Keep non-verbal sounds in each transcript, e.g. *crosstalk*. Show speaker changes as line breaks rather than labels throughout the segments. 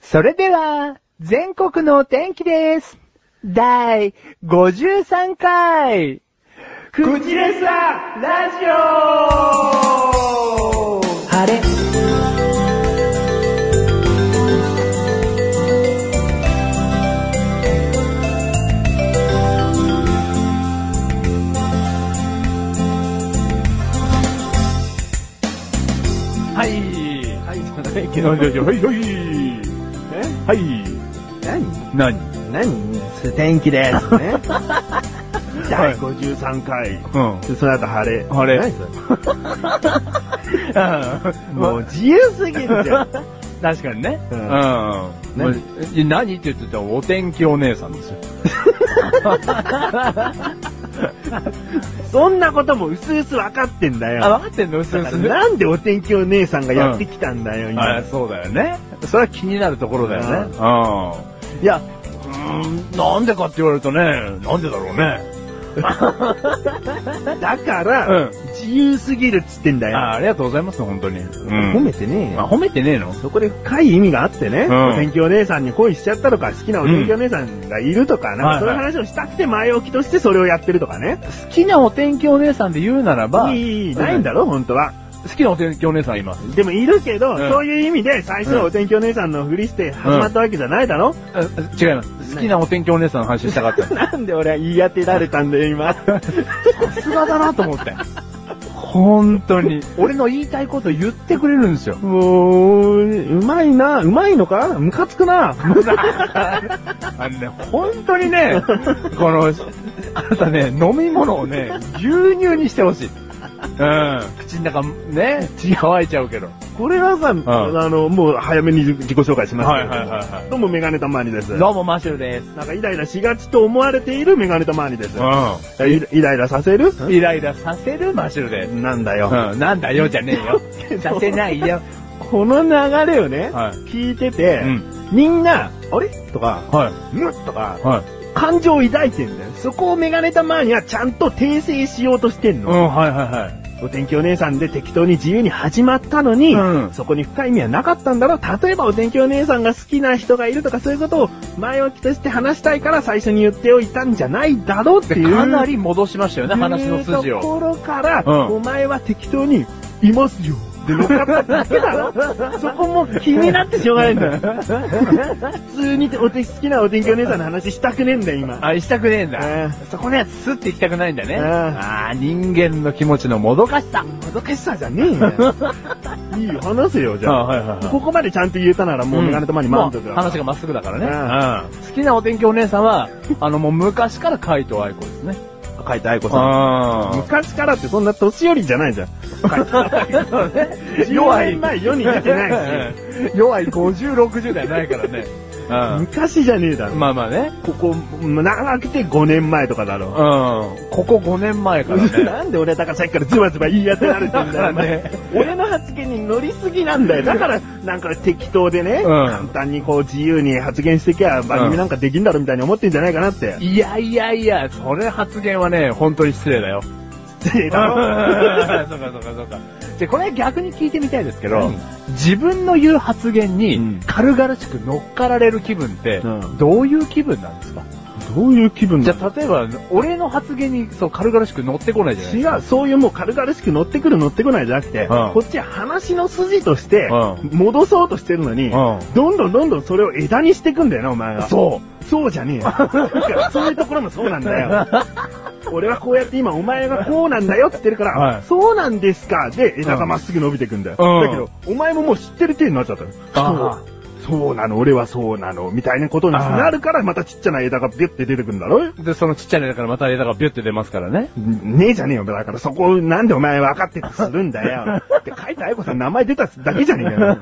それでは、全国のお天気です。第53回、クジレさラジオ晴れ。
はい。はい、昨日の上司、はい、はい。はい。
何
何
何天気です *laughs* ね。第53回。
うん。
でその後晴れ。
晴れ
何それもう自由すぎるじゃん。
確かにね。
う
うんん。何何って言ってたらお天気お姉さんですよ。
そんなことも薄々分かってんだよ。
あ、分かってんのうす
だ
う
か
す
らなんでお天気お姉さんがやってきたんだよ、今。
あそうだよね。それは気になるところだよね。うん。いや、うーん、なんでかって言われるとね、なんでだろうね。
だから、
うん
自由すぎるっつってんだよ。
あありがとうございます、本当に。うん
褒めてねえ
あ、
よ。
褒めてねえの
そこで深い意味があってね、
うん
お天気お姉さんに恋しちゃったとか、好きなお天気お姉さんがいるとか、なんかそういう話をしたくて前置きとしてそれをやってるとかね。
好きなお天気お姉さんで言うならば、
いいいい、ないんだろ、本当は。
好きなお天気お姉さんいます。
でもいるけど、
ん
そういう意味で最初はお天気お姉さんのふりして始まったわけじゃないだろ、
あ違います。好きなお天気お姉さんの話したかった。
なんで俺は言い当てられたんだよ、今。
さすがだなと思って。本当に。俺の言いたいこと言ってくれるんですよ。
*laughs* もう、うまいな、うまいのかムカつく *laughs* な。
あのね、本当に *laughs* ね、この、あなたね、飲み物をね、牛乳にしてほしい。うん。口の中、ね、血乾いちゃうけど。
これはさ、あの、もう早めに自己紹介しますけれども
はいはいはいはい
どうもメガネたまわりです。な
どうも、マシュルです。
んかイライラしがちと思われているメガネたまわりです。
う
イイライラさせる
ん。イライラさせるマシュルです。
なんだよ。
うん。なんだよ、じゃねえ *laughs* よ。させないよ。
この流れをね、
はい
聞いてて、
ん。
みんな、あれとか、
はい。
むとか、
はい。
感情を抱いてんだよ。そこをメガネたまわりはちゃんと訂正しようとしてん
う
の。
ん、はいはいはい。
お天気お姉さんで適当に自由に始まったのに、
うん
そこに深い意味はなかったんだろう。例えばお天気お姉さんが好きな人がいるとかそういうことを前置きとして話したいから最初に言っておいたんじゃないだろうって
で
いう。
かなり戻しましたよね、話の筋
いうと
を。
ころから、
うん
お前は適当に、いますよ。で、乗っかっただけだ
*laughs*
ろそこも気になってしょうがないんだよ。普通におて好きなお天気お姉さんの話したくねえんだよ、今。
あ、したくねえんだ。
うん
そこね、スッて行きたくないんだね。
うん
ああ、人間の気持ちのもどかしさ。
もどかしさじゃねえ
*laughs*
よ。いいよ、話せよ、じゃあ。
はいはい
ここまでちゃんと言えたならもうメガネとまに満足だ。
話がまっすぐだからね
う。
うん好きなお天気お姉さんは、 *laughs* あのもう昔から海藤愛子ですね。
書いて愛子さん。
あ
昔からってそんな年寄りじゃないじゃん。弱
*laughs* 弱
い。
い
10年前世に出てないし。
弱い50、60代ないから *laughs* ね。
昔じゃねえだ
う
ろ。
ん。まあまあね。
ここ、長くて5年前とかだ
うん
ろ。。
ここ5年前からね。
なんで俺だからさっきからズバズバ言い当てられてん *laughs* だよ、お前
*laughs* だからね
俺の発言に乗りすぎなんだよ。だから、なんか適当でね、
ん
簡単にこう自由に発言してきゃ番組なんかできんだろみたいに思ってんじゃないかなって。
いやいやいや、それ発言はね、本当に失礼だよ。
失礼だろ。
そうかそうかそうか。で、これ逆に聞いてみたいですけど
何、
自分の言う発言
うん
に軽々しく乗っかられる気分って
うん、
どういう気分なんですか、
*laughs* どういう気分
じ
だ
ゃあ例えば、俺の発言にそう軽々しく乗ってこないじゃないです
違
か。
う、そういうもう軽々しく乗ってくる乗ってこないじゃなくて、
ん
こっちは話の筋として
う、
戻そうとしてるのに、
う
どんどんどんどんそれを枝にしていくんだよな、お前が。。
そう
そうじゃねえ
*laughs*
よ。だからそういうところもそうなんだよ。俺はこうやって今お前がこうなんだよって言ってるから、
はい
そうなんですかで枝がまっすぐ伸びていくんだよ。
うん
だけど、お前ももう知ってる手になっちゃったよ。
あ
そう。そうなの、俺はそうなの、みたいなことになるから、またちっちゃな枝がビュッて出てくんだろ
で、そのちっちゃい枝からまた枝がビュって出ますからね。
ねえじゃねえよ。だからそこをなんでお前分かっててするんだよ。って書いた愛子さん名前出ただけじゃねえかよ。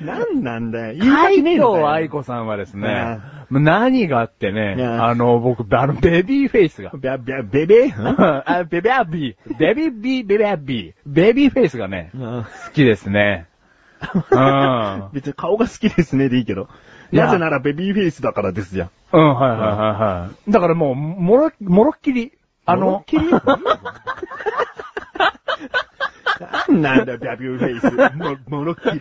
なんなんだよ。言いた
海
くねえんだ
藤
よ。
愛子さんはですね、もう何があってね、
うん
あの、僕、あの、ベビーフェイスが。
ビャビャベベー
あベビービー、ベビービー、ベビービー、ベビーフェイスがね、好きですね。うん。
別に顔が好きですねでいいけど。
いや
なぜならベビーフェイスだからですじゃん。
うん、はいはいはいはい。だからもう、もろ、もろっきり、あの、
思いっきりなんなんだよ、ベビーフェイス。も、もろっきり。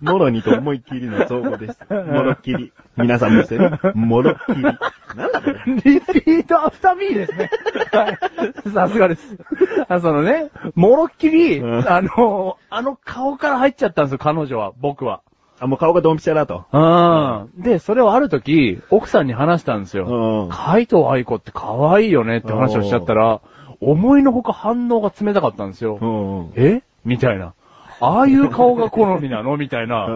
もろにと思いっきりの造語です。もろっきり。皆さんもしてるもろっきり。なんだこれ
*laughs* リピートアフターミーですね。はいさすがです。あそのね、もろっきり、
うん
あの、あの顔から入っちゃったんですよ、彼女は、僕は。
あ、もう顔がドンピシャだと。
うん。で、それをある時、奥さんに話したんですよ。
うん。
海藤愛子って可愛いよねって話をしちゃったら、思いのほか反応が冷たかったんですよ。
うん。
えみたいな。ああいう顔が好みなのみたいな、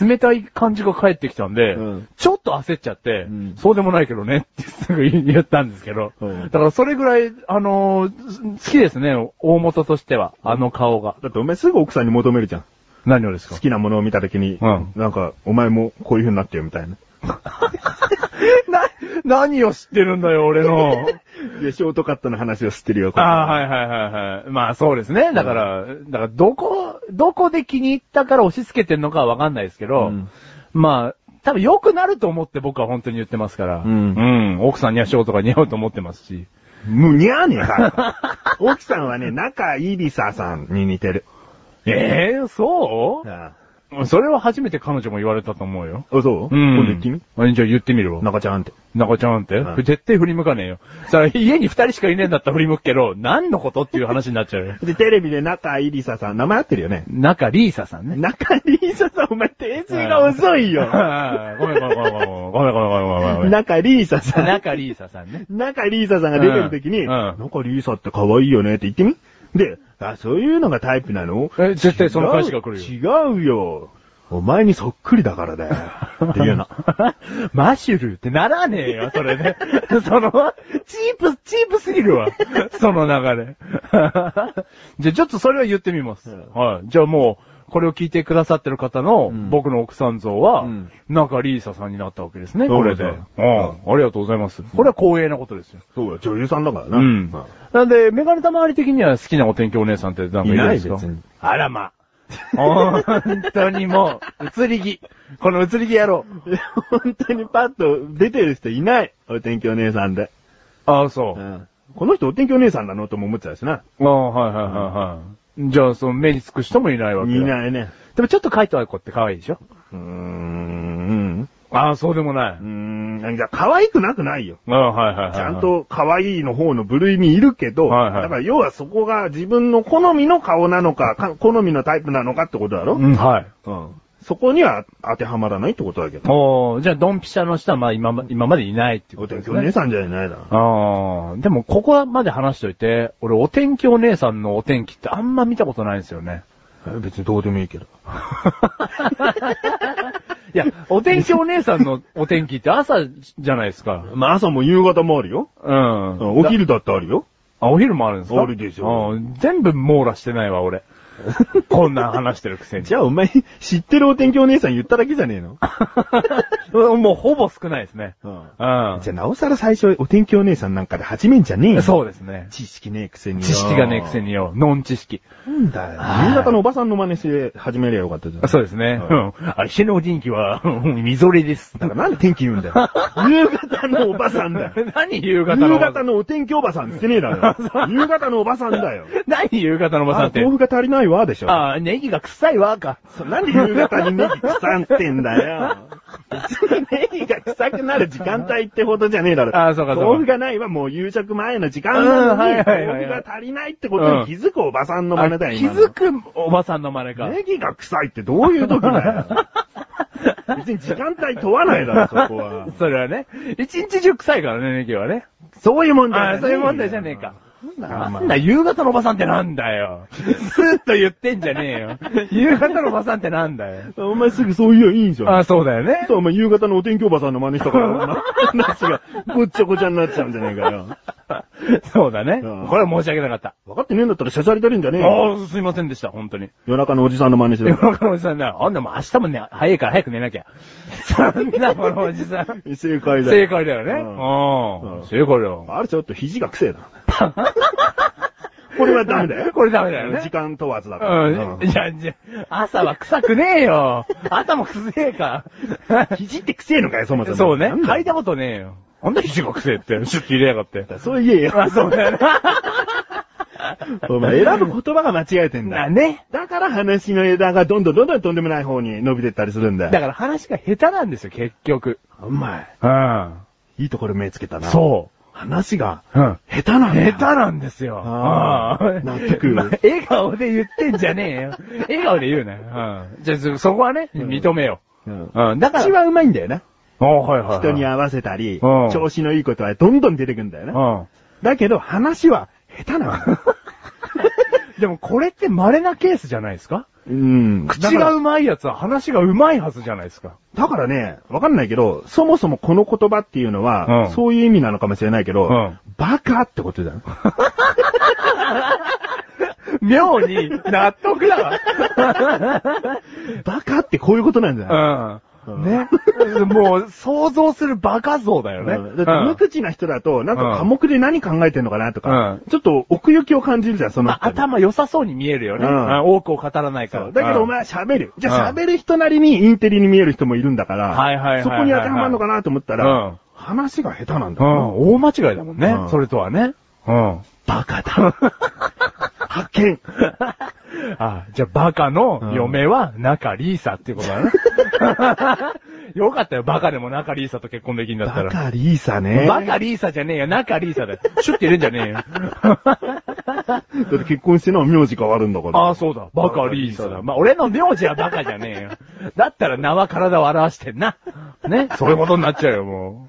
冷たい感じが返ってきたんで、
うん
ちょっと焦っちゃって、
うん
そうでもないけどねってすぐ言ったんですけど、
うん
だからそれぐらい、あのーす好きですね、大元としては、あの顔が。
だってお前すぐ奥さんに求めるじゃん。
何をです
好
か
きなものを見たときに、
うん
なんか、お前もこういう風になってよみたいな。
*laughs* な、何を知ってるんだよ、俺の。
で、ショートカットの話を知ってるよ、これ
ああ、はいはいはいはい。まあそうですね。だから、だからどこ、どこで気に入ったから押し付けてんのかはわかんないですけど、
うん
まあ、多分良くなると思って僕は本当に言ってますから、
うん
うん奥さんにはショートが似合うと思ってますし。
もう似合わねえから。
*laughs*
奥さんはね、仲いいリサさんに似てる。
ええそう、
あ
それは初めて彼女も言われたと思うよ。
あそう今度行ってみ
あじゃあ言ってみるわ。
中ちゃんって。
中ちゃんって、
うん。
絶対振り向かねえよ。それ家に二人しかいねえんだったら振り向くけど、何のことっていう話になっちゃうよ
で、テレビで仲いいリサさん、名前合ってるよね。
中リーサさんね。
仲いいリサさん、お前、訂正が遅いよ。
あー *laughs* ごめんごめんごめんごめんごめんごめんごめんごめんごめん。
仲リーサさん。
中リーサさんね。
仲リーサさんが出てる時に、
うんうん
仲リーサって可愛いよねって言ってみで、あ、そういうのがタイプなの
*laughs* え、絶対その返しが来るよ。
よ。違うよ。お前にそっくりだ
*laughs*
からだよ。っていうの。
マシュルってならねえよ、それね。 *laughs* その、チープ、チープすぎる *laughs* わ。その流れ。 *laughs* じゃあちょっとそれは言ってみます。
うん
はい。じゃあもう、これを聞いてくださってる方の、
うん
僕の奥さん像は、
うん
中リーサさんになったわけですね、
そ
こ
うで
れ
す
で。うん。ありがとうございます。これは光栄なことですよ。
そうよ、女優さんだからな。
うん。なんで、メガネたまわり的には好きなお天気お姉さんってなんかいるんですか
いない別に
あらま。本当にもう、移り気。この移り気野郎。
本当にパッと出てる人いない。お天気お姉さんで。
ああ、そう。あ
この人お天気お姉さんなのとも思ってたしな。
あ、はいはいはいはい。じゃあ、その目につく人もいないわ
い
けだ
ないね。
でもちょっとカイトアイコって可愛いでしょ
うーん。
ああ、そうでもないう
ー。ん。じゃあ、可愛くなくないよ。
ああ、はいはいはい。
ちゃん。と可愛いの方の部類にいるけど、
はいはい
だから要はそこが自分の好みの顔なのかか好みのタイプなのかってことだろ、
うん、はい。
うんそこには当てはまらないってことだけど。
おーじゃあ、ドンピシャの人は、まあ、今ま、今までいないっていう
お
こと
天
です
気
ね。
お姉さんじゃないな。
ああ、でもここまで話しといて、俺お天気お姉さんのお天気ってあんま見たことないんですよね。
え別にどうでもいいけど。
いや、お天気お姉さんのお天気って朝じゃないですか。
まあ朝も夕方もあるよ。
うん。
うんお昼だってあるよ。
あ、お昼もあるんですか
あるでしょ
うん全部網羅してないわ、
*laughs*
俺。こんなん話してるくせに。
じゃあお前、知ってるお天気お姉さん言っただけじゃねえの
もうほぼ少ないですね。
うん
うん。
じゃあなおさら最初お天気お姉さんなんかで始めんじゃねえよ。
そうですね。
知識ねえくせによ。
知識がねえくせによ、ノン知識。
なんだよ。
はい
新潟のおばさんの真似して始めりゃよかったじゃん。
そうですね。
は
う
い
ん。あ、日のお天気は、うんみぞれです。
だからなんで天気言うんだよ。 *laughs* 夕方のおばさんだよ。
何夕方の
夕方のお天気おばさんってねえだ *laughs* ろ。夕方のおばさんだよ。
何夕方のおばさん
あ、
って。
豆腐が足りないわ、でしょ。
ああ、ネギが臭いわ、か。
そうなんで夕方にネギ腐ってんだよ。別にネギが臭くなる時間帯ってほどじゃねえだろ。
あーそうかそうか
豆腐がないはもう夕食前の時間なのに、
うんはいはいはい
豆腐が足りないってことに気づくおばさんの真似だよ、
気
今の
づくおばさんの真似か。
ネギが臭いってどういう時だ
*laughs*
よ。別に時間帯問わないだろ、そこは。
それはね。一日中臭いからね、ネギはね。
そういう問題じゃ
あ
ね
あ、
え
そういう問題じゃねえか。。
な
なん
だ
んだ、夕方のおばさんってなんだよ。スーッと言ってんじゃねえよ。 *laughs* 夕方のおばさんってなんだよ。
お前すぐそう言えばいいんじゃん。
ああ、そうだよね
そ。う、お前夕方のお天気おばさんの真似したから、
*laughs*
な話がごっちゃごちゃになっちゃうんじゃねえかよ。
そうだね。
うん
これは申し訳なかった。
分かってねえんだったらシャシャリ出るんじゃねえよ。
ああ、すいませんでした、本当に。
夜中のおじさんの真似して
世
る
の。中のおじさん *laughs* な、あんなもん明日もね、早いから早く寝なきゃ。そんなものおじさ *laughs* ん。
正解だ
正解だよね。
うん
うん。正解だよ。
あれちょっと肘が癖
*laughs*
だ。これはダメだよ。
これダメだよね
時間問わずだから。
うん。じゃあ、じゃあ、朝は臭くねえよ。朝も臭えか。
肘って臭えのかよ、そもそも。
*laughs* そうね
なん。だ
嗅
よ
いだことねえ *laughs* よ。あんな肘が臭えって、シュッと入れやがって。
そう言えよ。
あ、そうだよな。
お前選ぶ言葉が間違えてんだ。
ね。
だから話の枝がどんどんどんどんとんでもない方に伸びてったりするんだ
だ
よ。
から話が下手なんですよ、結局。
うまい。
うん。
いいところ目つけたな。。
そう
話が
う。うん。
下手なんだ
下
よ。
手なんですよ。
あー
うん
納得
ま笑顔で言ってんじゃねえよ。笑顔で言うなよ。うん。じゃあそ、そこはね、
うん
認めよ
うん
う。うん。だから、
口はうまいんだよな。
あはいはいはい。
人に合わせたり、
うん
調子のいいことはどんどん出てくんだよな。
う
だけど話は下手なんだよ。
ん。 *laughs* でもこれって稀なケースじゃないですか
うん。
口がうまいやつは話がうまいはずじゃないですか。
だからね、わかんないけど、そもそもこの言葉っていうのは、
うん
そういう意味なのかもしれないけど、
うん
バカってこと
*laughs*
だよ。
妙に納得だわ。
バカってこういうことなんだよ。
うん。ね。もう、想像するバカ像だよね。
うんだって無口な人だと、なんか科目で何考えてんのかなとか、
う
ちょっと奥行きを感じるじゃん、その
まあ
人に。
頭良さそうに見えるよね。
う
うんん多くを語らないか
そ
ら。
うだけ
うん
どお前は喋る。じゃあ
うん
喋る人なりにインテリに見える人もいるんだから、
はいはいはいはいはい
そこに当てはまるのかなと思ったら、
うん
話が下手なんだ
う
よ。
ん、大間違いだもんね。
うん
それとはね。うん。
バカ
*laughs*
だ。発見。
あ、じゃあバカの嫁は中リーサっていうことだ
*laughs*
ね。よかったよ、バカでも中リーサと結婚できるんだっ
バ
たら。
カリーサね。
バカリーサじゃねえよ、中リーサだよ。シュッて入れんじゃねえよ。
だって結婚してな、名字変わるんだから。
ああ、そうだ。バカリーサだ。まあ、俺の名字はバカじゃねえ *laughs* よ。だったら名は体を表してん *laughs* な。ね。そういうことになっちゃうよ、も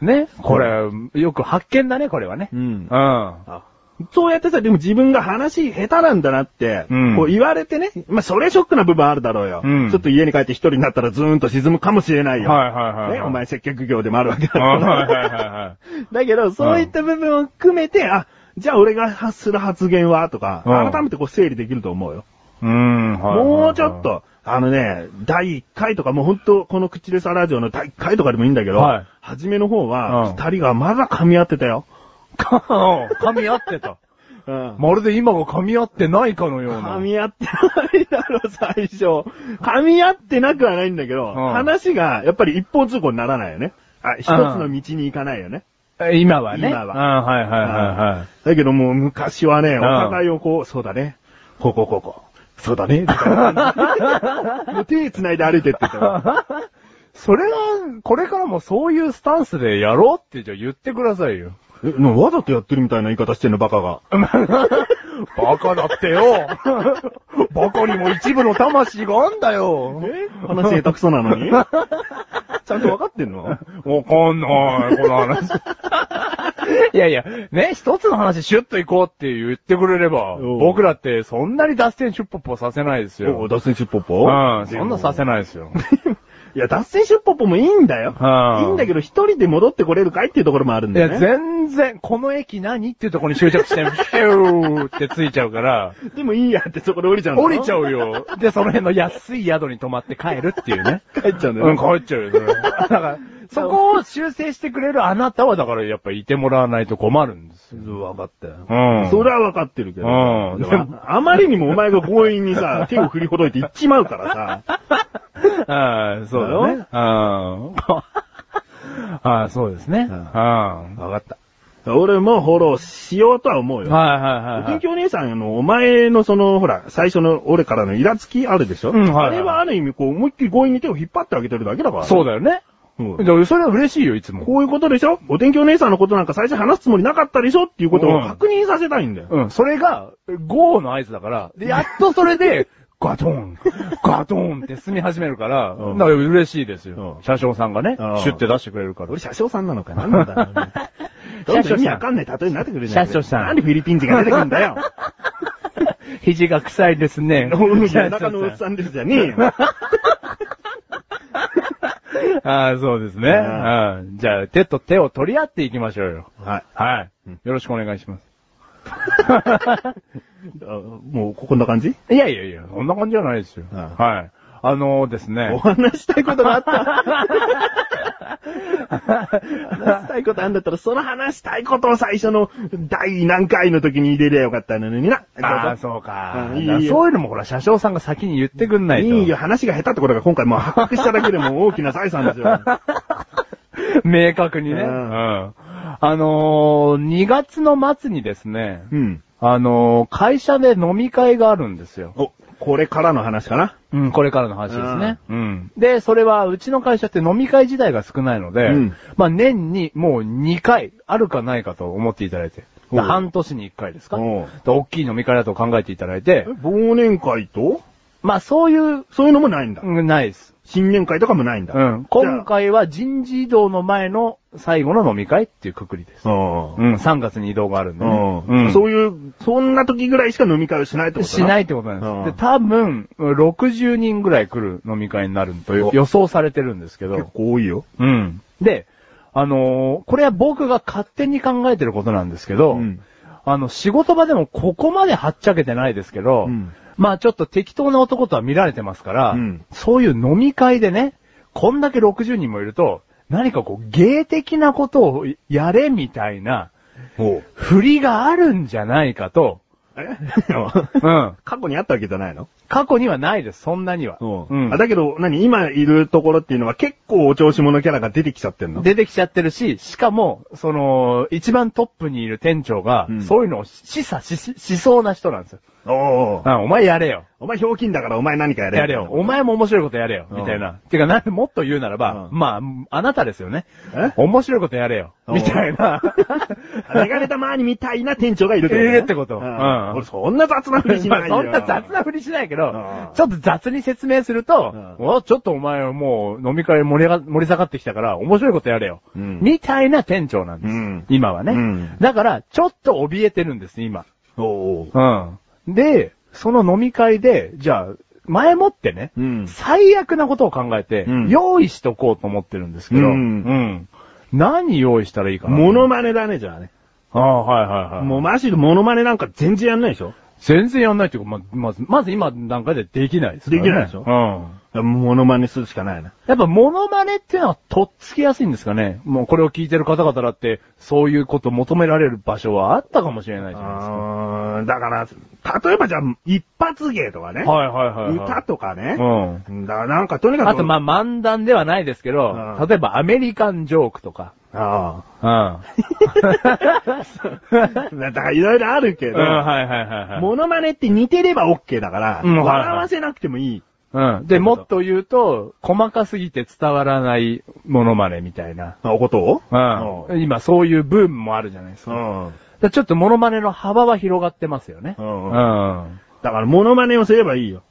う。ね。これ、よく発見だね、これはね。
うん
うん。
あそうやってさ、でも自分が話下手なんだなって、
うん
こう言われてね、まあ、それショックな部分あるだろうよ。
うん
ちょっと家に帰って一人になったらズーンと沈むかもしれないよ。
はいはいはいはい
ね、お前接客業でもあるわけだか
あ
ら。
はいはいはいはい。
だけど、そういった部分を含めて、あ、じゃあ俺が発する発言はとか、
うん
改めてこう整理できると思うよ。
うん、
もうちょっ。と、あのね、第1回とかもうほんとこの口でさラジオの第1回とかでもいいんだけど、
はい
初めの方は
うん
二人がまだ噛み合ってたよ。
*laughs* 噛み合ってた。
うん
まるで今が噛み合ってないかのような。
噛み合ってないだろ、最初。噛み合ってなくはないんだけど、
ん
話がやっぱり一方通行にならないよね。あ、一つの道に行かないよね。
え今はね。
今は
うんはいはいはいはい。
だけどもう昔はね、お
ん
互いをこう、そうだね。こうこうこうこう。そうだね。みたいな感じ *laughs* もう手繋いで歩いてってた
*laughs*
よ
それは、これからもそういうスタンスでやろうってじゃあ言ってくださいよ。
え、なわざとやってるみたいな言い方してんの、バカが。
バカだってよ。バカにも一部の魂があんだよ。
話下手くそな
*laughs*
のにちゃんと分かってんの
わかんない、この話。いやいや、ね、一つの話シュッと行こうって言ってくれれば
おう、
僕だってそんなに脱線シュッポッポさせないです
お
よ。
脱線しっぽっぽ
うん、そんなさせない *laughs* ですよ。
*laughs* いや、脱線しっぽっぽもいいんだよ。
うん
いいんだけど、一人で戻ってこれるかいっていうところもあるん
い
だよ
や、
ね。
全然、この駅何っていうところに執着して、ピューってついちゃうから、
でもいいやってそこで降りちゃうんだ
降りちゃ
う。
うよ。で、その辺の安い宿に泊まって帰るっていうね。
帰っちゃうんだよ、
うん、帰っちゃう
*laughs*
よ、それだから、そこを修正してくれるあなたは、だからやっぱいてもらわないと困るんですよ。
分かったよ。
うん
それは分かってるけど。
うん
でもあまりにもお前が強引に
*laughs*
さ、手を振りほどいて行っちまうからさ。
ああ、そうだね。ああ。 *laughs* ああ、そうですね。
うん
あ
分かった。俺もフォローしようとは思う
あ。
よ。
はいはいはいは
勉
い。
強お姉さんのお前のその、ほら、最初の俺からのイラつきあるでしょ
うんはい
あれはある意味こう、思いっきり強引に手を引っ張ってあげてるだけだから。
そうだよね。
うん
だからそれは嬉しいよ、いつも。
こういうことでしょお天気お姉さんのことなんか最初話すつもりなかったでしょっていうことを
うん
確認させたいんだよ。
うん、それが、ゴーの合図だから、でやっとそれ
*laughs*
で、ガトン、ガトンって進み始めるから、
うん
なんか嬉しいですよ
う。ん
車掌さんがね
うん、
シュッて出してくれるから
俺、。車掌さんなのかなんなんだろうね。どんどん意味わかんない例えになってくるじゃん。
車掌さん
なんでフィリピン人が出てくるんだよ。
肘が臭いですね *laughs*
夜中のおっさんですじゃねえよ。
*laughs* ああ、そうですね。
あ
うんじゃあ、手と手を取り合っていきましょうよ。
はい。
はい
うん。
よろしくお願いします。
あもう、ここんな感じ
いやいやいや、そんな感じじゃないですよ。
うん
はい。あのーです
お
ね。
話したいことがあ
*laughs*
った。話したいことあんだったら、その話したいことを最初の第何回の時に入れりゃよかったのにな。
ああ、
どうぞ
そうか。
うんいい
だから
よ
そういうのもほら、車掌さんが先に言ってくんないと。
いいよ、話が下手ってことが今回もう発覚しただけでも大きな財産ですよ。
明確にね。
う
うんん。あのー、2月の末にですね、 *laughs*
うん。
あのー会社で飲み会があるんですよ。
お、これからの話かな
うん、これからの話ですね。うん。で、それは、うちの会社って飲み会自体が少ないので、
うん
まあ年にもう2回あるかないかと思っていただいて、
おう
半年に1回ですか
おう
で大きい飲み会だと考えていただいて
え、忘年会と
まあそういう、
そういうのもないんだ。
うんないです。
新年会とかもないんだ。
うん。今回は人事異動の前の最後の飲み会っていうくくりです。
あ
うん、3月に移動があるんで、ね。
う。
うんん
そういう、そんな時ぐらいしか飲み会をしないってことだ。
しないいってことなん
う
で
ん
す。で、多分、60人ぐらい来る飲み会になるという
お
予想されてるんですけ
結
ど。
構多いよ。
うん。で、あのーこれは僕が勝手に考えてることなんですけど、
うん
あの、仕事場でもここまではっちゃけてないですけど、
うん
まあちょっと適当な男とは見られてますから、
うん
そういう飲み会でね、こんだけ60人もいると、何かこう、芸的なことをやれみたいな、
おう。
振りがあるんじゃないか
*laughs*
と、
え *laughs*
うん。
過去にあったわけじゃないの
過去にはないです、そんなには。うん
あだけど、何今いるところっていうのは結構お調子者キャラが出てきちゃってんの
出てきちゃってるし、しかも、その、一番トップにいる店長が、
うん
そういうのを示唆し、ししそうな人なんですよ。
おう
あお前やれよ。
お前ひょうきんだからお前何かやれ。
やれよ。お前も面白いことやれよ。
うん
みたいな。てか、なんでもっと言うならば、
うん
まあ、あなたですよね
え。
面白いことやれよ。
うん
みた
*laughs*
いな。 *laughs*
メガネたまーにみたいな店長がいるってこと、
いるってこと
うん
うん
俺そんな雑なふりしないよ。
ま *laughs* あそんな雑なふりしないけど、
うん
ちょっと雑に説明すると、
う
おちょっとお前もう飲み会盛り上が盛り下がってきたから面白いことやれよ。
うん
みたいな店長なんです。
うん
今はね、
うん
だから、ちょっと怯えてるんです、今。
おう
うん。で、その飲み会で、じゃあ、前もってね、
うん
最悪なことを考えて、
うん
用意しとこうと思ってるんですけど、
うん
ん何用意したらいいかな。
モノマネだね、じゃあね。
ああ、はいはいはい。
もうマジでモノマネなんか全然やんないでしょ
全然やんないっていうか、ま、まず、まず今の段階でできないですからね。
できないでしょ
うん。
モノマネするしかないな。
やっぱ、モノマネっていうのは、とっつきやすいんですかね。もう、これを聞いてる方々だって、そういうこと求められる場所はあったかもしれないじゃないですか。
あーだから、例えばじゃあ、一発芸とかね。
はいはいはい、はい。
歌とかね。
うん。
だからなんかとにかく。
あと、まあ、漫談ではないですけど
うん、
例えば、アメリカンジョークとか。
あ
*laughs* うん。うん、
*laughs* あ。だからいろいろあるけど、
はいはいはいはい。
モノマネって似てれば OK だから、
うんはいはい
笑わせなくてもいい。
うん。で、もっと言うと、細かすぎて伝わらないモノマネみたいな。
おことを
うん。今、そういうブームもあるじゃないで
う
すか。だか
ん。うん。
らちょっとモノマネの幅は広がってますよね。
うん
うん。
だからモノマネをすればいいよ。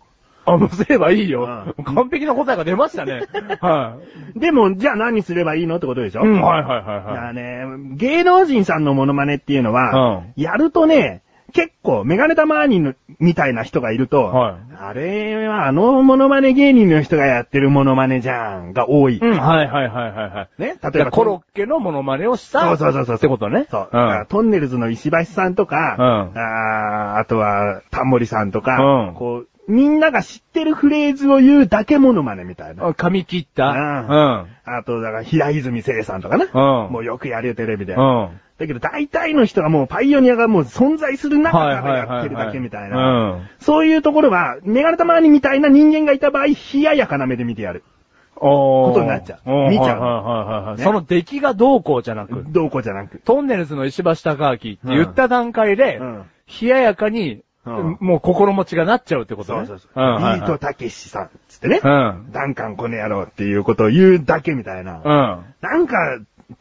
あ、もうすればいいよ。
う
完璧な答えが出ましたね。は
でも、じゃあ何すればいいのってことでし
い。
ょ
うん、はいはいはい
いや
はい。
ね、芸能人さんのモノマネっていうのは、
うん
やるとね、結構、メガネタマーニのみたいな人がいると、
はい
あれはあのモノマネ芸人の人がやってるモノマネじゃん、が多い。
うん、はいはいはいはいはい。
ね
だか
例えば、
らコロッケのモノマネをした。
そうそうそうそう
ってことね。
そう。だ
う
から
ん。
トンネルズの石橋さんとか、
うん
あーあとは、タモリさんとか、
うん
こう、みんなが知ってるフレーズを言うだけモノマネみたいな。
あ髪切った。
うん
うん。
あと、だから、平泉聖さんとかね。
うん
もうよくやるよ、テレビで。
うん。
だけど大体の人はもうパイオニアがもう存在する中からやってるだけみたい
はいはいはいはいう。
なんそういうところは、メガネたまにみたいな人間がいた場合、冷ややかな目で見てやる。
こ
ことになっちゃう見
見
ち
ち
ゃ
ゃ
う
う。はいはいはいはい
ね
その出来がどうこうじゃなく、
どうこうじゃなく。
トンネルズの石橋貴明って言った段階で、
うん
冷ややかに、
うん
もう心持ちがなっちゃうってこと
そう
ね。
そうそう。ビ
んはい
ー
は
ト
い
たけしさん、つってね。
うん
ダンカンこの野郎っていうことを言うだけみたいな。
うん。
なんか、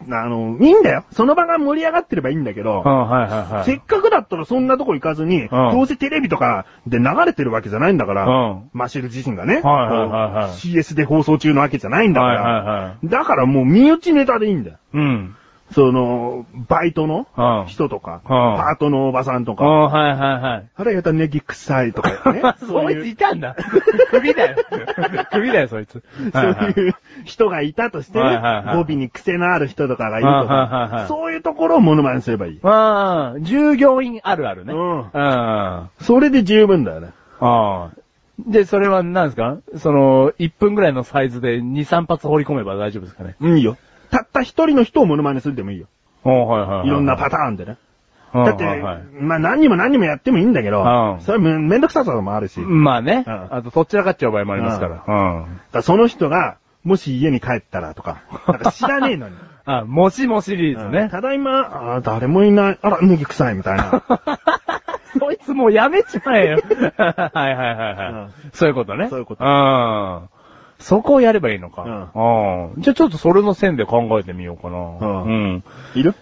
あの、いいんだよ。その場が盛り上がってればいいんだけど、
うん、はいはいはい。
せっかくだったらそんなとこ行かずに、どうせテレビとかで流れてるわけじゃないんだから、
うん
マシル自身がね、
はいはいはいはい
こう CS で放送中のわけじゃないんだか
はい
ら、
はいはい。
だからもう身内ネタでいいんだよ。
うん。
その、バイトの
うん
人とか、
うん
パートのおばさんと
う
か、
ん、はいはいはい。、
腹やたネギ臭いとかねそう
*laughs* そいつ
いう
い。た *laughs* んだ。首だよ。首だよ、そいつ。
*laughs* そ
はいは
う
い
いう人がいたとしてね、
はいはいはい
語尾に癖のある人とかがいると
はいはい
か
は、い
そういうところをモノマネすればいい。
まあ、従業員あるあるね。
うん
うん。
それで十分だよね。
ああ。で、それは何ですかその、1分ぐらいのサイズで2、3発放り込めば大丈夫ですかね。
うん、いいよ。たった一人の人をモノマネするでもいいよ。
おはいはい
ろんなパターンでね。
ー
だって、まあ何にも何にもやってもいいんだけど
う、ん
それめめんどくささもあるし、だか
まあね。
うん
あと、どちらかっちゃう場合もありますから。うん。
らその人が、もし家に帰ったらとか、なんか知らねえ
*laughs*
のに。
あ、もしもシリーズ
うん
ね。 *laughs*
ただいま、あー誰もいない、あら、脱ぎ臭いみたいな。 *laughs*
そいつもうやめちまえよ。はいはいはいはい。
うん
そういうことね。
そういうこと
うん。そこをやればいいのか。うん。じゃあちょっとそれの線で考えてみようかな。
うん
うん。
いる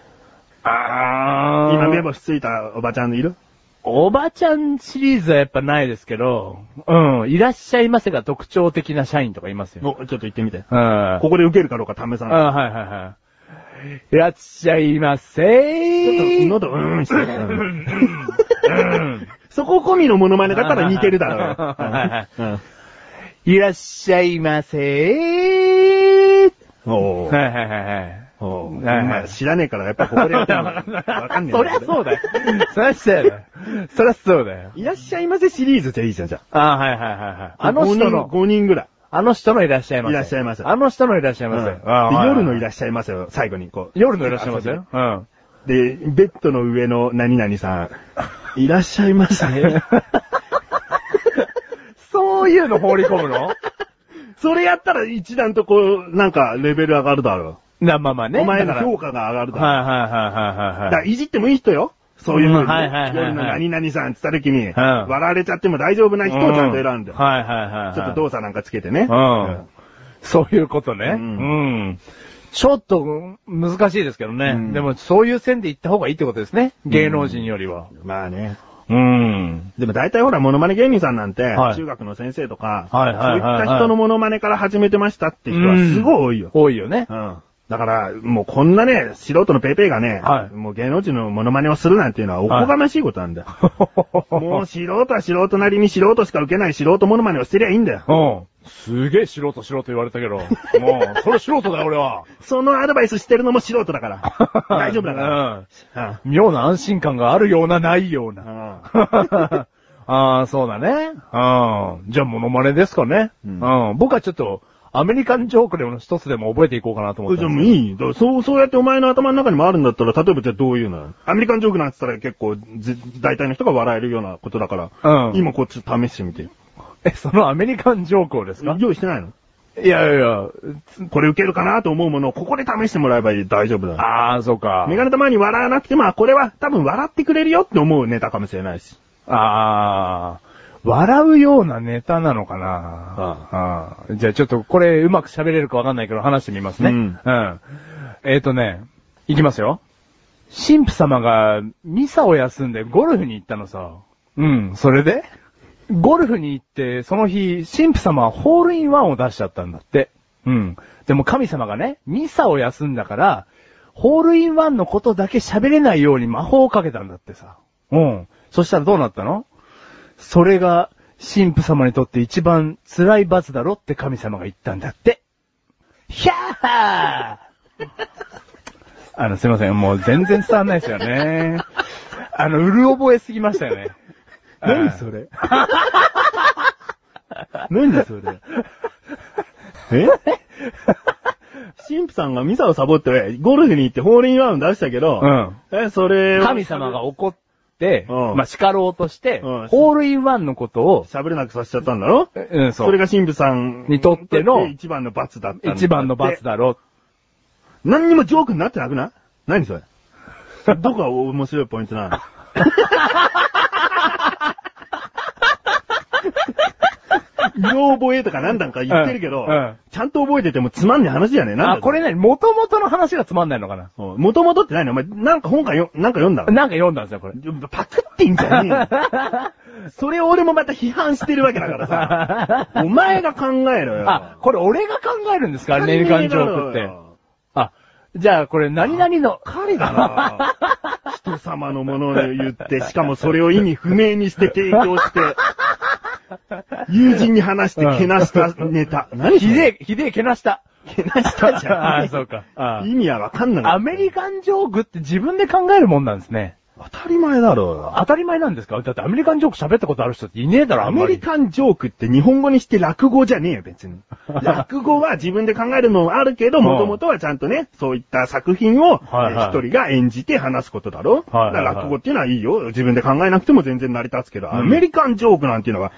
あー。
今目星ついたおばちゃんいる
おばちゃんシリーズはやっぱないですけど、うん、いらっしゃいませが特徴的な社員とかいますよ。
お、ちょっと行ってみて。
うん。
ここで受けるかどうか試さ
うん、
ない。
はいはいはい。いらっしゃいま
ち
せー。
ょっと喉うーんして
う
る。
んうん
そこ込みのモノマネだったら似てるだ
はいはい
ろう。
いらっしゃいませー。
うんおー
はいはいはいはい。
おー
はいはい
まあ知らねえから、やっぱここでやってるの *laughs* わかんねえ。
そりゃそうだよ。そりゃそうだよ。そりゃそうだよ。
いらっしゃいませシリーズでいいじゃん、じゃ
ああ、はいはいはいはい。
あ。
あの人の、
5人ぐらい。
あの人のいらっしゃいませ。
いらっしゃいませ
あの人のいらっしゃいませ。
うんで
ああはい
夜のいらっしゃいませを最後にこう。
夜のいらっしゃいませ。うん。
で、ベッドの上の何々さ *laughs* ん、いらっしゃいませ。
そういうの放り込むの
それやったら一段とこう、なんかレベル上がるだろ
な、まあまあ
う。
ね。
お前
だ
の
から
評価が上がるだろう。
はいはいはいはい
だか
は
ら
い。
いじってもいい人よ。そういうふう
う
に。
んはいはいはいはい
夜の何々さんって言った時に、
ん
笑われちゃっても大丈夫な人をちゃんと選んで。
うはいはいはいはい。
ちょっと動作なんかつけてね。
うん
うん
そういうことね。
う
うんん。ちょっと難しいですけどね。
うん
でもそういう線で行った方がいいってことですね。芸能人よりは。
まあね。
うん。
でも大体ほら、モノマネ芸人さんなんて、
はい
中学の先生とか、
はいはいはいはい
そういった人のモノマネから始めてましたって人はすごい多いよ。
多いよね。
うん。だから、もうこんなね、素人のペーペーがね、
はい
もう芸能人のモノマネをするなんていうのはおこがましいことなんだよ。もう素人は素人なりに素人しか受けない素人モノマネをしてりゃいいんだよ。
うん。すげえ素人素人言われたけど。もう、それ素人だよ俺 *laughs* は。
そのアドバイスしてるのも素人だ
*laughs*
から。大丈夫だか
うん。
ら。
妙な安心感があるような、ないよう
う
な。
ん。
*laughs* ああ、そうだね。うん。じゃあ、モノマネですかね。
う
うんん。僕はちょっと、アメリカンジョークでも一つでも覚えていこうかなと思
う
っ
ん。じ
て。
ゃあもういい。だからそう、そうやってお前の頭の中にもあるんだったら、例えばじゃあどういうのアメリカンジョークなんて言ったら結構、ぜ大体の人が笑えるようなことだから。
うん
今こっち試してみてよ。
え、そのアメリカンジョークをですか
用意してないの
いやいやいや、
これ受けるかなと思うものをここで試してもらえばいい。大丈夫だよ。
ああ、そうか。
メガネ玉に笑わなくても、あこれは多分笑ってくれるよって思うネタかもしれないし。
ああ、笑うようなネタなのかな。ああじゃあちょっとこれうまく喋れるかわかんないけど話してみますね。
うん
うんえっ、とね、いきますよ。神父様がミサを休んでゴルフに行ったのさ。うん、それでゴルフに行って、その日、神父様はホールインワンを出しちゃったんだって。うん。でも神様がね、ミサを休んだから、ホールインワンのことだけ喋れないように魔法をかけたんだってさ。うん。そしたらどうなったのそれが、神父様にとって一番辛い罰だろって神様が言ったんだって。ひゃーはーあの、すいません。もう全然伝わんないですよね。あの、うる覚えすぎましたよね。
*laughs* 何それ *laughs* 何だそれ。え神父さんがミサをサボって、ゴルフに行ってホールインワン出したけど、
うん。
え、それを
神様が怒って、
うん
まあ、叱ろうとして、
うん
ホールインワンのことを、
喋れなくさせちゃったんだろ
うん、
そ
そう。
れが神父さん
にとっての
一番の罰だったんだって
一番の罰。だろ
何にもジョークになってなくない何
*laughs*
それどこが面白いポイント *laughs* なのうろ覚えとか何段か言ってるけど、
うんうん
ちゃんと覚えててもつまんない話じゃねえ
う。
な。
あ、これ何元々の話がつまんないのかな
もともとってないのお前、なんか本かよ、なんか読んだの
なんか読んだんですよ、これ。
パクってんじゃねえよ
*laughs*
それを俺もまた批判してるわけだからさ。お前が考えろよ。
あ、これ俺が考えるんですかアメリカンジョークって。あ、じゃあこれ何々の、
彼だ
*laughs*
な人様のものを言って、しかもそれを意味不明にして提供
*laughs*
して、友人に話してけなしたネタ。何
ひでえ、ひでえけなした。
え、けなしたじゃん。
*laughs* あ、そうか。あ
意味はわかんなか
ア
っ
メリカンジョークって自分で考えるもんなんですね。
た。当たり前だろ。
当たり前なんですかだってアメリカンジョーク喋ったことある人っていねえだろ、あ
ア
んま
メ
り
リカンジョークって日本語にして落語じゃねえよ、別
*laughs*
に。落語は自分で考えるのもあるけど、
うん
もともとはちゃんとね、そういった作品を、え
はいはい
ー一人が演じて話すことだろだか
はいはいはい
ら落語っていうのはいいよ。自分で考えなくても全然成り立つけど、
ん
アメリカンジョークなんていうのは、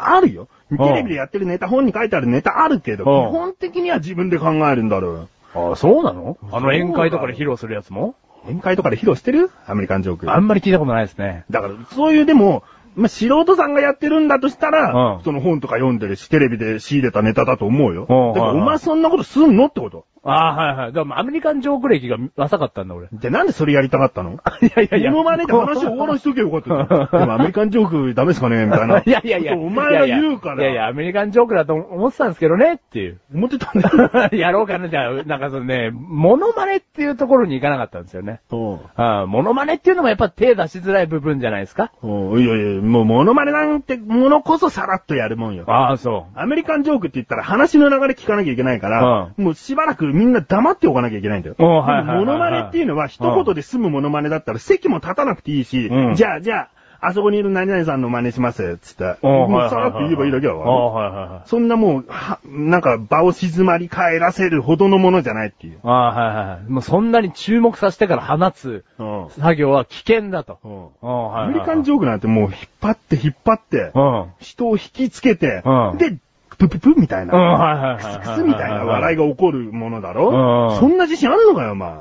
あるよ。テレビでやってるネタ、本に書いてあるネタあるけど、基
うん
本的には自分で考えるんだろう。
あ、そうなのあの
そうだよ
宴会とかで披露するやつも
宴会とかで披露してるアメリカンジョーク。
あんまり聞いたことないですね。
だから、そういうでも、まあ、素人さんがやってるんだとしたら、
うん
その本とか読んでるし、テレビで仕入れたネタだと思うよ。
うん
でも、
はいはい
お前そんなことすんのってこと。
ああ、はいはい。でもアメリカンジョーク歴が浅かったんだ、俺。い
で、なんでそれやりたかったの
やいやい *laughs* や。
モノマネで話を終わらしとけばよかったじゃん。でもアメリカンジョークダメですかねみたいな。
*laughs* いやいやいや。
お前が言うから。
いやいや、アメリカンジョークだと思ってたんですけどね、っていう。
思ってたん
*laughs*
だよ。
やろうかな、じゃあ、なんかそのね、モノマネっていうところに行かなかったんですよね。
そ
ああ、モノマネっていうのもやっぱ手出しづらい部分じゃないですか
ううん。いやいや、もうモノマネなんてものこそさらっとやるもんよ。
ああ、そ
アメリカンジョークって言ったら話の流れ聞かなきゃいけないから、もうしばらくみんな黙っておかなきゃいけないんだよ。
おうはいはいはいは
でも
い
モノマネっていうのは一言で済むモノマネだったら席も立たなくていいし、
うん
じゃあ、じゃあ、あそこにいる何々さんの真似します、つって。
う。おう
も
は
う
い
さ
はい
ら
は
っと言えばいいだけだ
お
わ。
うはいはいはい。
そんなもう、は、なんか場を静まり返らせるほどのものじゃないっていう。
ああ、はいはいはい。もうそんなに注目させてから放つ
うん
作業は危険だと。
うん
おうは
ア
いはい
メ
はい
リカンジョークなんてもう引っ張って引っ張って、
うん。
人を引きつけて、
うん
で、プププみたいな。
うん、はいはいはい。
クスみたいな笑い
が。
が起こるものだ
うんう
ろ
ん
そんな自信あるのかよ、お前。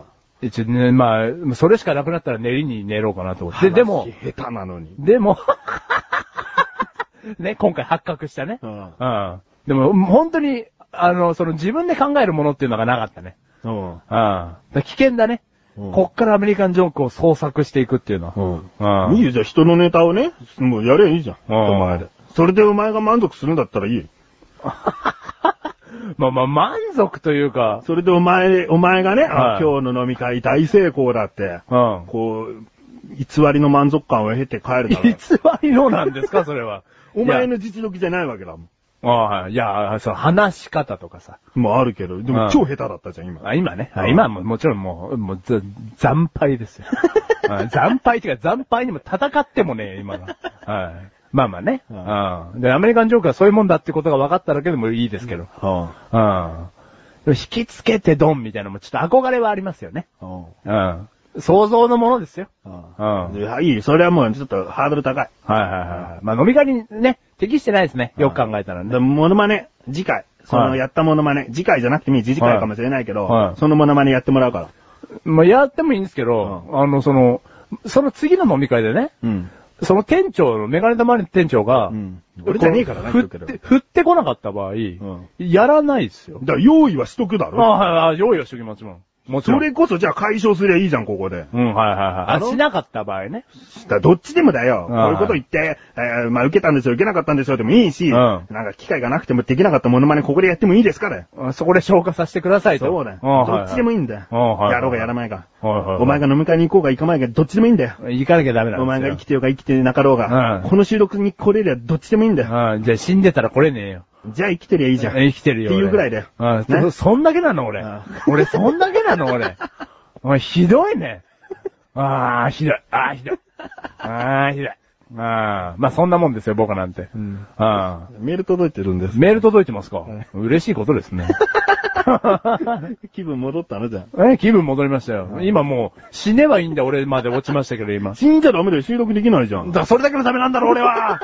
一応ね、まあ、それしかなくなったら練りに練ろうかなと思って。で、でも
話、下手なのに。
でも、 *laughs* ね、今回発覚したね。
うん
うん。でも、本当に、あの、その自分で考えるものっていうのがなかったね。
うん。
うん。だから危険だね。
うん
こっからアメリカンジョークを創作していくっていうのは。うん
いいよ、じゃあ人のネタをね、もうやればいいじゃん。
うん
お前で。それでお前が満足するんだったらいいよ。
まあまあ、満足というか、
それでお前、お前がね、あ
はい
今日の飲み会大成功だって、
うん。 *laughs*
こう、偽りの満足感を経て帰るだろ
偽。りのなんです *laughs* か、それは。
お前
いや。
の実力じゃないわけだもん。
ああはいいや、そう、話し方とかさ。
もうあるけど、で
う
も
ん
超下手だったじゃん、今。
あ今ね。あ
うん
今はもうもちろんもう、もう、ざ惨敗 *laughs* ですよ。あ惨敗っていうか、惨敗にも戦ってもね、 *laughs* 今が。はい。まあまあね。うん。で、アメリカンジョークはそういうもんだってことが分かっただけでもいいですけど。うん。でも引きつけてドンみたいなのもちょっと憧れはありますよね。
うん
うん。想像のものですよ。
うん
うん
ではいい、それはもうちょっとハードル高い。
はいはいはい。まあ飲み会にね、適してないですね。よく考えたらね
で。モノマネ、次回。その
はい
やったモノマネ、次回じゃなくてもいい、次回かもしれないけど、
はい
そのモノマネやってもらうから。
まあ、やってもいいんですけど、あの、その、その次の飲み会でね、
うん。
その店長の、メガネ玉の店長が、
うん俺じゃねえからな
振っ
言っとくけ
て、振ってこなかった場合、
ん
やらないですよ
だ。から用意はしとくだ
あ
ろ。
あ、はいはい、用意はしときますもん。もち
そ
ろん。
れこそじゃあ解消すりゃいいじゃん、ここで。
うん、はいはいはい。
あ
あ、
の
しなかった場合ね。
だからどっちでもだよ。
う
こ
ん
ういうこと言って、えーまあ受けたんですよ、受けなかったんですよでもいいし、
うん
なんか機会がなくてもできなかったモノマネここでやってもいいですから。
あそこで消化させてくださいと。
そうだよ。
んはい
どっちでもいいんだよ。
うんはい
やろうがやらないか。
はいはいはい
お前が飲み会に行こうが行かないか、どっちでもいいんだよ。
行かなきゃダメなんですよ。
お前が生きてようが生きてなかろうが、
うん
この収録に来れりゃどっちでもいいんだよ。
うん、じゃあ死んでたら来れねえよ。
じゃあ生きてりゃいいじゃん。
生きてるよ。
っていう
俺
ぐらいだよ
うん、
ね
そそんだけなの俺
うん。
俺そんだけなの
*laughs*
俺。お前ひどいね。ああ、ひどい。ああ、ひどい。ああ、ひどい。ああ、まあそんなもんですよ、僕なんて。
ん
ああ。
メール届いてるんです。
メール届いてますか、
はい
嬉しいことですね。
気分戻ったのじゃん。
え、気分戻りましたよ。今もう、死ねばいいんだ俺まで落ちましたけど、今。
死んじゃダメだよ、収録できないじゃん。
だ、それだけのためなんだろ、俺は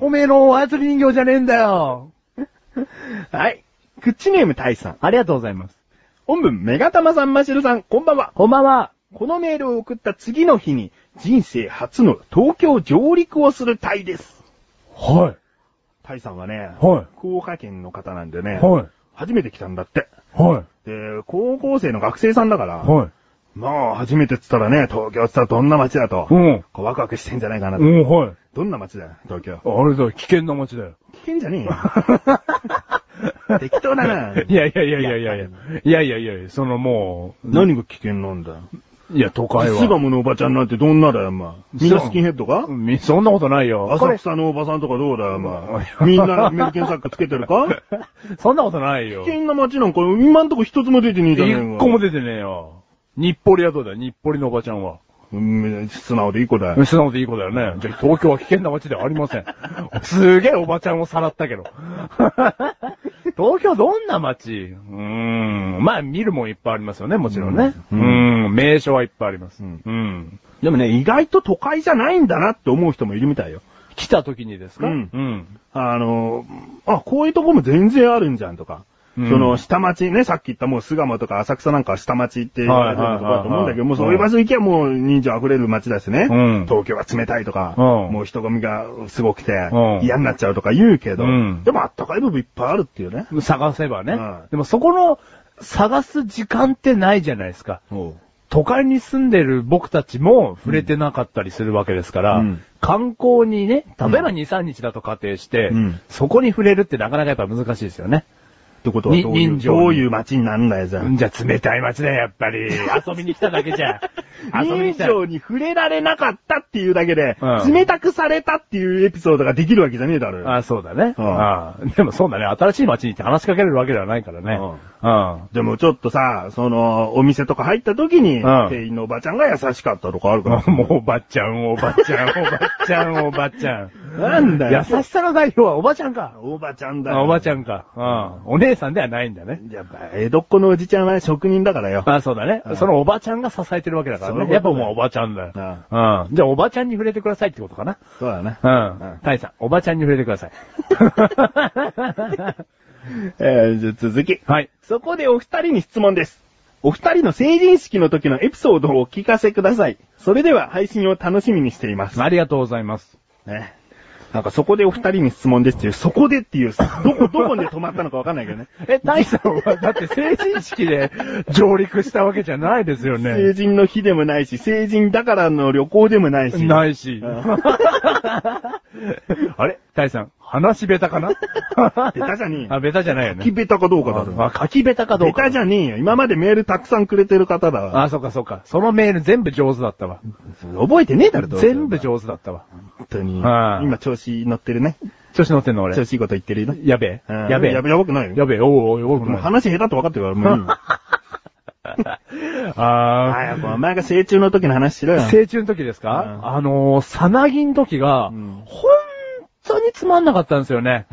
おめえの操り人形じゃねえんだよ。
*laughs* はい。クッチネームタイさん。
ありがとうございます。
本文、メガタマさん、マシルさん、こんばんは。
こんばんは。
このメールを送った次の日に、人生初の東京上陸をするタイです。
は
タイさんはね、
は
福岡県の方なんでね、
い。はい。
初めて来たんだって。
はい。
で、高校生の学生さんだから、
はい。
まあ、初めてっつったらね、東京っつったらどんな街だと、
うん。
こうワクワクしてんじゃないかなと。
うん、はい。
どんな街だよ、東京。
あれだよ、危険な街だよ。
危険じゃねえ *laughs* よ。適当だな。
いやいやいやいやいやいや。いやいやいやいや、そのも
何が危険なんだよ。
う、いや、都会は。
巣鴨のおばちゃんなんてどんなだよ、お前。みんなスキンヘッドか
みそんなことないよ。こ
浅
れ、
草のおばさんとかどうだよ、お前。
うん
みんなメリケンサッカーつけてるか
そんなことないよ
危。険な街なんか今んとこ一つも出てねえじゃねえ
一個も
出
出てねえよ。日暮里はどうだよ、日暮里のおばちゃんは。
うん、素直でいい子だよ。
素直でいい子だよね。じゃあ、東京は危険な街ではありま *laughs* せん。すげえおばちゃんをさらったけど。 *laughs* 東京どんな街うーん。まあ、見るもんいっぱいありますよね、もちろんね。
う
う
んん。
ん名所はいっぱいあります。
うん
うん
でもね、意外と都会じゃないんだなって思う人もいるみたいよ。
来た時にですか
うん
うん。
あの、あ、こういうとこも全然あるんじゃんとか。
うん
その、下町ね、さっき言ったもう巣鴨とか浅草なんかは下町って言われてるとこだと思うんだけど、もうそういう場所行きゃもう人情溢れる街だしね、
うん
東京は冷たいとか、
うん
もう人混みがすごくて、
うん
嫌になっちゃうとか言うけど、
うん
でもあったかい部分いっぱいあるっていうね。
探せばね。
うん
でもそこの、探す時間ってないじゃないですか。都会に住んでる僕たちも触れてなかったりするわけですから、
うん
観光にね、例えば2、3日だと仮定して、
うん
そこに触れるってなかなかやっぱ難しいですよね。
ってことはどう
に
い
人
う、
情に
どういう街になんだよ、じゃあ。
じゃあ冷たい街だよ、やっ
*laughs*
ぱり。遊びに来ただけじゃ。遊びに
人
来た。
情に触れられなかったっていうだけで、
うん
冷たくされたっていうエピソードができるわけじゃねえだろうよ。
あそうだね、
うん
ああでもそうだね。新しい街に行って話しかけれるわけではないからね。うん *laughs*
でもちょっとさ、その、お店とか入った時に、
うん
店員のおばちゃんが優しかったとかあるから。
もうおばちゃん、おばち
*laughs*
ゃん、おばちゃん、おばちゃん。
なんだよ。
優しさの代表はおばちゃんか。
おばちゃんだ
あ
よ。
おばち
ゃ
ゃんか。うん。お姉さんではないんだね。
ん。やっぱ、江戸っ子のおじちゃんは職人だからよ。
あそうだね
う。ん
そのおばちゃんが支えてるわけだか
そうい
ら
う
ね。
ことだよ
やっぱもうおばちゃんだよ。うん。じゃあおばちゃんに触れてくださいってことかな。
そうだね。
う
うんん。
タイさん、おばちゃんに触れてくだ
*laughs*
さい。
えー、じゃあ続き。
はい。
そこでお二人に質問です。お二人の成人式の時のエピソードをお聞かせください。それでは配信を楽しみにしています。
ありがとうございます。
ね。なんかそこでお二人に質問ですっていう、そこでっていう、どこ、 *laughs* どこで止まったのかわかんないけどね。
え、タイさんは、だって成人式で上陸したわけじゃないですよ
成
ね。
人の日でもないし、成人だからの旅行でもないし。
ないし
う。
*laughs* あれタイさん、話ベタ
*laughs*
かな
ベタじゃねえよ
あ、ベタじゃないよ
書き
ね。
ベタかどうかだろ。
あ、書きベタかどう
ベ
か。
タじゃねえよ。今までメールたくさんくれてる方だわ。
あ、そうかそうか。そのメール全部上手だったわ。
覚えてねえだろ、どうせ
全部上手だったわ。
本当に。
うん
今調子乗ってるね。
調子乗ってんの
調
俺。
子いいこと言ってるよ。
やべえ。
うん
やべえ。
やばやばくないよ。
やべえ。おいおいおいおい。
もう話下手って分かってるから、もういいよ。
あ
早くお前が成虫の時の話しろよ
あ。。成虫の時ですか、
うん
あのー、さなぎの時が、
うん
本当につまんなかったんです
*laughs*
よね。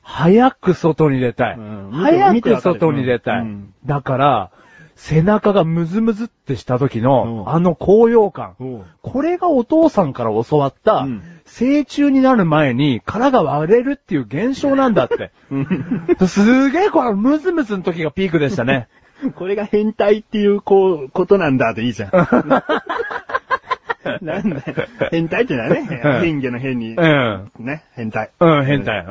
早く外に出たい。
うん
早
見て
く
わかる
外に出たい。
うん
だから、背中がムズムズってした時の、
うん
あの高揚感。
おう
これがお父さんから教わった、
うん
成虫になる前に殻が割れるっていう現象なんだって。 *laughs* すげえ、これ、ムズムズの時がピークでしたね。
これが変態っていう、こう、ことなんだでいい
*laughs*
じゃん。なんだよ。変態ってのはね、
うん
変化の変に
う、ん。
ね、変態。
うん、変態。うん。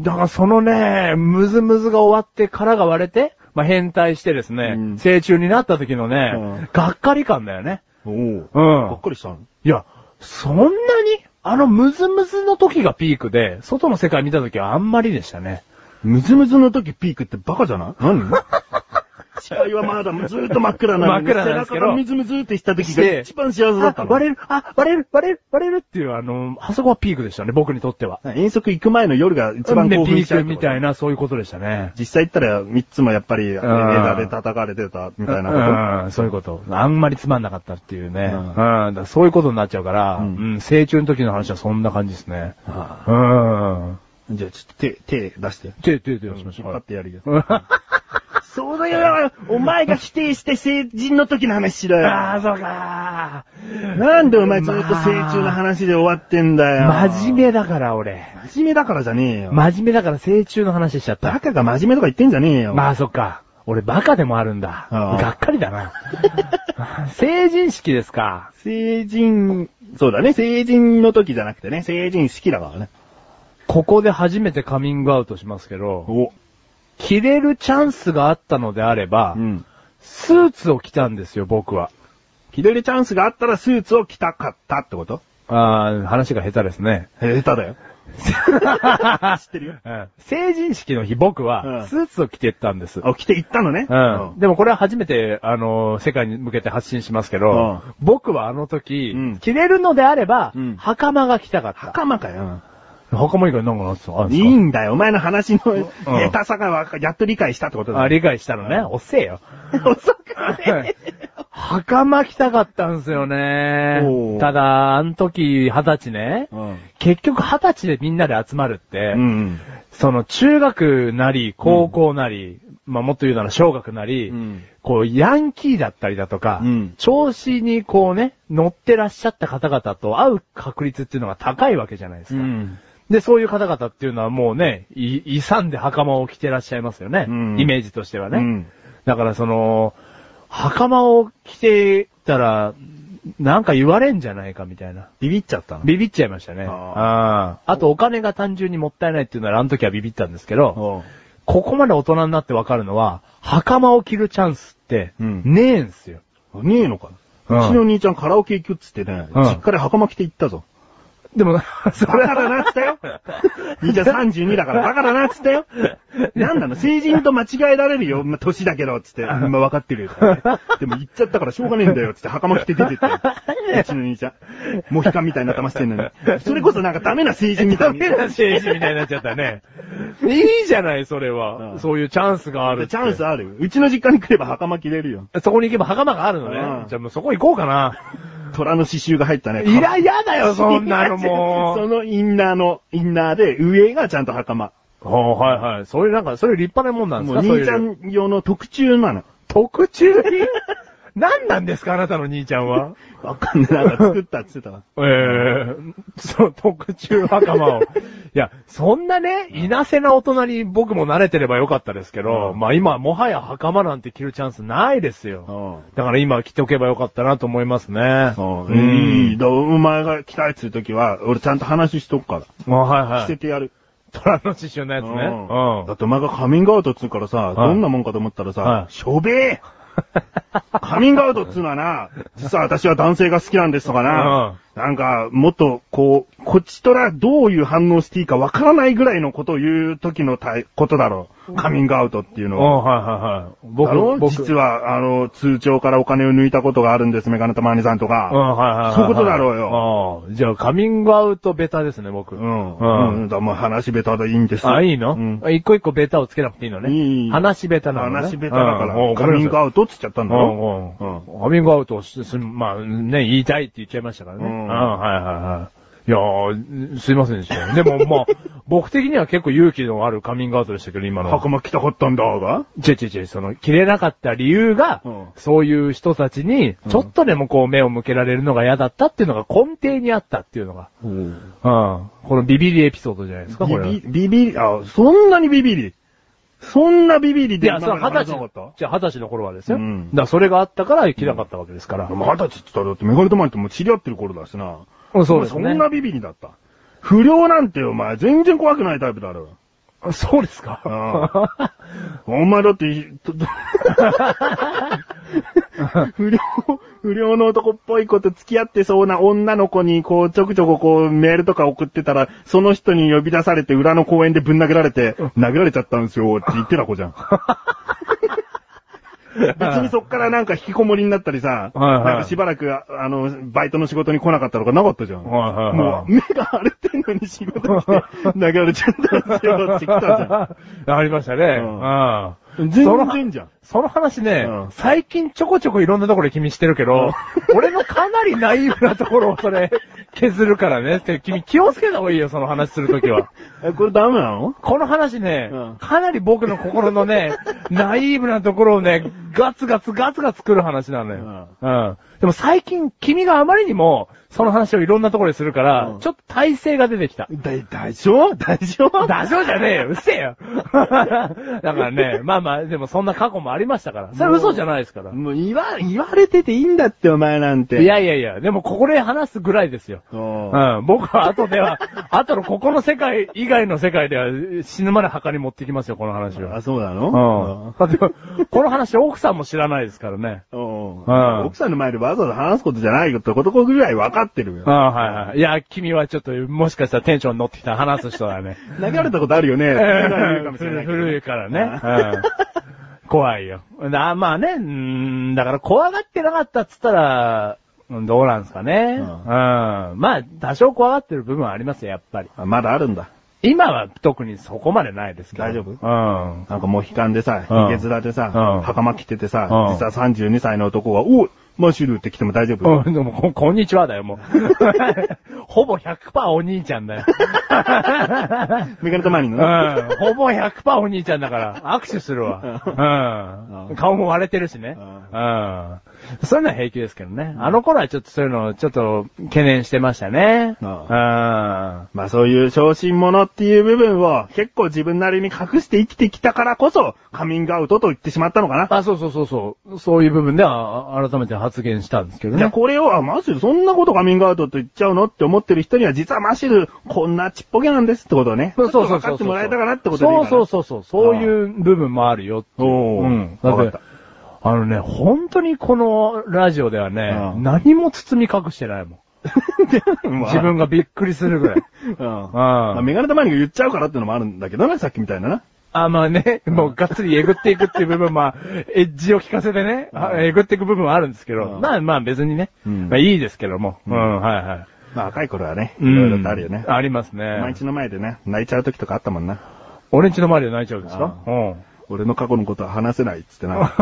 だからそのね、ムズムズが終わって殻が割れて、まあ、変態してですね、
うん
成虫になった時のね、
うん
がっかり感だよね。
おお。
うん。
がっかりしたの
いや、そんなにあのムズムズの時がピークで、外の世界見た時はあんまりでしたね。
ムズムズの時ピークってバカじゃない *laughs* 何視界はまだずーっと真っ暗なのに、
真っ暗なんです
背
けど
中がムズムズってした時が一番幸せだった
あ、
の。
割れる、あ、割れる、割れる、割れるっていう、あの、あそこはピークでしたね、僕にとっては。
遠足行く前の夜が一番
ね
興奮し
ピ
ちゃ
ー
う
クみたい
な。
な、そういうことでしたね。
実際行ったら三つもやっぱりね
ん
枝で叩かれてたみたいなこと。
うん、そういうこと。あんまりつまんなかったっていうね。う
うんん、
だからそういうことになっちゃうから、う
うん
ん、成虫の時の話はそんな感じですね。
あ
うん。
あじゃあちょっと手、手出して。
手、手、手、
引っ張ってやるよ。
あ
そうだよ、お前が否定して成人の時の話しろ
*laughs* あー、
よ。
そうか
なんでお前ずっと成虫の話で終わってんだよ。
ー。真面目だから、俺。
目。真面目だからじゃねえよ。
真面目だから成虫の話しちゃっ
バ
た。
カが真面目とか言ってんじゃねえよ。
まあ、そっか。俺、バカでもあるんだ。
あー
がっかりだな。 *laughs* 成人式ですか。
成人、そうだね、成人の時じゃなくてね、成人式だからね。
ここで初めてカミングアウトしますけど、
お。
着れるチャンスがあったのであれば、
うん。
スーツを着たんですよ、僕は。
着れるチャンスがあったらスーツを着たかったってこと
ああ、話が下手ですね。
下手だよ。 *laughs* 知ってるよ。
成人式の日僕
う
は、
ん
スーツを着てったんです。
あ、着て行ったのね。
うん。。でもこれは初めて、あのー世界に向けて発信しますけど、
う
僕はあの時、
うん
着れるのであれば、
うん
袴が着たかった。
袴かよ。
袴以外なんかなってたあるん
い
ですか
いんだよ。お前の話の下手さがわかやっと理解したってことだ
あ、
よ。
理解したのね。おっせえよ。
遅くね
袴着たかったんですよね
お。ー
ただ、あの時、二十歳ね。
うん。
結局二十歳でみんなで集まるって、
うん。
その中学なり、高校なり、まあもっと言うなら小学なり、
うん
こうヤンキーだったりだとか、
うん
調子にこうね、乗ってらっしゃった方々と会う確率っていうのが高いわけじゃないですか。で、そういう方々っていうのはもうね、い、遺産で袴を着てらっしゃいますよね。
うん
イメージとしてはね。
うん
だからその、袴を着てたら、なんか言われんじゃないかみたいな。
ビビっちゃったの
ビビっちゃいましたね。
あー
あああとお金が単純にもったいないっていうのはあの時はビビったんですけど、
おう
ここまで大人になってわかるのは、袴を着るチャンスって、
うん
ねえんすよ。
ねえのか。う
うん
ちの兄ちゃんカラオケ行くっつってね、
うん
実家で袴着て行ったぞ。
でも、 *laughs* そ
バ
れ
カだなっつった
*laughs*
よ。兄ちゃん32だからバカだなっつったよ。なんなの成人と間違えられるよ。まあ、年だけど、
*laughs*
つって。今分かってるよ、つってでも行っちゃったからしょうがねえんだよ、つって袴着て出て
*laughs*
ったよ。うちの兄ちゃん。モヒカンみたいな頭してんのに。それこそなんかダメな成人みたい
ダ
に。
メな政治みたいになっちゃったね。 *laughs* いいじゃない、それ
う
は。
ん
そういうチャンスがあるって。
チャンスあるよ。うちの実家に来れば袴着れるよ。
そこに行けば袴があるの
う
ね
ん。
じゃあもうそこ行こうかな。
虎の刺繍が入ったね。
*laughs* いら、やだよ、そんなのも
*laughs* そのインナーの、インナーで、上がちゃんと袴。
う。おーはいはい。そういうなんか、そういう立派なもんなんです
もう
かそうい
兄
う
ちゃん用の特注なの。
特注品 *laughs* 何なんですか、あなたの兄ちゃんは。
*laughs* わかんない。なんか作ったって言っ
*laughs*
てたわ。
えー、その特注袴を。いや、そんなね、いなせな大人に僕も慣れてればよかったですけど、
うん
まあ今、もはや袴なんて着るチャンスないですよ。だから今着ておけばよかったなと思いますね。
そう。
ん
いい。だお前が来たいっつう時は、俺ちゃんと話しとくから。
あはいは
捨て
い。
てやる。
虎の刺繍のやつね。
うんだ
う
ってお前がカミングアウトっつうからさ、どんなもんかと思ったら
は
さ、
い
しょべ
*laughs*
えカミングアウトっつうのはな、実は私は男性が好きなんですとかな、なんか、もっと、こう、こっちとらどういう反応していいかわからないぐらいのことを言う時のたいことだろう。カミングアウトっていうの
ん。
は。
はいはいは
だ
い。
ろ
僕、僕。
実は、あの、通帳からお金を抜いたことがあるんです、メガネたまにさんと
うん、
か。
はいはいはい。
そういうことだろうよ
よ。じゃあ、カミングアウトベタですね、僕。
うん。
うん
うん。だからもう話ベタでいいんです
あ、いいの、
うん。
一個一個ベタをつけなくていいのね。
いいいい
話ベタなのね。
話ベタだから、
うん
カミングアウトっつっちゃったんだろ。
う
うん
んうん。カミングアウトをし、す、まあね、言いたいって言っちゃいましたからね。
う
うんん、はいはいはい。いやー、すいませんでした。でもまあ、 *laughs* 僕的には結構勇気のあるカミングアウトでしたけど、今のは。
袴着たかったんだが。
違う違う違う、その、着れなかった理由が、
うん
そういう人たちに、ちょっとでもこう目を向けられるのが嫌だったっていうのが根底にあったっていうのが、うん。このビビリエピソードじゃないですか、これは。
ビ
い
ビ、ビビリ、あ、そんなにビビリ。そんなビビリで
や、
今
その
まで
二
話
十
さなかっ
歳
た、
じゃあ二十歳の頃はですよ。
うん
だからそれがあったから着なかったわけですから。
でも二十歳って言ったらだってメガネたまにともう知り合ってる頃だしな。
うんそうですね
お前そんなビビリだった。不良なんてお前全然怖くないタイプだろ。
そうですか。 *laughs*
お前だってい、と *laughs* 不良、不良の男っぽい子と付き合ってそうな女の子に、こう、ちょくちょくこう、メールとか送ってたら、その人に呼び出されて、裏の公園でぶん殴られて、殴られちゃったんですよ、って言ってた子じゃん。 *laughs* 別にそっからなんか引きこもりになったりさ、
はいはい
なんかしばらく、ああの、バイトの仕事に来なかったとかなかったじゃん。
はいはいはい
もう、目が腫れてんのに仕事来て、殴られちゃったんですよ、って来たじゃん。
*laughs* ありましたね。
ん
うん
*laughs* 全然じゃん。
その話ね、
うん
最近ちょこちょこいろんなところで君してるけど、 *laughs* 俺のかなりナイーブなところを
*laughs*
それ、削るからね。って君気をつけた方がいいよ、その話すると
*laughs*
きは。
え、これダメなの
この話ね、
うん
かなり僕の心
*laughs*
のね、ナイーブなところをね、ガツガツガツガツ作る話なのよ。うん。でも最近君があまりにも、その話をいろんなところでするから、
うん
ちょっと体勢が出てきた。
だ、大丈夫大丈夫
ダジョウじゃねえよ、うっせえよ。 *laughs* だからね、まあまあ、でもそんな過去もありましたから。それ嘘じゃないですから。
もう言わ、言われてていいんだって、お前なんて。
いやいやいや、でもここで話すぐらいですよ。
うん、
うん、僕は後では、後のここの世界以外の世界では死ぬまで墓に持ってきますよ、この話は
あ、。そうな
う
の
ん。だって、この話奥さんも知らないですからね。
うん。
うん
奥さんの前でわざわざ話すことじゃないよってことぐらい分かってる
あ
よ。
あ、はいはい。いや、君はちょっと、もしかしたらテンション乗ってきた話す人だね。
投げられたことあるよね。言うかもしれないけど
古いからね。うん怖いよ。なまあね、うーん、だから怖がってなかったっつったら、うんどうなんですか
う
ね。うんん。まあ、多少怖がってる部分はありますよ、やっぱり。
あまだあるんだ。
今は特にそこまでないですけど。
大丈夫
うん。
なんかもう悲観でさ、
うん
いけずらでさ、
うん
袴着ててさ、
うん
実は32歳の男が、おうマシュルって来ても大丈夫、 *laughs*
うん、でもこ、こんにちはだよ、もう。ほぼ100%お兄ちゃんだよ。
メガネとマーニン
う
のね。
ん。ほぼ100%お兄ちゃんだから、握手するわ。う。
うんん
顔も割れてるしね。う。
うん
そういうのは平気ですけどね。あの頃はちょっとそういうのをちょっと懸念してましたね。う
うん
ん。
まあそういう小心者っていう部分を結構自分なりに隠して生きてきたからこそカミングアウトと言ってしまったのかな。
あ、そうそうそうそう。そういう部分では、あ改めて発言したんですけど
じゃあ
ね。
これを、あ、マシルそんなことカミングアウトと言っちゃうのって思ってる人には実はマシルこんなちっぽけなんですってことをね。
そうそうそう
ちょっと分かってもらえたかなってことでいいか
そう
な
そうそうそう。そういう部分もあるよっていう。
おー
うん。だ
わかっ
って
た、
あのね、本当にこのラジオではね、
うん
何も包み隠してないもん。自
自
分がびっくりするぐ
*laughs*
らい。
うん。
あ
まあメガネたまに言っちゃうからってのもあるんだけどね、さっきみたいなな。
あ、まあね、もうがっつりえぐっていくっていう部分、まあ、エッジを効かせてね、あえぐっていく部分はあるんですけど、
うん
まあまあ別にね、
うん
まあいいですけども、うん、はいはい。
まあ若い頃はね、い
うん
ろいろとあるよね。
ありますね。
毎日の前でね、泣いちゃう時とかあったもんな。
俺んちの周りで泣いちゃうんですか
あ
うん。
俺の過去のことは話せないっつって
*laughs*
な。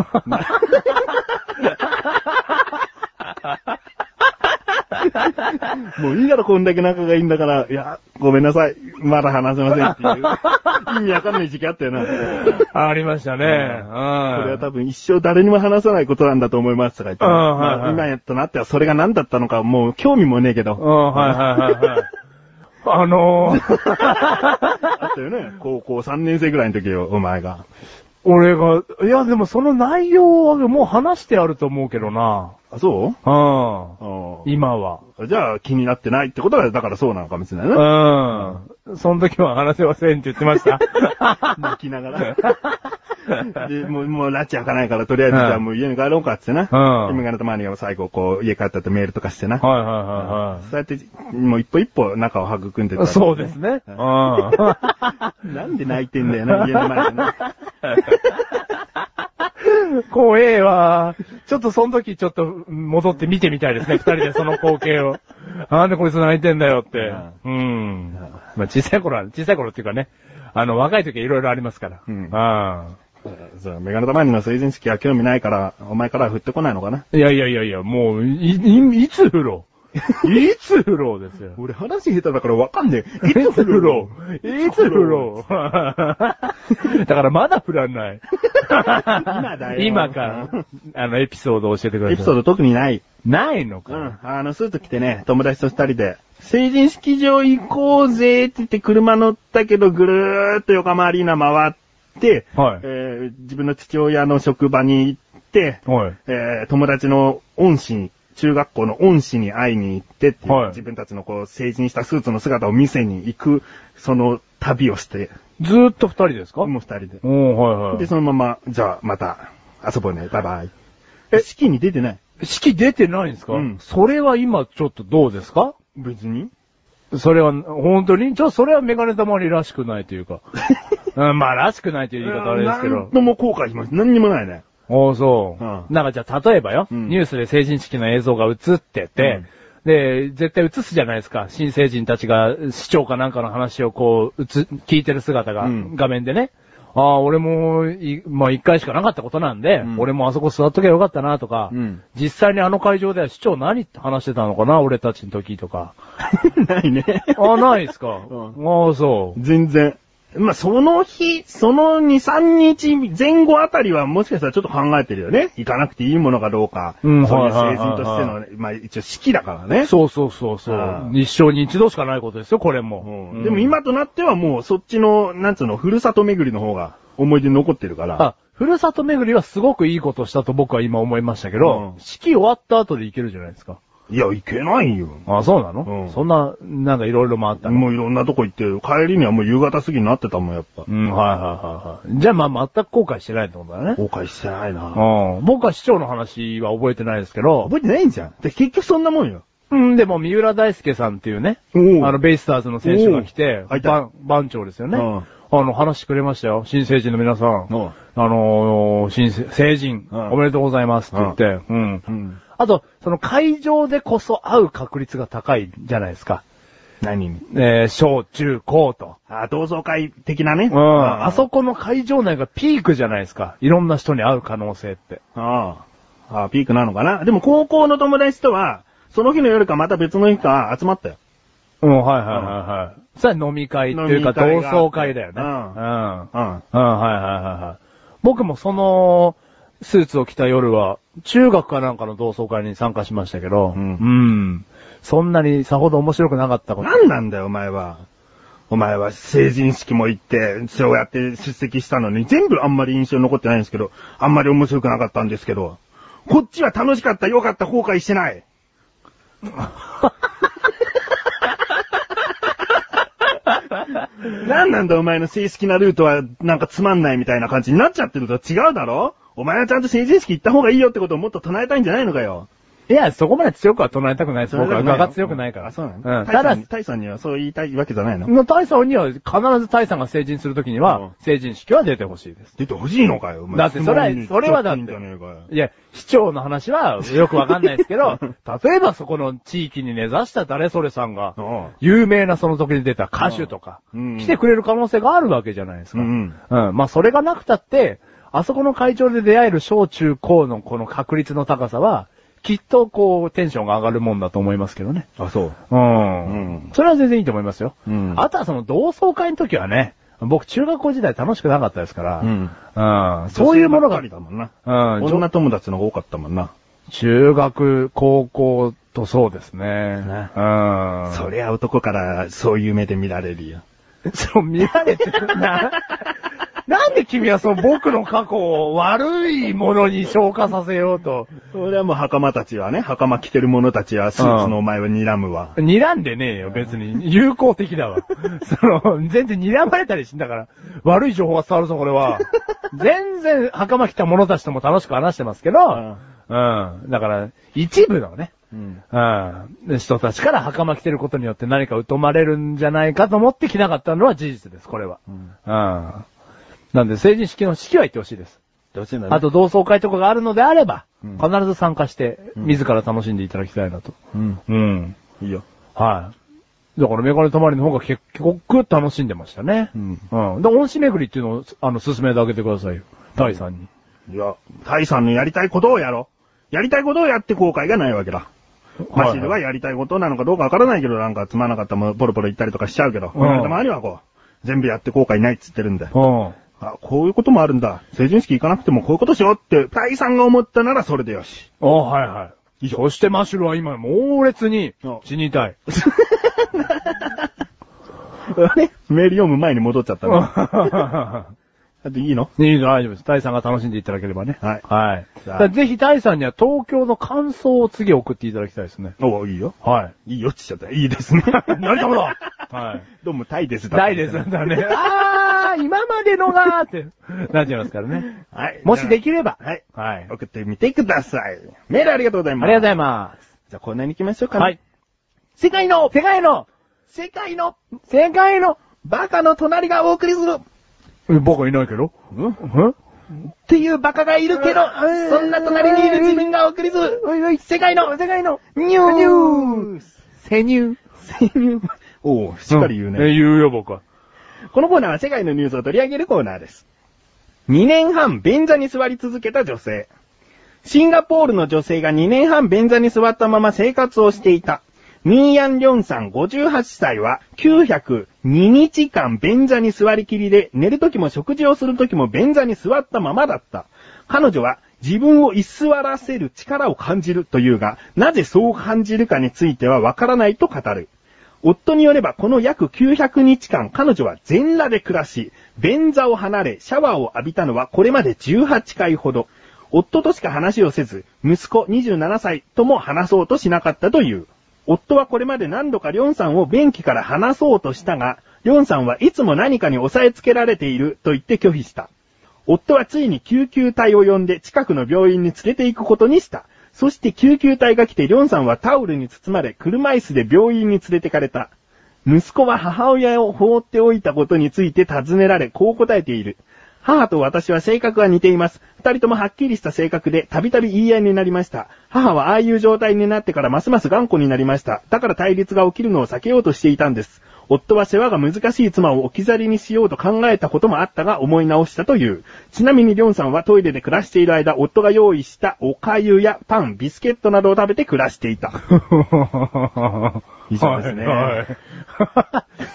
もういいだろ、こんだけ仲がいいんだから、いや、ごめんなさい、まだ話せませんっていう。意味わかんない時期あったよな。こ
ありましたね。うん。
れは多分一生誰にも話さないことなんだと思いますとか言って、
うんはいはい
まあ今やったなってはそれが何だったのかもう興味もねえけ
う
ど、
ん、はいはいは
*laughs*
いはい。あのー、
あったよね。高校3年生ぐらいの時よ、お前が。
俺が、いやでもその内容はもう話してあると思うけどな。
あ、そう
うん。
あ
今は。
あじゃあ気になってないってことは、だからそうなのかもしれないね。
うん。その時は話せませんって言ってました。 *laughs*
泣きながら。 *laughs* で、もう、もう、拉致開かないから、とりあえず、
うん
じゃあもう家に帰ろうかっつってな。
うん
メガネとマニアも最後、こう、家帰った後メールとかしてな。
はいはいは
そうやって、もう一歩一歩仲を育んで
い
た、
はい。そうです。ね。うん。
なんで泣いてんだよ *laughs* な、家の前でな。
怖えわ。ちょっとその時ちょっと戻って見てみたいですね、二人でその光景
*laughs*
を。なんでこいつ泣いてんだよって。うん。まあ小さい頃は、小さい頃っていうかね、あの若い時はいろいろありますから。
うん
あ
そう、メガネとマニアの成人式は興味ないから、お前からは振ってこないのかな。
あ。いやいやいやいや、もう、い、い、いつ風呂いつ風呂ですよ。
俺話下手だからわかんねえ。
いつ風
*laughs*
呂いつ風呂だからまだ降らない。
今だよ。
今から、あの、エピソードを教えてください。
エピソー
ド
ド特にない。
ないのか。
うん。あの、スーツ着てね、友達と二人で、成人式場行こうぜって言って車乗ったけど、ぐるーっと横浜アリーナ回って、
はい
えー自分の父親の職場に行って、
はい。
えー友達の恩師に、中学校の恩師に会いに行ってっていう、
はい
自分たちのこう、成人したスーツの姿を見せに行く、その旅をして、
ずーっと二人ですか
もう二人で。
おー、はいは
で、そのまま、じゃあ、また、遊ぼうね、バイバイ。え、式に出てない
い。式出てないんですか
うん
それは今ちょっとどうですか
別に
それは、本当にちょ、それはメガネたまりらしくないとい
*laughs*
うか。うん、まあ、らしくないという言い方はあれですけ
何
ど。
とも後悔します。何にもない
*laughs*
ね。
おー、そう。
うん
なんかじゃあ、例えばよ、
うん
ニュースで成人式の映像が映ってて、で、絶対映すじゃないですか。新成人たちが市長かなんかの話をこう、映、聞いてる姿が、
うん
画面でね。ああ、俺もい、まあ一回しかなかったことなんで、
うん
俺もあそこ座っとけばよかったなとか、
うん
実際にあの会場では市長何って話してたのかな、俺たちの時と
*laughs*
か。
ないね。
ああ、ないですか。
ん
ああ、そう。
全然。まあ、その日、その2、3日前後あたりはもしかしたらちょっと考えてるよね。行かなくていいものかどうか。
うん
そういう
はいはい
成
はい
人としての、まあ、一応式だからね。
そうそうそうそう
あ。あ
一生に一度しかないことですよ、これも。
う
うん
んでも今となってはもうそっちの、なんつうの、ふるさと巡りの方が思い出に残ってるから。
あ、ふるさと巡りはすごくいいことしたと僕は今思いましたけど、
うん
式終わった後で行けるじゃないですか。
いや、行けないよ。
あ、そうなの、
うん
そんな、なんかいろいろ回ったの。
もういろんなとこ行って、帰りにはもう夕方過ぎになってたもん、やっぱ
う。ん、はいはいはいはい。じゃあまあ全く後悔してないってことだね。
後悔してないな。
うん。僕は市長の話は覚えてないですけど、
覚えてないんじゃん。で結局そんなもんよ。
うん、でも三浦大輔さんっていうね、
おう
あのベイスターズの選手が来て
おう、はい
番番長ですよね。
う
あの、話してくれましたよ。新成人の皆さん。
うん
あのー新成成人、
うん
おめでとうございますって言って、うん
うん。
あと、その会場でこそ会う確率が高いじゃないですか。
何に
えー小、中、高と。
あ、同窓会的なね。
うん。あそこの会場内がピークじゃないですか。いろんな人に会う可能性って。
ああ。ああ、ピークなのかな。でも高校の友達とは、その日の夜かまた別の日か集まったよ。
うん、はいはいはいはい。それは飲み会っていうか
飲み会があ
同
って
窓会だよ
う
ね。
ん
うん。
うん。
うん、はいはいはいはい。僕もその、スーツを着た夜は、中学かなんかの同窓会に参加しましたけど、
うん
んそんなにさほど面白くなかったこと。
何なんだよ、お前は。お前は成人式も行って、そうやって出席したのに、全部あんまり印象に残ってないんですけど、あんまり面白くなかったんですけど、こっちは楽しかった、良かった、後悔して
*laughs*
ない。何なんだ、お前の正式なルートは、なんかつまんないみたいな感じになっちゃってると違うだろお前はちゃんと成人式行った方がいいよってことをもっと唱えたいんじゃないのかよ。
いや、そこまで強くは唱えたくないです。僕は
それでもない
我が
よ
強くないから。
あ、そうなの、
うん。ただ、
タイさんにはそう言いたいわけじゃないの
の大さんには必ず大さんが成人するときには、
うん
成人式は出てほしいです。
出てほしいのかよ、お前
だってそれは
質問に
それはだって
ちょといいんじゃねえかよ
いや、市長の話はよくわかんないですけど、例えばそこの地域に根ざした誰それさんが、
ああ
有名なその時に出た歌手とか、
うん
来てくれる可能性があるわけじゃないですか。
うん
うんまあそれがなくたって、あそこの会場で出会える小中高のこの確率の高さは、きっとこうテンションが上がるもんだと思いますけどね。
あ、そう。
うん。
うん
それは全然いいと思いますよ。
うん
あとはその同窓会の時はね、僕中学校時代楽しくなかったですから、うんそういうものが
女性ばっかり、だもんな。
うん
女友達の方が多かったもんな。
中学、高校とそうですね。
ね
うん。
そりゃ男からそういう目で見られるよ。
*laughs* そう、見られてる
*laughs*
な。なんで君はその僕の過去を悪いものに消化させようと。
それはもう袴たちはね、袴着てる者たちはスーツのお前は睨むわ。
睨んでねえよ、別に。友好
*laughs*
的だわ。その、全然睨まれたりしんだから。悪い情報が伝わるぞ、こ
*laughs*
れは。全然、袴着た者たちとも楽しく話してますけど、うん。だから、一部のね、
うん。
うん。人たちから袴着てることによって何か疎まれるんじゃないかと思って着なかったのは事実です、これは。
うん。
うん。なんで、成人式の式は行ってほしいです。
どうしてんだ
あ、と、同窓会とかがあるのであれば、
うん
必ず参加して、自ら楽しんでいただきたいなと。
うん。
うん。
いいよ。
はい。だから、メガネたまりの方が結局楽しんでましたね。
うん
うん。で、恩師巡りっていうのを、あの、進めてあげてくださいよ。大さんに。
いや、タイさんのやりたいことをやろう。やりたいことをやって後悔がないわけだ。マシルはやりたいことなのかどうかわからないけど、なんかつまらなかったものポロポロ言ったりとかしちゃうけど、
うん
俺のたまにはこう、全部やって後悔ないっつってるんで。
うん。
あ、こういうこともあるんだ。成人式行かなくてもこういうことしようって、タイさんが思ったならそれでよし。 *laughs*
あはいはい。そしてマシュルは今、猛烈に
うん
死に
*laughs*
たい。
ねメール読む前に戻っちゃった
うん
な。だっていいの
*laughs* いいの大丈夫です。タイさんが楽しんでいただければね。
はい
はい。
じゃ
だ
あ
からぜひタイさんには東京の感想を次送っていただきたいですね。
おいいよ。
はい。
いいよって言っちゃった。いいですね。
*laughs* 何だこらはい。
どうもタイです。*laughs*
大です。だね。あー、今までのがーって、なっちゃいますから
*laughs*
ね。
はい。
もしで
き、
きれば。
はい。
はい。ありがと
送ってみてください。メールありがとうございます。
うござい
ま
ます。
す。じゃあコーナーに行きましょうか、
は。い。世界の世界の
世界の
世界の
バカの隣がお送りするっ
僕いないけど。うん
ていうバカがいるけど、そんな隣にいる自分がお送りする
おいおい、世界の世界の
ニュース
セニュー。
おう、しっかり言うね。
んえ言うよ、僕は。
このコーナーは世界のニュースを取り上げるコーナーです。2年半便座に座り続けた女性。シンガポールの女性が2年半便座に座ったまま生活をしていた。ミーヤン・リョンさん58歳は902日間便座に座りきりで寝る時も食事をする時も便座に座ったままだった。彼女は自分を居座らせる力を感じるというが、なぜそう感じるかについてはわからないと語る。夫によればこの約900日間彼女は全裸で暮らし、便座を離れシャワーを浴びたのはこれまで18回ほど。夫としか話をせず、息子27歳とも話そうとしなかったという。夫はこれまで何度かリョンさんを便器から離そうとしたが、リョンさんはいつも何かに押さえつけられていると言って拒否した。夫はついに救急隊を呼んで近くの病院に連れて行くことにした。そして救急隊が来て、リョンさんはタオルに包まれ、車椅子で病院に連れてかれた。息子は母親を放っておいたことについて尋ねられ、こう答えている。母と私は性格が似ています。二人ともはっきりした性格で、たびたび言い合いになりました。母はああいう状態になってからますます頑固になりました。だから対立が起きるのを避けようとしていたんです。夫は世話が難しい妻を置き去りにしようと考えたこともあったが思い直したという。ちなみにりょんさんはトイレで暮らしている間、夫が用意したお粥やパン、ビスケットなどを食べて暮らしていた。以上ですね
*laughs* はいはい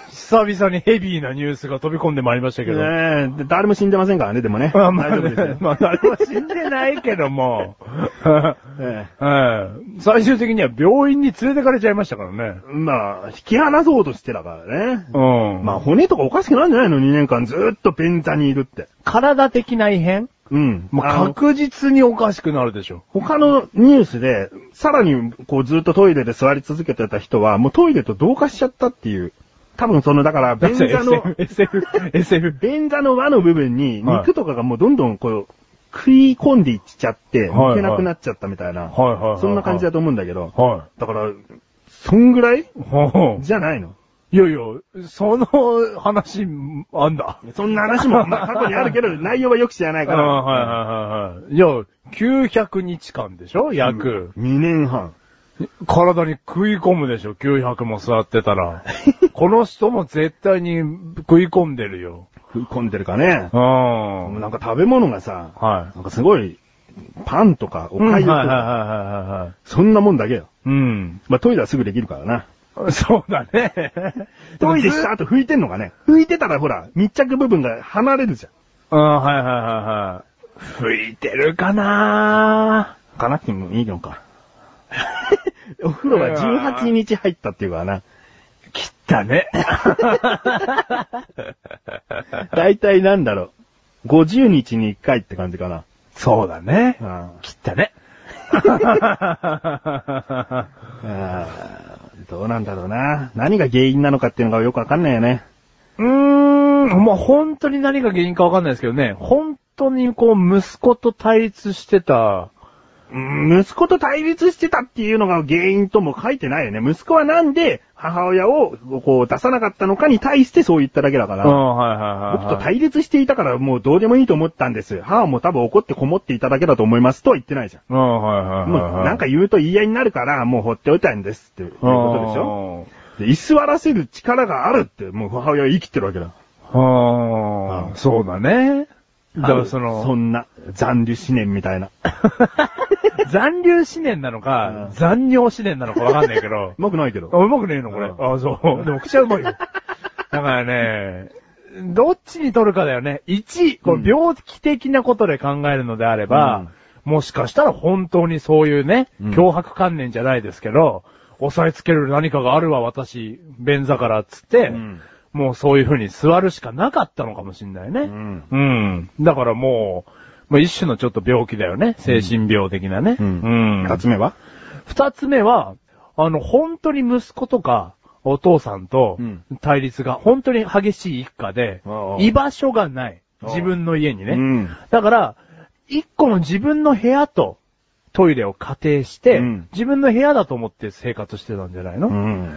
久々にヘビーなニュースが飛び込んでまいりましたけど。
ねえ、で誰も死んでませんからね、でもね。
まあまあ
大丈夫
ね
ですよ、
まあ誰も死んでないけど *laughs* も、はい
え
最終的には病院に連れてかれちゃいましたからね。
えまあ、引き離そうとしてだからね。
うん。
まあ、骨とかおかしくないんじゃないの ?2 年間ずっと便座にいるって。
体的な異変
うん。
ま
あ
あ、
の
確実におかしくなるでしょ。、
他のニュースで、さらにこうずっとトイレで座り続けてた人は、もうトイレと同化しちゃったっていう。多分その、だから、便座の
SF、SF。
便座の輪の部分に
はい
肉とかがもうどんどんこう、食い込んでいっちゃって、
はいはい
抜けなくなっちゃったみたいな。
はいはいはいはい
そんな感じだと思うんだけど。
は
だから、そんぐらい
い。は
じゃないの
いやいや、その話、あんだ。
そんな話も、まあ、 *laughs* 過去にあるけど、内容はよく知らない
あ
から。
はいはいはいはい。いや、900日間でしょ約、
2年半。
体に食い込むでしょ ?900 も座ってた *laughs* ら。この人も絶対に食い込んでるよ。
食い込んでるかね。
うん。
なんか食べ物がさ、
は
なんかすごい、パンとか、お
い。うんは
か
いはい
ゆと
はいは
か、
いはいはい。
そんなもんだけよ。 *laughs*
うん。
まあ、トイレはすぐできるからな。
そうだ *laughs* ね。
トイレした後拭いてんのかね。拭いてたらほら、密着部分が離れるじゃん。
うん、はいはいはいはい。吹いてるかな
拭かなくてもいいのか。 *laughs* お風呂が18日入ったっていうからな。
切ったね。
だいたいなんだろう。50日に1回って感じかな。
*laughs* そうだね。
あ
切ったね。
あどうなんだろうな。何が原因なのかっていうのがよくわかんないよね。
*laughs* うーん、まあ本当に何が原因かわかんないですけどね、本当にこう、息子と対立してた、
うん息子と対立してたっていうのが原因とも書いてないよね。息子はなんで母親をこう出さなかったのかに対してそう言っただけだか
う
ら。
ん、はいはいはいはい。
僕と対立していたからもうどうでもいいと思ったんです。母も多分怒ってこもっていただけだと思いますとは言ってないじゃん。
うん、はいはいはいはい。
もうなんか
言
言うと言い合いになるからもう放っておいたんですっていうことでしょ。で、居座らせる力があるってもう母親は生きてるわけだ。
ょうん、そうだね。だからそ
そ
の、
んな残留思念みたいな。
残留思念なのか
う、ん
残尿思念なのかわかんないけど、
うまくないけど。
あ、うまくねえのこれ。
うん
あ、そう。でも口はうま
*laughs*
いよ。だからね、どっちに取るかだよね。1、こ
う
の
ん
病気的なことで考えるのであれば、もしかしたら本当にそういうね、
うん
脅迫観念じゃないですけど、押さえつける何かがあるわ、私、便座から、つって、
うん
もうそういう風に座るしかなかったのかもしんないね。
ん
うん。だからもう、まあ、一種のちょっと病気だよね。精神病的なね。
うん
うん
二つ目は
二つ目は、あの、本当に息子とか、お父さんと
うん
対立が本当に激しい一家で
あ、あ
居場所がない。
ああ
自分の家に
う
ね
ん。
だから、一個の自分の部屋とトイレを仮定して
うん、
自分の部屋だと思って生活してたんじゃないの
ん。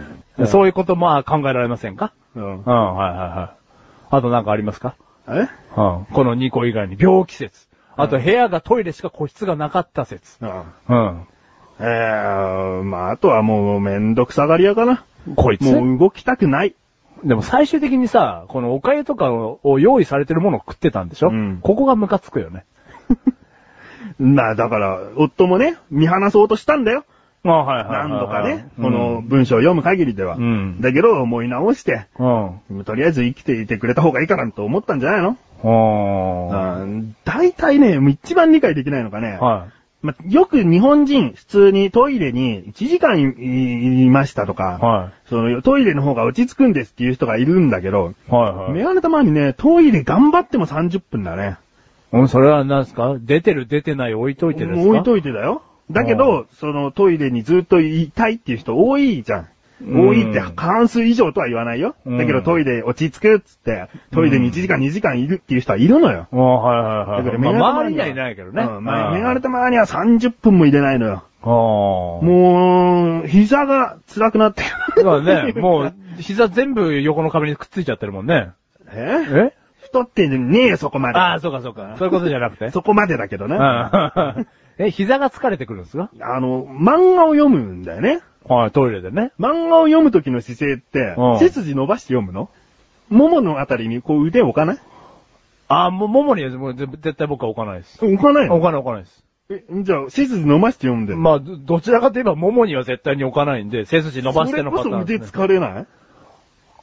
そういうことまあ考えられませんか
うん
う。ん、はいはいはい。あとなんかありますか
え
うん。この2個以外に病気説。あと部屋がトイレしか個室がなかった説。
うん
うん。
えー、まあ、あとはもうめんどくさがり屋かな。
こいつ。
もう動きたくない。
でも最終的にさ、このおかゆとかを用意されてるものを食ってたんでしょ、
うん
ここがムカつくよね。
な、だから、夫もね、見放そうとしたんだよ。
あはい
何度かね、この、文章を読む限りでは。
うん
だけど、思い直して、
うん。
とりあえず生きていてくれた方がいいからと思ったんじゃないの
うん。
うん大体ね、一番理解できないのがね、
は
まあよく日本人、普通にトイレに1時間いいましたと
い。
か、
は
そのトイレの方が落ち着くんですっていう人がいるんだけど、
い。はい、は
メ
い。
ガネたまにね、トイレ頑張っても30分だね。
うん、それは何すか出てる出てない置いといてですか
置い
い
といてだよ。だけど、そのトイレにずっといたいっていう人多いじゃん。
うん
多いって半数以上とは言わないよ。
うん
だけどトイレ落ち着くっつって、トイレに1時間2時間いるっていう人はいるのよ。
あはいは
だ
いは
か
い。
ら
ま
メガネた
あ、
ま
周り
に
に
は
はいないけどね。
うんまあメガネ
た
たまには30分も入れないのよ。
ああ。も
もう、膝が辛くなって
う、だから
*laughs*
ね、もう、膝全部横の壁にくっついちゃってるもんね。
え
え
太ってねえよ、そこまで。 *laughs*
ああ、そうかそうか。そういうことじゃなくて。
そこまでだけどね。
うん *laughs* え、膝が疲れてくるんですか
あの、漫画を読むんだよね。
はい、トイレでね。
漫画を読む時の姿勢って
う、ん
背筋伸ばして読むのもものあたりにこう腕置かない
あ、もう、ももにはもうぜ絶対僕は置かないです。
置かない
置
の
かない置かないです。
えじゃあ、背筋伸ばして読んでる。
まあ、どどちらかといえば、ももには絶対に置かないんで、背筋伸ばしてのパターン
そ
で
れ
す
こそ
ね、
腕疲れない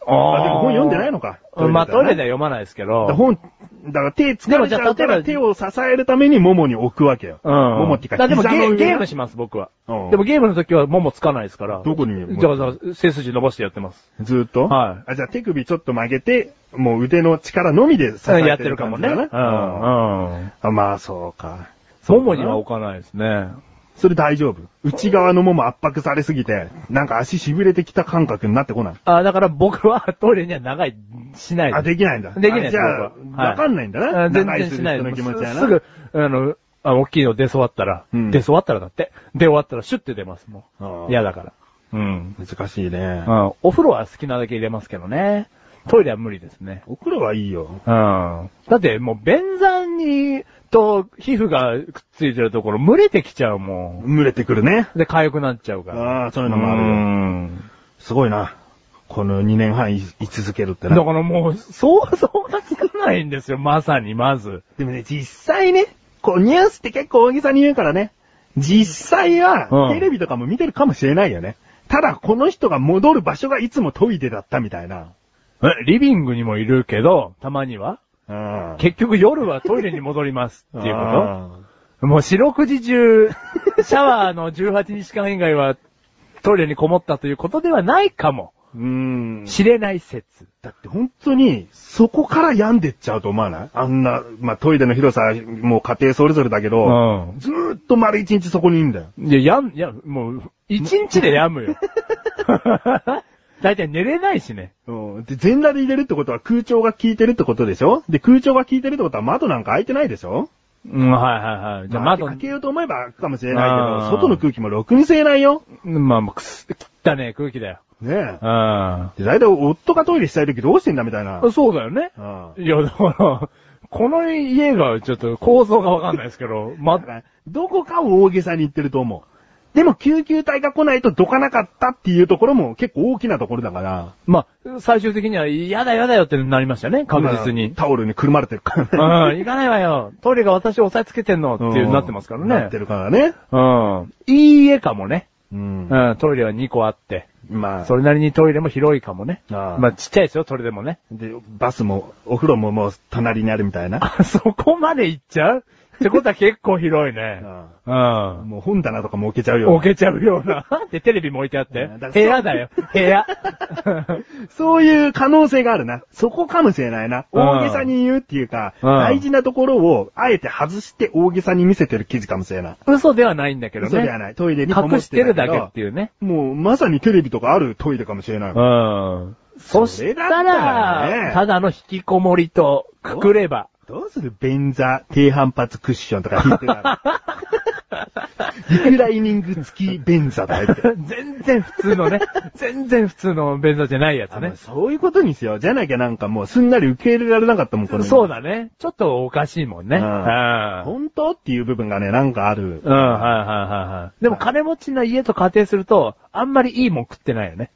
あ
あ、でも本読んでないの
か。
か。
まあ、トイレで
だ
は
よ。
読まないですけ
だ
ど。
から本、だから手
で
疲
も
れ
じ
ち
ゃあ
ゃうから
例えば
手を支えるためにももに置くわけよ。
うん。
ももっていうか、
だからでもゲ
膝の
ー
上
ゲームします、僕は。
うん
でもゲームの時はももつかないですから。
どこに
だからさ背筋伸ばしてやってます。
ずーっと
はい
あ、じゃあ手首ちょっと曲げて、もう腕の力のみで支えてる感じだな。
やってるかもね。うん。う
あ
ん。
まあ、そうか。
ももには置かないですね。
それ大丈夫。内側のもも圧迫されすぎて、なんか足痺れてきた感覚になってこない。
あだから僕はトイレには長い、しない
あ、できないんだ。
できないです
じゃあ、
僕は
わかんないんだ
はい
な。
あ全
長
然
居す
し
る
ない
人の気持ちや
す
な。
すぐ、あの、あ大きいの出そうあったら、
うん
出そうあったらだって、出終わったらシュッて出ますも
あ
ん。
ー
嫌だから。うん。
難しいね
う。ん。お風呂は好きなだけ入れますけどね。トイレは無理ですね。
お風呂はいいよ。
うん。だってもう便座に、と皮膚がくっついてるところ、蒸れてきちゃうも
群れてくるね。
ん。で、痒くなっちゃうから。
ああ、そういうのもあるよ。
うん
すごいな。この2年半い居続けるって
だ
な。
からもう、想像がつかないんですよ、まさに、まず。
でもね、実際ね、こうニュースって結構大げさに言うからね、実際
う
は
ん
テレビとかも見てるかもしれないよね。ただ、この人が戻る場所がいつもトイレだったみたいな。
え、リビングにもいるけど、たまには
うん
結局夜はトイレに戻りますっていうこ
あ
ともう四六時中、シャワーの18日間以外はトイレにこもったということではないかも。
ーうーん。
知れない説。
だって本当に、そこから病んでっちゃうと思わないあんな、まあ、トイレの広さ、もう家庭それぞれだけど、
ん。
ずーっと丸一日そこにいんだよ。
いや、やん、いや、もう、一日でやむよ。だいたい寝れないしね。
うん。で、全裸で入れるってことは空調が効いてるってことでしょで、空調が効いてるってことは窓なんか開いてないでしょ
うん、はいはいはい。じゃあ
まあ
窓
開、けようと思えば開くかもしれないけ
あー
ど、外の空気もろくに吸えないよ。
まあ、もうくす、汚ねえ空気だよ。
ねえ。
うん。
で大体夫がトイレしたい時どうしてんだみたいな。
そうだよね。
うん
いや、だから、この家がちょっと構造がわかんないです
*laughs*
けど、ま
だからどこかを大げさに言ってると思う。でも救急隊が来ないとどかなかったっていうところも結構大きなところだから。
まあ、最終的には、嫌だ嫌だよってなりましたね、確実
ま
に
あ。タオルにくるまれてるから
うん、
ね。
行かないわよ。トイレが私を押さえつけてんのっていう、
うん
なってますから
な
ね
って。るからね。
うん。いい家かもね。
うん。
うん、トイレは2個あって。
まあ
そ、れなりにトイレも広いかもね。
ああ
まあ、ちっちゃいですよ、それでもね。 *laughs*
で、バスも、お風呂ももう隣にあるみたいな。
あ、そこまで行っちゃうってことは結構広いね。うん。
もう本棚とかも置けちゃうよ。
置けちゃうような。 *laughs* で、テレビも置いてあって
うんだから。
部屋だよ、部
*laughs*
屋。
そういう可能性があるな。そこかもしれないな。
うん
大げさに言うっていうか、
うん
大事なところを、あえて外して大げさに見せてる記事かもしれない。
嘘ではないんだけど
嘘では
ね。
ない。トイレにこも
隠してるだけ
た
っていうね。
もう、まさにテレビとかあるトイレかもしれない。
うん。そし
そ
た
れだったら
ら、
ね
ただの引きこもりとくくれば。
どうする便座、低反発クッションとか言ってたら。リクライニング付き便座だよ
*laughs*
って。
全然普
*laughs*
通のね。全然普通の便座じゃないやつ
あ
ね
の。そういうことにしよう。じゃなきゃなんかもうすんなり受け入れられなかったもん、これ。
そう
だ。
だね。ちょっとおかしいもんね。
う
うんん。うん、
本当っていう部分がね、なんかある。
はいはいはいはい。でも金持ちの家と仮定すると、あんまりいいもん食ってないよね。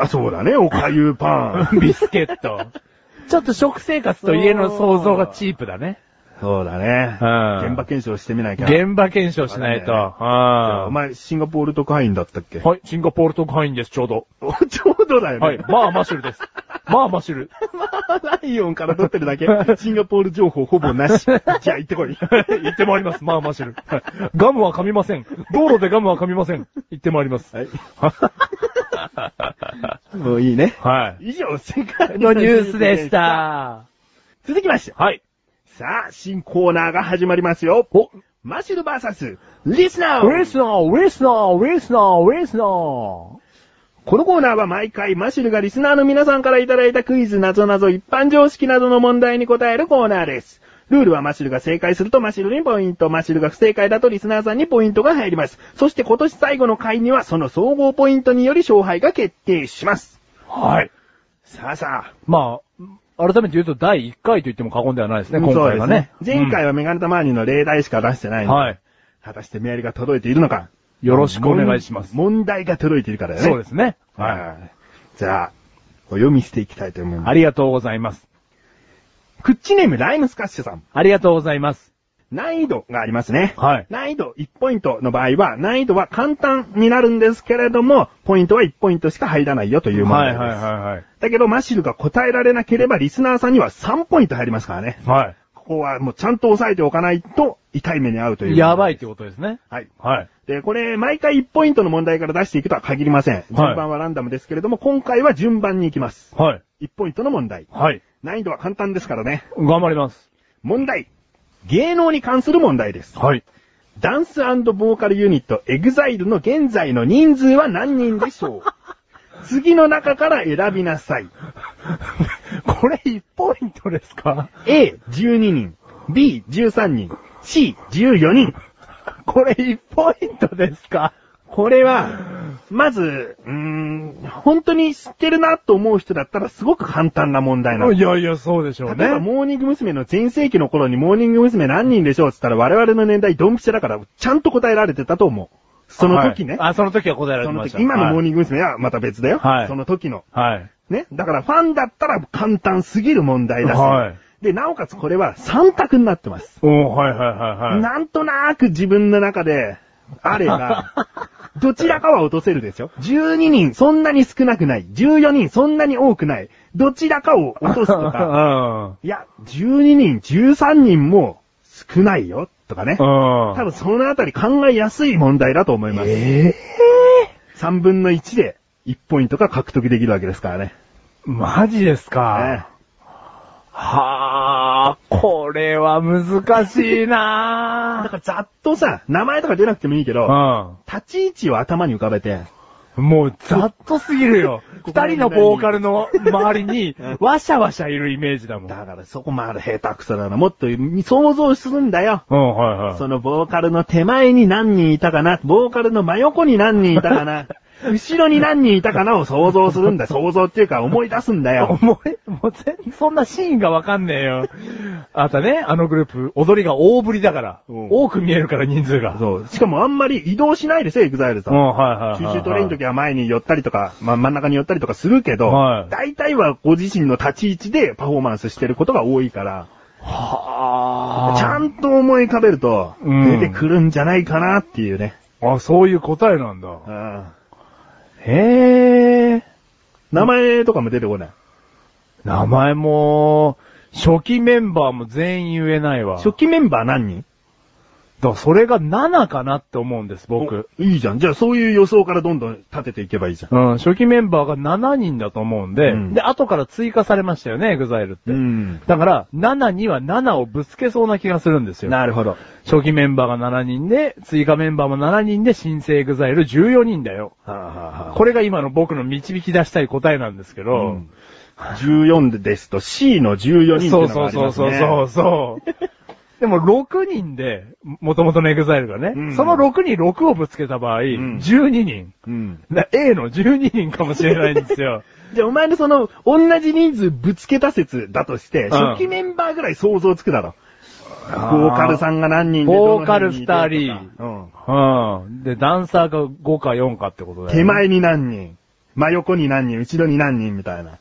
あ、そうだね、おかゆ
*laughs*
パン。
ビスケット。ちょっと食生活と家の想像がチープだね。
そうだね。
うん
現場検証してみなきゃ。
現場検証しないと。
あれだよ
は
お前、シンガポール特派員だったっけ
い。はい、シンガポール特派員です、ちょうど。
お *laughs* ちょうどだよね。
はい、まあマシュルです。まあマシュル。 *laughs*
まあ、ライオンから撮ってるだけ。シンガポール情報ほぼな
*laughs*
し。じゃあ行ってこい。
行ってまいります、まあマシュル。はいガムは噛みません。道路でガムは噛みません。行ってまいります。
はい。 *laughs* もういいね。
はい。
以上、世界
のニュースでし。た。
続きまして。
はい。
さあ、新コーナーが始まりますよ。
お、
マシュルバーサス、リスナー
ウェスナー、ウェスナー、ウェスナー、ウェスナー。
このコーナーは毎回マシュルがリスナーの皆さんからいただいたクイズ、なぞなぞ、一般常識などの問題に答えるコーナーです。ルールはマシュルが正解するとマシュルにポイント、マシュルが不正解だとリスナーさんにポイントが入ります。そして今年最後の回にはその総合ポイントにより勝敗が決定します。
はい。
さあさあ。
まあ、改めて言うと第1回と言っても過言ではないですね、今
そう
回
で
が
す
ね。
前回はメガネタマーニの例題しか出してない、
うんはい。
果たしてメールが届いているのか。
よろしくお願いします。
問題が届いているからね。
そうですね。はい。
はい。じゃあ、お読みしていきたいと思います。
ありがとうございます。
クッチネームライムスカッシュさん。
ありがとうございます。
難易度がありますね。
はい
難易度1ポイントの場合は、難易度は簡単になるんですけれども、ポイントは1ポイントしか入らないよという問
は
題で
い
す。
はいはいはい。
だけど、マシルが答えられなければ、リスナーさんには3ポイント入りますからね。
は
ここはもうちゃんと押さえておかないと、痛い目に遭うという。
やば
い。
いってことですね。
はい。
はい。
で、これ、毎回1ポイントの問題から出していくとは限りません。順番はランダムですけれども、今回は順番に行きます。
はい。
1ポイントの問題。
はい。
難易度は簡単ですからね。
頑張ります。
問題。芸能に関する問題です。
はい。
ダンスボーカルユニット、エグザイルの現在の人数は何人でしょ *laughs* う次の中から選びなさ *laughs* い。
これ1ポイントですか
A、12人。B、13人。C、14人。
これ1ポイントですか
これは、まず、うーん、本当に知ってるなと思う人だったらすごく簡単な問題なの。
いやいや、そうでしょう
例えば、
ね。
モーニング娘。の前世紀の頃にモーニング娘。何人でしょうって言ったら我々の年代ドンピシャだから、ちゃんと答えられてたと思う。その時ね。
はいあ、その時は答えられ
そ
て
の
ました。
時、今のモー
ニ
ニング娘。はまた別だよ。
はい
その時の。
はい。
ね。だからファンだったら簡単すぎる問題だし。
はい
で、なおかつこれは3択になってます。
おー、はいはいはいはい。
なんとなく自分の中で、あれば、 *laughs* どちらかは落とせるですよ。12人そんなに少なくない。14人そんなに多くない。どちらかを落とすと
*laughs*
か、いや、12人、13人も少ないよ、とかね。
うん。
多分そのあたり考えやすい問題だと思います。
え
3分の1で1ポイントが獲得できるわけですからね。
ー、マジですか、はー、これは難しい
ええだ
な
からざっとさ、名前とか出なくてもいいけど、
ー
立ち位置を頭に浮かべて、
うん。もう、ざっとすぎる *laughs* よ。
ここ
二人のボーカルの周り *laughs* に、わしゃわしゃいるイメージだもん。
だからそこまで下手くそだな。もっと想像するんだよ。
*laughs* うん、はいはい。
そのボーカルの手前に何人いたかな、ボーカルの真横に何人いたか
*laughs*
な、後ろに何人いたかなを想像するんだ。想像っていうか思い出すんだ
*laughs*
よ。
思い、もう全然そんなシーンがわかんねえよ。あとね、あのグループ、踊りが大ぶりだから、
うん
多く見えるから人数が。
そう。しかもあんまり移動しないですよ、エグザイルさ
うん
ん。、
はいはいはい、
九
はい。
州トレインの時は前に寄ったりとか、まあ、真ん中に寄ったりとかするけど、
はい
大体はご自身の立ち位置でパフォーマンスしてることが多いから、
はあ。
ちゃんと思い浮かべると、
うん
出てくるんじゃないかなっていうね。
あ、そういう答えなんだ。
うん
へえ。
名前とかも出てこない。
名前も、初期メンバーも全員言えないわ。
初期メンバー何人
だからそれが7かなって思うんです、僕。。
おいいじゃん。じゃあそういう予想からどんどん立てていけばいいじゃん。
うん、初期メンバーが7人だと思うんで、
うん
で、後から追加されましたよね、エグザイルって。
ん。
だから、7には7をぶつけそうな気がするんですよ。
なるほど。
初期メンバーが7人で、追加メンバーも7人で、新生エグザイル14人だよ。
はあはあ、
これが今の僕の導き出したい答えなんですけ
う
ど、
ん、14ですと C の14人っていう
そう
の
そ
があ
う
り
そう
ます
そ
ね。
うそうそう。でも6人で、もともとのエグザイルがね、
うん
その6に6をぶつけた場合、
ん
12人。
うん。
な A の12人かもしれないんです
*laughs*
よ。
じゃあお前のその、同じ人数ぶつけた説だとして、
ん
初期メンバーぐらい想像つくだろ。ボーカルさんが何人でどの辺にいてとか
ボーカル二人
うん。
うん。で、ダンサーが5か4かってことだよね。
手前に何人、真横に何人、後ろに何人みたいな。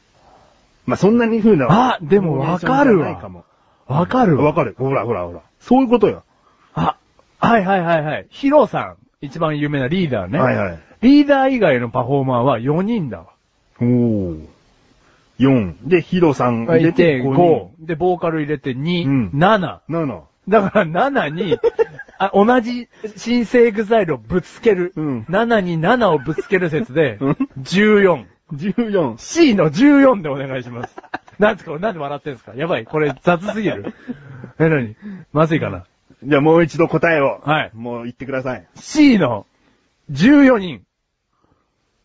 まあ、そんなに風な。
あでもわかるわ
ないかも。
わかる
わ
わ。
かる。ほらほらほら。そういうことよ。
あ、はいはいはいはい。ヒロさん、一番有名なリーダーね。
はいはい。
リーダー以外のパフォーマーは4人だわ。
おー。4。で、ヒロさん
が
入れ
い
て
て
5
5
人。。
で、ボーカル入れて2、
うん
7。
7。
だから7に、あ同じ新生エグザイルをぶつける。
うん
7に7をぶつける説で
うん、
14。
14。
C の14でお願いします。なんですかなんで笑ってんすかやばい、これ雑すぎる。え、なにまずいかな
じゃあもう一度答えを。
はい
もう言ってください。
?C の14人。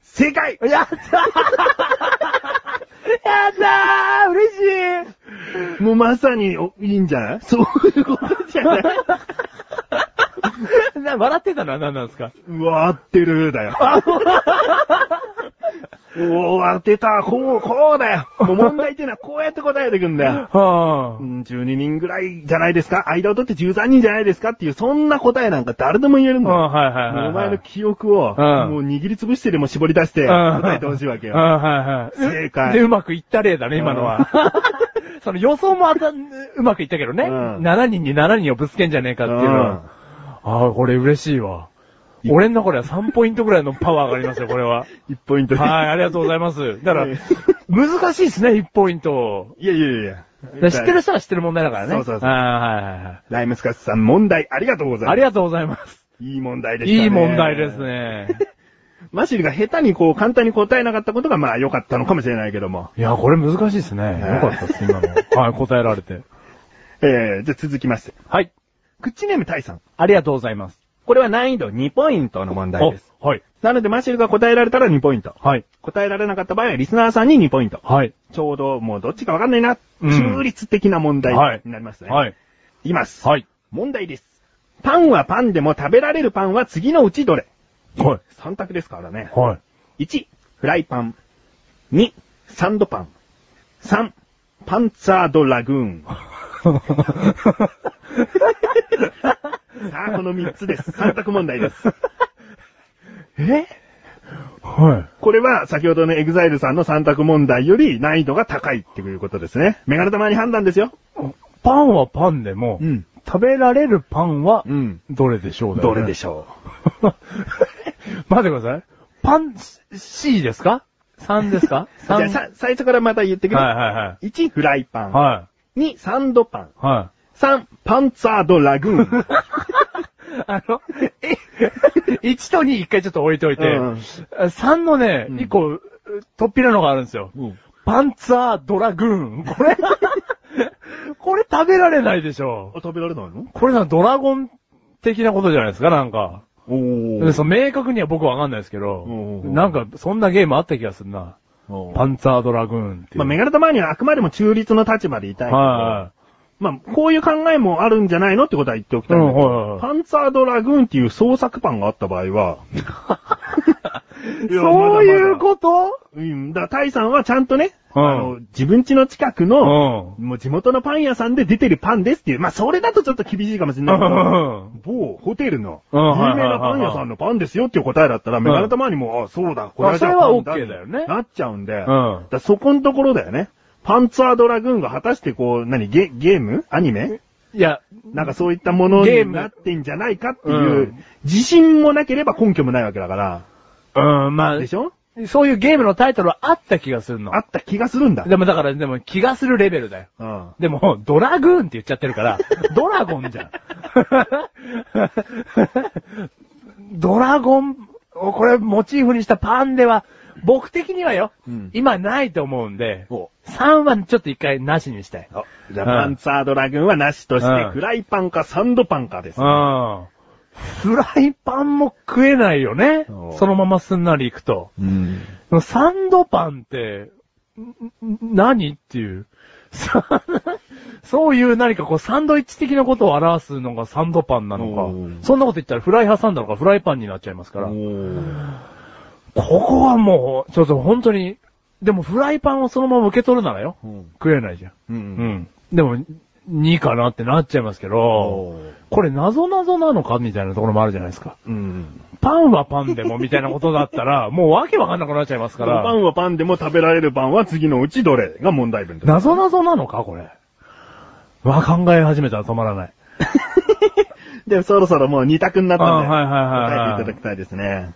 正解
やったーやったー嬉しい
もうまさに、おいいんじゃないそういうことじゃない
*laughs* な笑ってたのは何なんですか
うわ、合ってる、だよ。おー、当てた、こう、こうだよ。もう問題っていうのはこうやって答えてくんだよ。
は
う
ぁ。
ん12人ぐらいじゃないですか間を取って13人じゃないですかっていう、そんな答えなんか誰でも言えるん
うん、
だよ。
はいはいはいはい。
お前の記憶を、
うん
もう握りつぶしてでも絞り出して、答えてほしいわけ
うん、
よ。
はいはい。
正解
で、うまくいった例だね、今のは。 *laughs* その予想も当たん、うまくいったけどね。
うん
7人に7人をぶつけんじゃねえかっていうの
うん
は。ああ、これ嬉しいわ。
い
俺の中では3ポイントぐらいのパワーがありますよ、こ
*laughs*
れは。
1ポイントで。
はい、ありがとうございます。だから
え、
難しいですね、1ポイント。
いやいやいや
だ
いや。
から知ってる人は知ってる問題だからね。
そうそうそう
ああ、はいはいはい。
ライムスカスさん、問題ありがとうございます。
ありがとうございます。
いい問題でしたね。
いい問題です。ね。
マシルが下手にこう簡単に答えなかったことがまあ良かったのかもしれないけども。
いや、これ難しいですね。よかったです、今の。 *laughs* はい、答えられて。
えー、じゃあ続きまして。
はい。
クッチネームタイさん。
ありがとうございます。
これは難易度2ポイントの問題です。
おはい。
なのでマシルが答えられたら2ポイント。
はい。
答えられなかった場合はリスナーさんに2ポイント。
はい。
ちょうどもうどっちかわかんないな。
うん
中立的な問題
はい
になりますね。
はい。
い。きます。
はい。
問題です。パンはパンでも食べられるパンは次のうちどれ
はい。
?3 択ですからね。
はい。
1、フライパン。2、サンドパン。3、パンツァードラグーン。 *laughs* さあ、この3つです。3択問題です。
*laughs* えは
これは先ほどのエグザイルさんの3択問題より難易度が高いっていうことですね。メガネ玉に判断ですよ。
い。パンはパンでも、
ん。
食べられるパンは、
うん。
どれでしょうだよ
ど
ね
れでしょ
*laughs* 待ってください。パン、C ですか ?3 です *laughs* か
う。じゃあ
は
さ、最初からまた言って
い
くれ。
はいはい。
1、フライパン。
は
2、サンドパン。
い。は
3、パンツァードラグーン。
い。 *laughs* あの、え、1と2一回ちょっと置いといて、
うん
3のね、
うん
1個、とっぴらのがあるんですよ。パンツァードラグーン。これ、 *laughs* これ食べられないでしょ
あ。食べられないの
これさ、ドラゴン的なことじゃないですか、なんか。
お
でその明確には僕はわかんないですけど
お、ー
なんか、そんなゲームあった気がするな。パンツァードラグーンっていう。
まあ、メガネ玉にはあくまでも中立の立場でいたいけど。
は
まあ、こういう考えもあるんじゃないのってことは言っておきたいんだけ
うんはいはい
ど
はい、
パンツァードラグーンっていう創作パンがあった場合は、
*laughs* い。
いや
そういうこと
うん、だからタイさんはちゃんとね、
うん
あの、自分家の近くの、
う
もう地元のパン屋さんで出てるパンですっていう、まあ、それだとちょっと厳しいかもしれ
*laughs*
ないけど、
ん。
某ホテルの、
う
有
ん
名なパン屋さんのパンですよっていう答えだったら、
ん
メガネ玉にも、あ、そうだ、こ
あ
れ
そ
じゃ
れ
あ
は
パンだ
OK だよね
なっちゃうんで、
うん
だからそこのところだよね。パンツァードラグーンが果たしてこう、何、ゲ、ゲームアニメ
いや、
なんかそういったもの
ゲー
に
ム
なってんじゃないかって
う、
いうん自信もなければ根拠もないわけだから。
うん、ま
でしょ
あ、そういうゲームのタイトルはあった気がするの
あ。った気がするんだ。
でもだから、でも気がするレベルだよ。
うん。
でも、ドラグーンって言っちゃって
*laughs*
るから、ドラゴンじゃん。 *laughs* ドラゴンをこれモチーフにしたパンでは、僕的にはよ、
うん
今ないと思うんで、
お
3はちょっと一回なしにしたい。
あじゃあ、
う
パ
ん
ンツァードラグーンはなしとして、
うん
フライパンかサンドパンかです、
うん。フライパンも食えないよね
お。
そのまますんなりいくと。
うん。
サンドパンって、んん何っていう。さ *laughs* そういう何かこうサンドイッチ的なことを表すのがサンドパンな
お
の
ー
か、そんなこと言ったらフライ挟んだのかフライパンになっちゃいますから、こ
お
こはもう、ちょっと本当に、でもフライパンをそのまま受け取るならよ、
うん
食えないじゃん。
う。
うんん。でも、2かなってなっちゃいますけど、
おー
これ謎謎なのかみたいなところもあるじゃないですか。
うん。
パンはパンでもみたいなことだったら、もうわけわかんなくなっちゃいます
こ
か
の
ら。
*laughs* パンはパンでも食べられるパンは次のうちどれが問題文
謎謎なのかこれ。わ、考え始めたら止まらない。
で、そろそろもう2択になったんで、
あはいはいはいはい
答えていただきたいですね。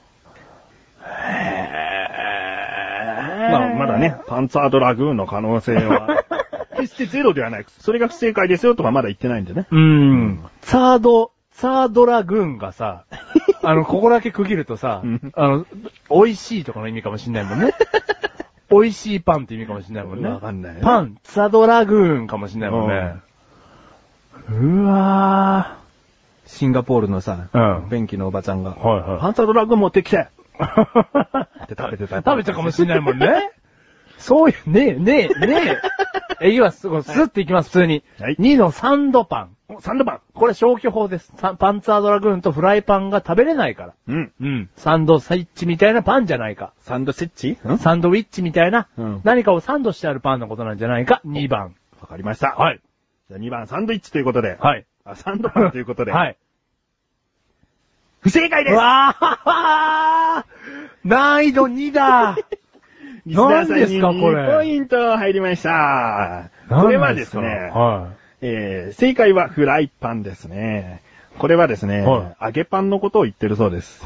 ま
ま
あ、まだ。ね、パンツァードラグーンの可能性 *laughs* は、決してゼロではない。それが不正解ですよとかまだ言ってないんでね。
うん。サード、サードラグーン
*laughs*
がさ、あの、ここだけ区切るとさ
うん、
あの、美味しいとかの意味かもしんないも
*laughs*
んね。美味しいパンって意味かもしんないもんね。
わかんないね
パン、サードラグーンかもしんないもんね。うわ
シンガポールのさ
うん
便器のおばちゃんが
ー。はい
ンツァードラグーン持ってきて
はい。
って食べてた
食べたかもしんないもんね。そういう、ねえ、ねえ、ねえ。
*laughs*
え、いきます。こうスッていきます、普通に。
はい
2のサンドパン。
お、 *laughs* サンドパン。
これ消去法です。さパンツァードラグーンとフライパンが食べれないから。
うん。
うん。サンドサイッチみたいなパンじゃないか。
サンドセッチんわ
サンドウィッチみたいな、
うん
何かをサンドしてあるパンのことなんじゃないか。2番。
かりました。い。
い。
じゃあ2番、サンドイッチということで。
はい。
あ、サンドパンということで。
はい。
不正解です
わあ難易度2だ
リスナーさんに
何ですかこれ
2ポイント入りました。 *laughs* これはですね、
は
えー正解はフライパンですね。これはですね、
は
揚げパンのことを言ってるそうです。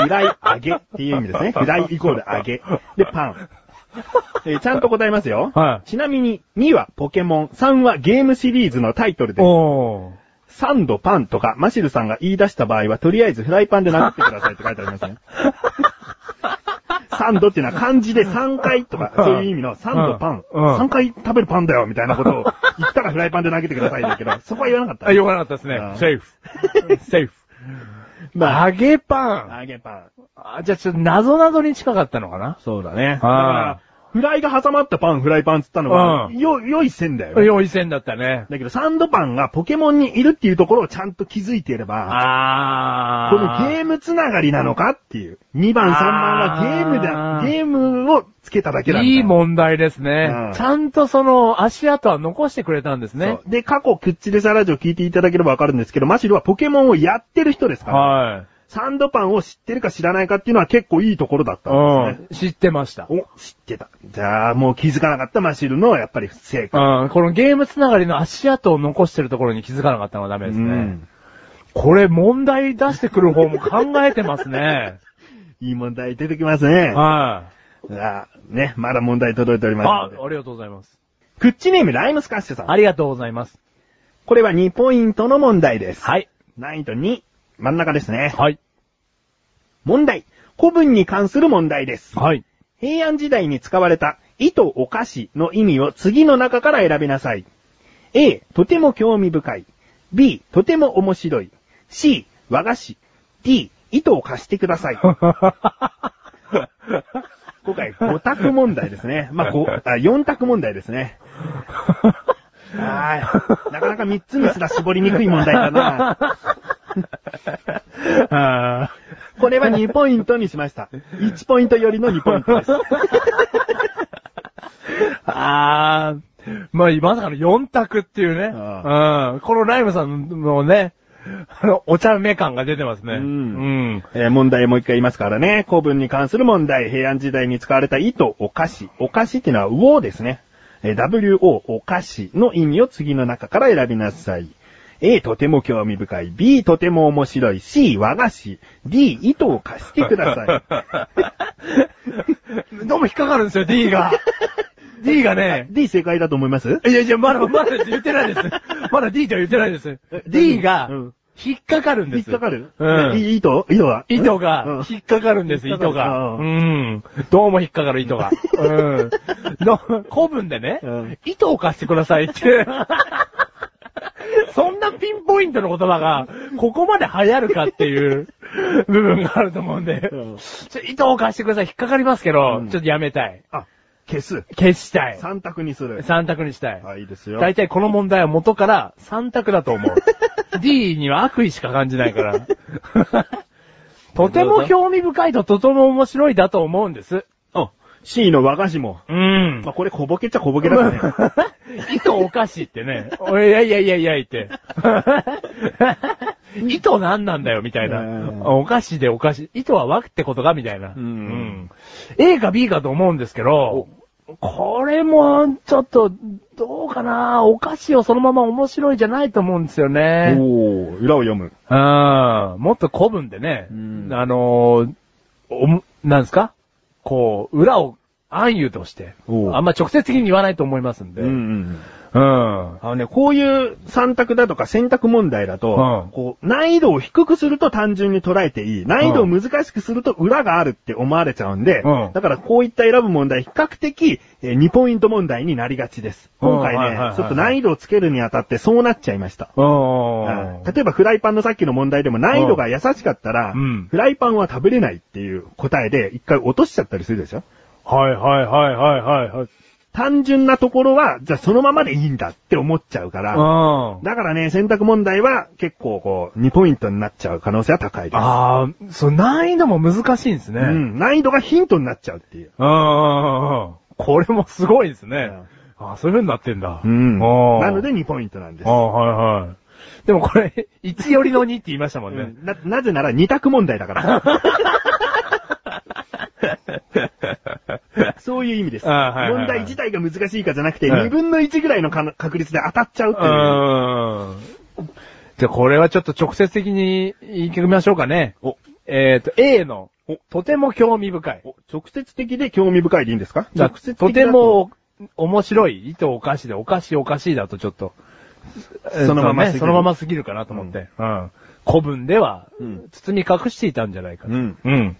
フライ揚げっていう意味です
*laughs*
ね。フライイコール揚げ。で、パン。えーちゃんと答えますよ。
は
ちなみに、2はポケモン、3はゲームシリーズのタイトル
い。
で、
おー。
サンドパンとか、マシルさんが言い出した場合は、とりあえずフライパンで殴ってくださいって書いてありますね。
*laughs*
サンドっていうのは漢字で3回とか、そういう意味のサンドパン。
うんうん
3回食べるパンだよ、みたいなことを言ったらフライパンで投げてくださいだけ
*laughs*
ど、そこは言わなか
あ、
っ
よかなかったですね
うん。
セ
*laughs*
ーフ。セーフ。
ま
揚げパ
た。揚げパン。
ン。あ、じゃあちょっと謎々に近かったのかな
そうだね。だから
あ
フライが挟まったパン、フライパンっつったのは、
う
よ、良い線だよ。
用意線だったね。
だけど、サンドパンがポケモンにいるっていうところをちゃんと気づいていれば、
あー。
このゲームつながりなのかっていう。2番、3番はゲームだ
あ、ー
ゲームをつけただけなんだ。
いい問題ですね、
うん
ちゃんとその足跡は残してくれたんですね
そ。うで、過去、クッチレサラジオ聞いていただければわかるんですけど、マシルはポケモンをやってる人ですから、
は
サンドパンを知ってるか知らないかっていうのは結構いいところだっ
い。
たんですね。
うん。知ってました。
お、知ってた。じゃあ、もう気づかなかったマシルの、やっぱり正解。
うん。このゲームつながりの足跡を残してるところに気づかなかったのはダメですね。
うん
これ問題出してくる方も考えてま
*laughs*
すね。
いい問題出てきますね。
は
じゃあ、ね、まだ問題届いており
い。
ま
あ、あ
す
り
ので。
がとうございます。
クッチネーム、ライムスカッシュさん。
ありがとうございます。
これは2ポイントの問題です。
はい。
難易度2、真ん中ですね。
はい。
問題。古文に関する問題です。
はい。
平安時代に使われた、意図お菓子の意味を次の中から選びなさい。A、とても興味深い。B、とても面白い。C、和菓子。D、糸を貸してください。今回5択問題ですね。まあ、ごあ4択問題ですね。はい。なかなか3つにすら絞りにくい問題だな。
あ
*laughs* これは2ポイントにしました。1ポイントよりの2ポイントです。
ーあー。まあ、まさかの4択っていうね。うん。このライムさんのね、 *laughs* あの、お茶目感が出てますね。
うん
うん。
えー問題もう一回言いますからね。古文に関する問題。平安時代に使われた糸、お菓子。お菓子っていうのは、ウオですね。えー WO、お菓子の意味を次の中から選びなさい。A、とても興味深い。B、とても面白い。C、和菓子。D、糸を貸してくださ
どうも引っかかるんですよ、D
*laughs*
が。D がね *laughs*
い。。D 正解だと思います
いやいや、まだ、まだ言ってないです。まだ D とは言ってないです。D が
うん、
引っかかるんで
引っ
す。
かかる
うん
い糸糸は
糸
うん
が、引っかかるんです、
引っか
糸
かる
が。うん。どうも引っかかる糸が。うん。の、古文でね
うん、
糸を貸してください
*laughs*
って。そんなピンポイントの言葉が、ここまで流行るかっていう部分があると思うんで
う、ん
ちょ糸を貸してください、引っかかりますけど、
うん
ちょっとやめたい。
あ、消す。
消したい。
三択にする。
三択にしたい。
あ、いいですよ。
大体この問題は元から三択だと思 *laughs* う。D には悪意しか感じないから。 *laughs* とても興味深いととても面白いだと思うんです。
あ C の和菓子も。
うん
まあ、。これ小ボケっちゃ小ボケだからね。
*laughs* 糸おかしいってね。おいやいやいやいやいって。糸何なんだよ、みたい
うん
な。お菓子でお菓子。糸は枠ってことか、みたい
ん
な。うん A か B かと思うんですけど、これも、ちょっと、どうかなお菓子をそのまま面白いじゃないと思うんですよね。
おー、裏を読む。
うん。もっと古文でね、
うん
あのーおもなんですかこう、裏を暗喩として、
おう
あんま直接的に言わないと思いますんで。
ん。
うん。
あのね、こういう三択だとか選択問題だと、
うん
こう、難易度を低くすると単純に捉えていい。難易度を難しくすると裏があるって思われちゃうんで、
うん
だからこういった選ぶ問題、比較的、え2ポイント問題になりがちです。今回
うんはいはいはい
ね
は、い
ちょっと難易度をつけるにあたってそうなっちゃいました。
うん。
例えばフライパンのさっきの問題でも難易度が優しかったら、
うん
フライパンは食べれないっていう答えで一回落としちゃったりするでしょ
はいはいはいはいはいはい。
単純なところは、じゃあそのままでいいんだって思っちゃうから、
うん。
だからね、選択問題は結構こう、2ポイントになっちゃう可能性は高いです。
あー、そう、難易度も難しいんですね。
う。ん、難易度がヒントになっちゃうっていう。
うんうんうんうん。これもすごいですね。あーそういう風になってんだ。
うん。
あー
なので2ポイントなんで
あ
す
ー。はいはい。でもこれ、1よりの2って言いましたもん
う
ね。
んな、なぜなら2択問題だ
*laughs*
から。そういう意味です。
あーはいはいはい
問題自体が難しいかじゃなくて、
はい
2分の1ぐらいのか確率で当たっちゃうって
う
いう。
ーん。じゃあこれはちょっと直接的に言いきましょうかね。
お
えっ、と、A の、とても興味深い。
お直接的で興味深いでいいんですか
じゃあ
直接的だ
とても面白い、糸おかしで、おかしいおかしいだとちょっと、
そのまま
えっと
すぎる
ねそのまますぎるかなと思って。うん。古文では
うん、
包み隠していたんじゃないかと。
うん
うん。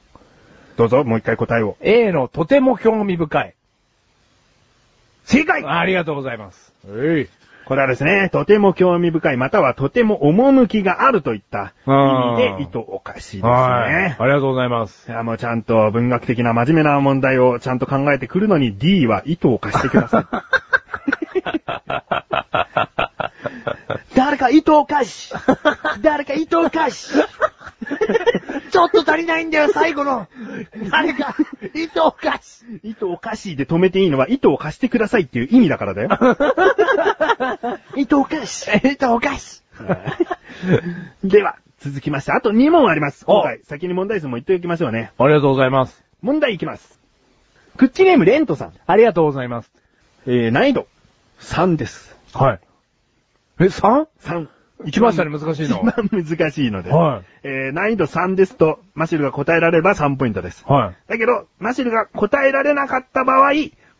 どうぞ、もう一回答えを。
A のとても興味深い。
正解
ありがとうございます。
これはですね、とても興味深い、またはとても趣があるといった意味
うん
で、意図おかしいです
はい。
ね。
ありがとうございます。
いや、もうちゃんと文学的な真面目な問題をちゃんと考えてくるのに D は意図を貸してくださ
誰か糸を貸し誰か糸を貸しちょっと足りないんだよ、最後の誰か糸を貸し
い。意図を貸しで止めていいのは意図を貸してくださいっていう意味だからだよ。
糸を貸し糸を貸し
では、続きまして、あと2問あります。
お
今回、先に問題数も言っておきましょうね。
ありがとうございます。
問題いきます。クッチネームレントさん。
ありがとうございます。
えー、難易度3です。
はい。え、3?
3。
一番下に難しいの。
一番難しいので。
はい
えー、難易度3ですと、マシルが答えられれば3ポイントです。
はい。
だけど、マシルが答えられなかった場合、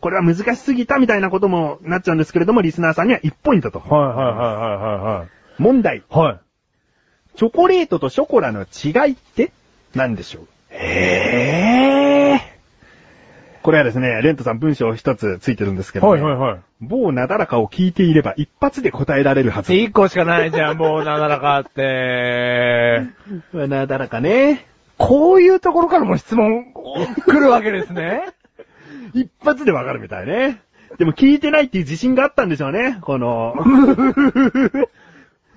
これは難しすぎたみたいなこともなっちゃうんですけれども、リスナーさんには1ポイントと。
はいはいはいはいはい
問題。
はい。はい。
チョコレートとショコラの違いって何でしょう
え
これはですね、レントさん文章一つついてるんですけど、ね、
はいはいはい。
某なだらかを聞いていれば一発で答えられるはず。
1個しかないじゃん、もう、なだらかって。
なだらかね。
こういうところからも質問、来るわけですね。
一発でわかるみたいね。でも聞いてないっていう自信があったんでしょうね、この。
*laughs*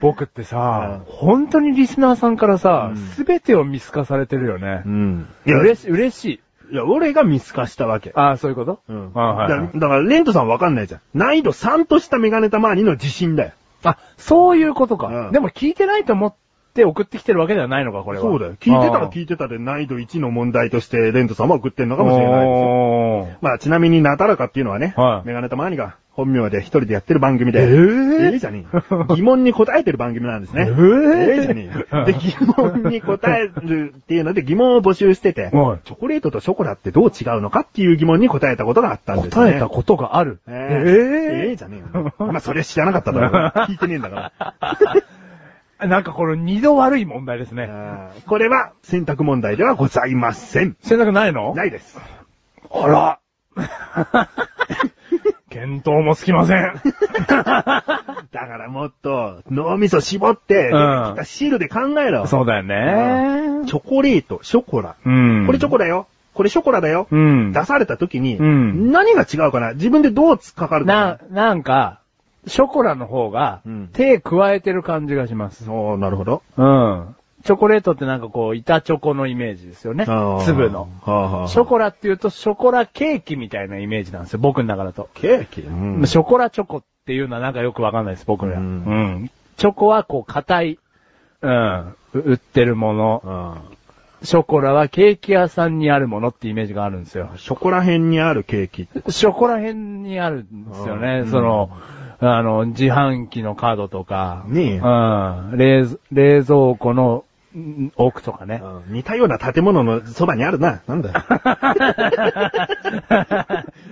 僕ってさ、本当にリスナーさんからさ
うん、
すべ、てを見透かされてるよね。
ん。いや、
嬉し、嬉しい。
いや俺が見透かしたわけ。
ああ、そういうこと
うん。
ああはいはい
だだから、レントさんわかんないじゃん。難易度3としたメガネたまわりの自信だよ。
あ、そういうことか。
うん
でも聞いてないと思って送ってきてるわけではないのか、これは。
そうだよ。聞いてたら
い
聞いてたで難易度1の問題として、レントさんは送ってんの
た
かもしれないですよ。
いです
まあ、ちなみに、なだらかっていうのはね、
はい
メガネたまわりが本名で一人でやってる番組で、
えー
えじゃね *laughs* え。疑問に答えてる番組なんですね。
えー
えじゃね *laughs* え。で、疑問に答えるっていうので疑問を募集してて、チ
はい
ョコレートとショコラってどう違うのかっていう疑問に答えたことがあったんですね。
答えたことがある。
えええ
え
じゃねえよ。まあ、それ知らなかっただ *laughs* ろう。聞いてねえんだ *laughs* から。
えなんかこの二度悪い問題ですね。
あーこれは選択問題ではございません。
選択ないの
ないです。
あら。 *laughs* 検討もつきませ
*laughs*
ん。
だからもっと脳みそ絞って、
うん
出てきたシールで考えろ。
そうだよね。
チョコレート、ショコラ。
うん。
これチョコラよ。これショコラだよ。
うん。
出された時に、
うん
何が違うかな自分でどうつっかかるか
な、なんか、ショコラの方が
うん、
手加えてる感じがします。
おーなるほど。
うん。チョコレートってなんかこう、板チョコのイメージですよね。
あー
粒の。。
はあはあ
ショコラっていうと、ショコラケーキみたいなイメージなんですよ、僕の中だと。
ケーキ、うん
ショコラチョコっていうのはなんかよくわかんないです、僕ら。
う
う
んん。
チョコはこう、硬い、うん、う売ってるもの。ショコラはケーキ屋さんにあるものってイメージがあるんですよ
うん。ショコラ辺にあるケーキ。
ショコラ辺にあるんですよね。
うん
その、あの、自販機のカードとか、
ねえ
うん、冷蔵冷蔵庫のん奥とかね。
うん似たような建物のそばにあるな。なん
*laughs*
だよ。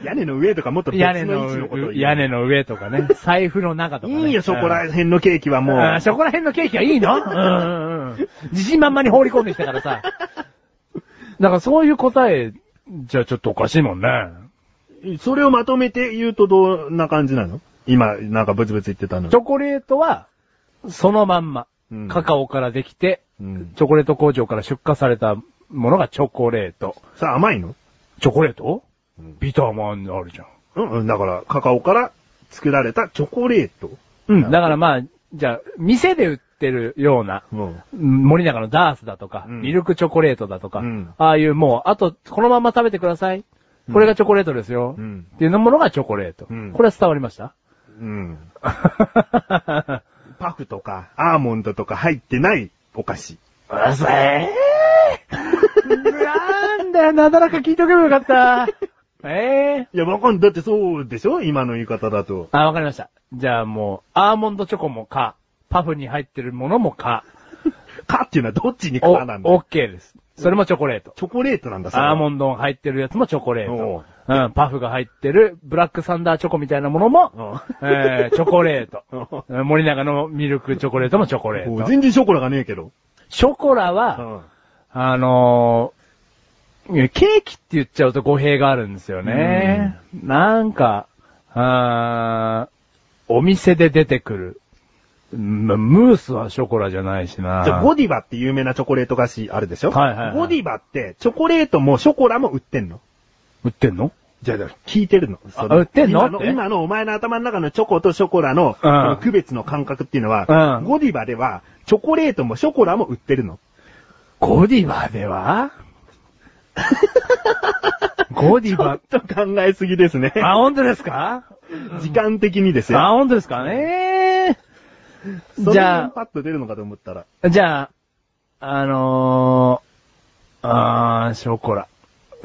屋根の上とかもっと別
屋根
の位置のことを
の、
言う。
屋根の上とかね。財布の中とかね。
いいよ、そこら
うん
辺のケーキはもう。
あーそこら辺のケーキはいい *laughs* のうんうんうん。自信満々に放り込んできたからさ。だからそういう答えじゃちょっとおかしいもんね。
それをまとめて言うとどんな感じなの今、なんかブツブツ言ってたの。
チョコレートは、そのまんま
うん。
カカオからできて、
うん
チョコレート工場から出荷されたものがチョコレート。
さあ、甘いの
チョコレートビターもあんあるじゃん。
うん、うんだから、カカオから作られたチョコレート。
うん、だからまあ、じゃあ、店で売ってるような、
うん。
森永のダースだとか、
うん
ミルクチョコレートだとか、
うん
ああいうもう、あと、このまま食べてください。これがチョコレートですよ。
うん
っていうものがチョコレート。
うん
これは伝わりました
うん。パフとか、アーモンドとか入ってないお菓子。
あ、そえ *laughs* なんだよ、なだらか聞いとけばよかった。ええ
いや、わかん、だってそうでしょ今の言い方だと。
あ、わかりました。じゃあもう、アーモンドチョコもか、パフに入ってるものもか、
かっていうのはどっちに
お、オ
かなんだよ
ッケーです。それもチョコレート。
チョコレートなんだ、
アーモ
ン
ンドが入ってるやつもチョコレー
お
ト。うん、パフが入ってる、ブラックサンダーチョコみたいなものも、えー、チョコレート。
ド。
うん森永のミルクチョコレートもチョコレ
お
ー
う
ト。
全然ショコラがねえけど。
ショコラは、あのー、いやケーキって言っちゃうと語弊があるんですよね。なんか、あーお店で出てくる。うんムースはショコラじゃないしな。
じゃあ、ゴディバって有名なチョコレート菓子あるでしょ
はいはいはい
ゴディバって、チョコレートもショコラも売ってんの。
売ってんの
じゃあ、じゃあ聞いてるの。そ
あ売ってんの
今の
って
今のお前の頭の中のチョコとショコラの,、
うん
の区別の感覚っていうのは、
うん
ゴディバでは、チョコレートもショコラも売ってるの。
ゴディバ
*laughs*
ではゴディバ。
ちょっと考えすぎですね。
あ、本当ですか
時間的にです
あ、
よ。
本当ですかね
そん
じ
な
ゃ
にパッと出るのかと思ったら。
あ、じゃあ、あのー、あー、ショコラ。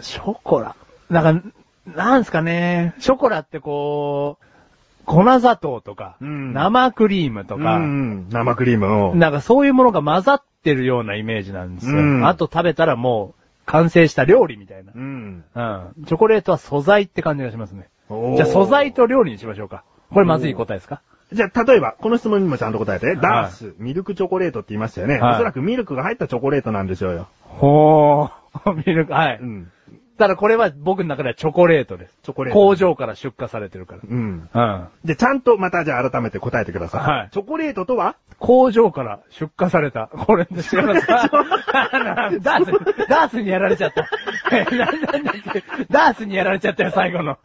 ショコラなんか、なんすかね、ショコラってこう、粉砂糖とか、
うん
生クリームとか、
うん生クリームを。
なんかそういうものが混ざってるようなイメージなんですよ。
うん
あと食べたらもう、完成した料理みたいな。
うん。
うん。チョコレートは素材って感じがしますね。
おー
じゃあ素材。と料理にしましょうか。これまずい答えですか
じゃあ、例えば、この質問にもちゃんと答えて。ダー
は
ス、ミルクチョコレートって言いましたよね。
はい
おそらくミルクが入ったチョコレートなんでしょうよ。
ほー。 *laughs* ミルク、はい。
うん。
ただこれは僕の中ではチョコレートです。
チョコレート。
工。場から出荷されてるか
うん。
ら。うん。
で、ちゃんとまたじゃあ改めて答えてください。
はい
チョコレートとは
工場から出荷された。これで違いますか *laughs* ダース、ダースにやられちゃ *laughs* った。えなんだなんだっけダースにやられちゃったよ、最後 *laughs* の。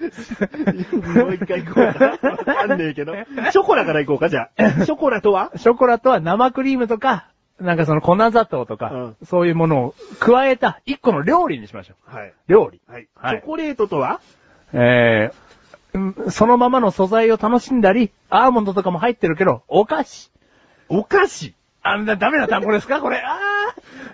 もう一回行こうかな。わかんねえけ *laughs* ど。ショコラから行こうか、じゃ *laughs* あ。ショコラとは
ショコラとは生クリームとか、なんかその粉砂糖とか、
う
そういうものを加えた一個の料理にしましょう。
はい。
料理。
はい。チ
はい
ョコレートとは
えーうんそのままの素材を楽しんだり、アーモンドとかも入ってるけど、お菓子。
お菓子。
あんなダメな単語ですかこれ。あ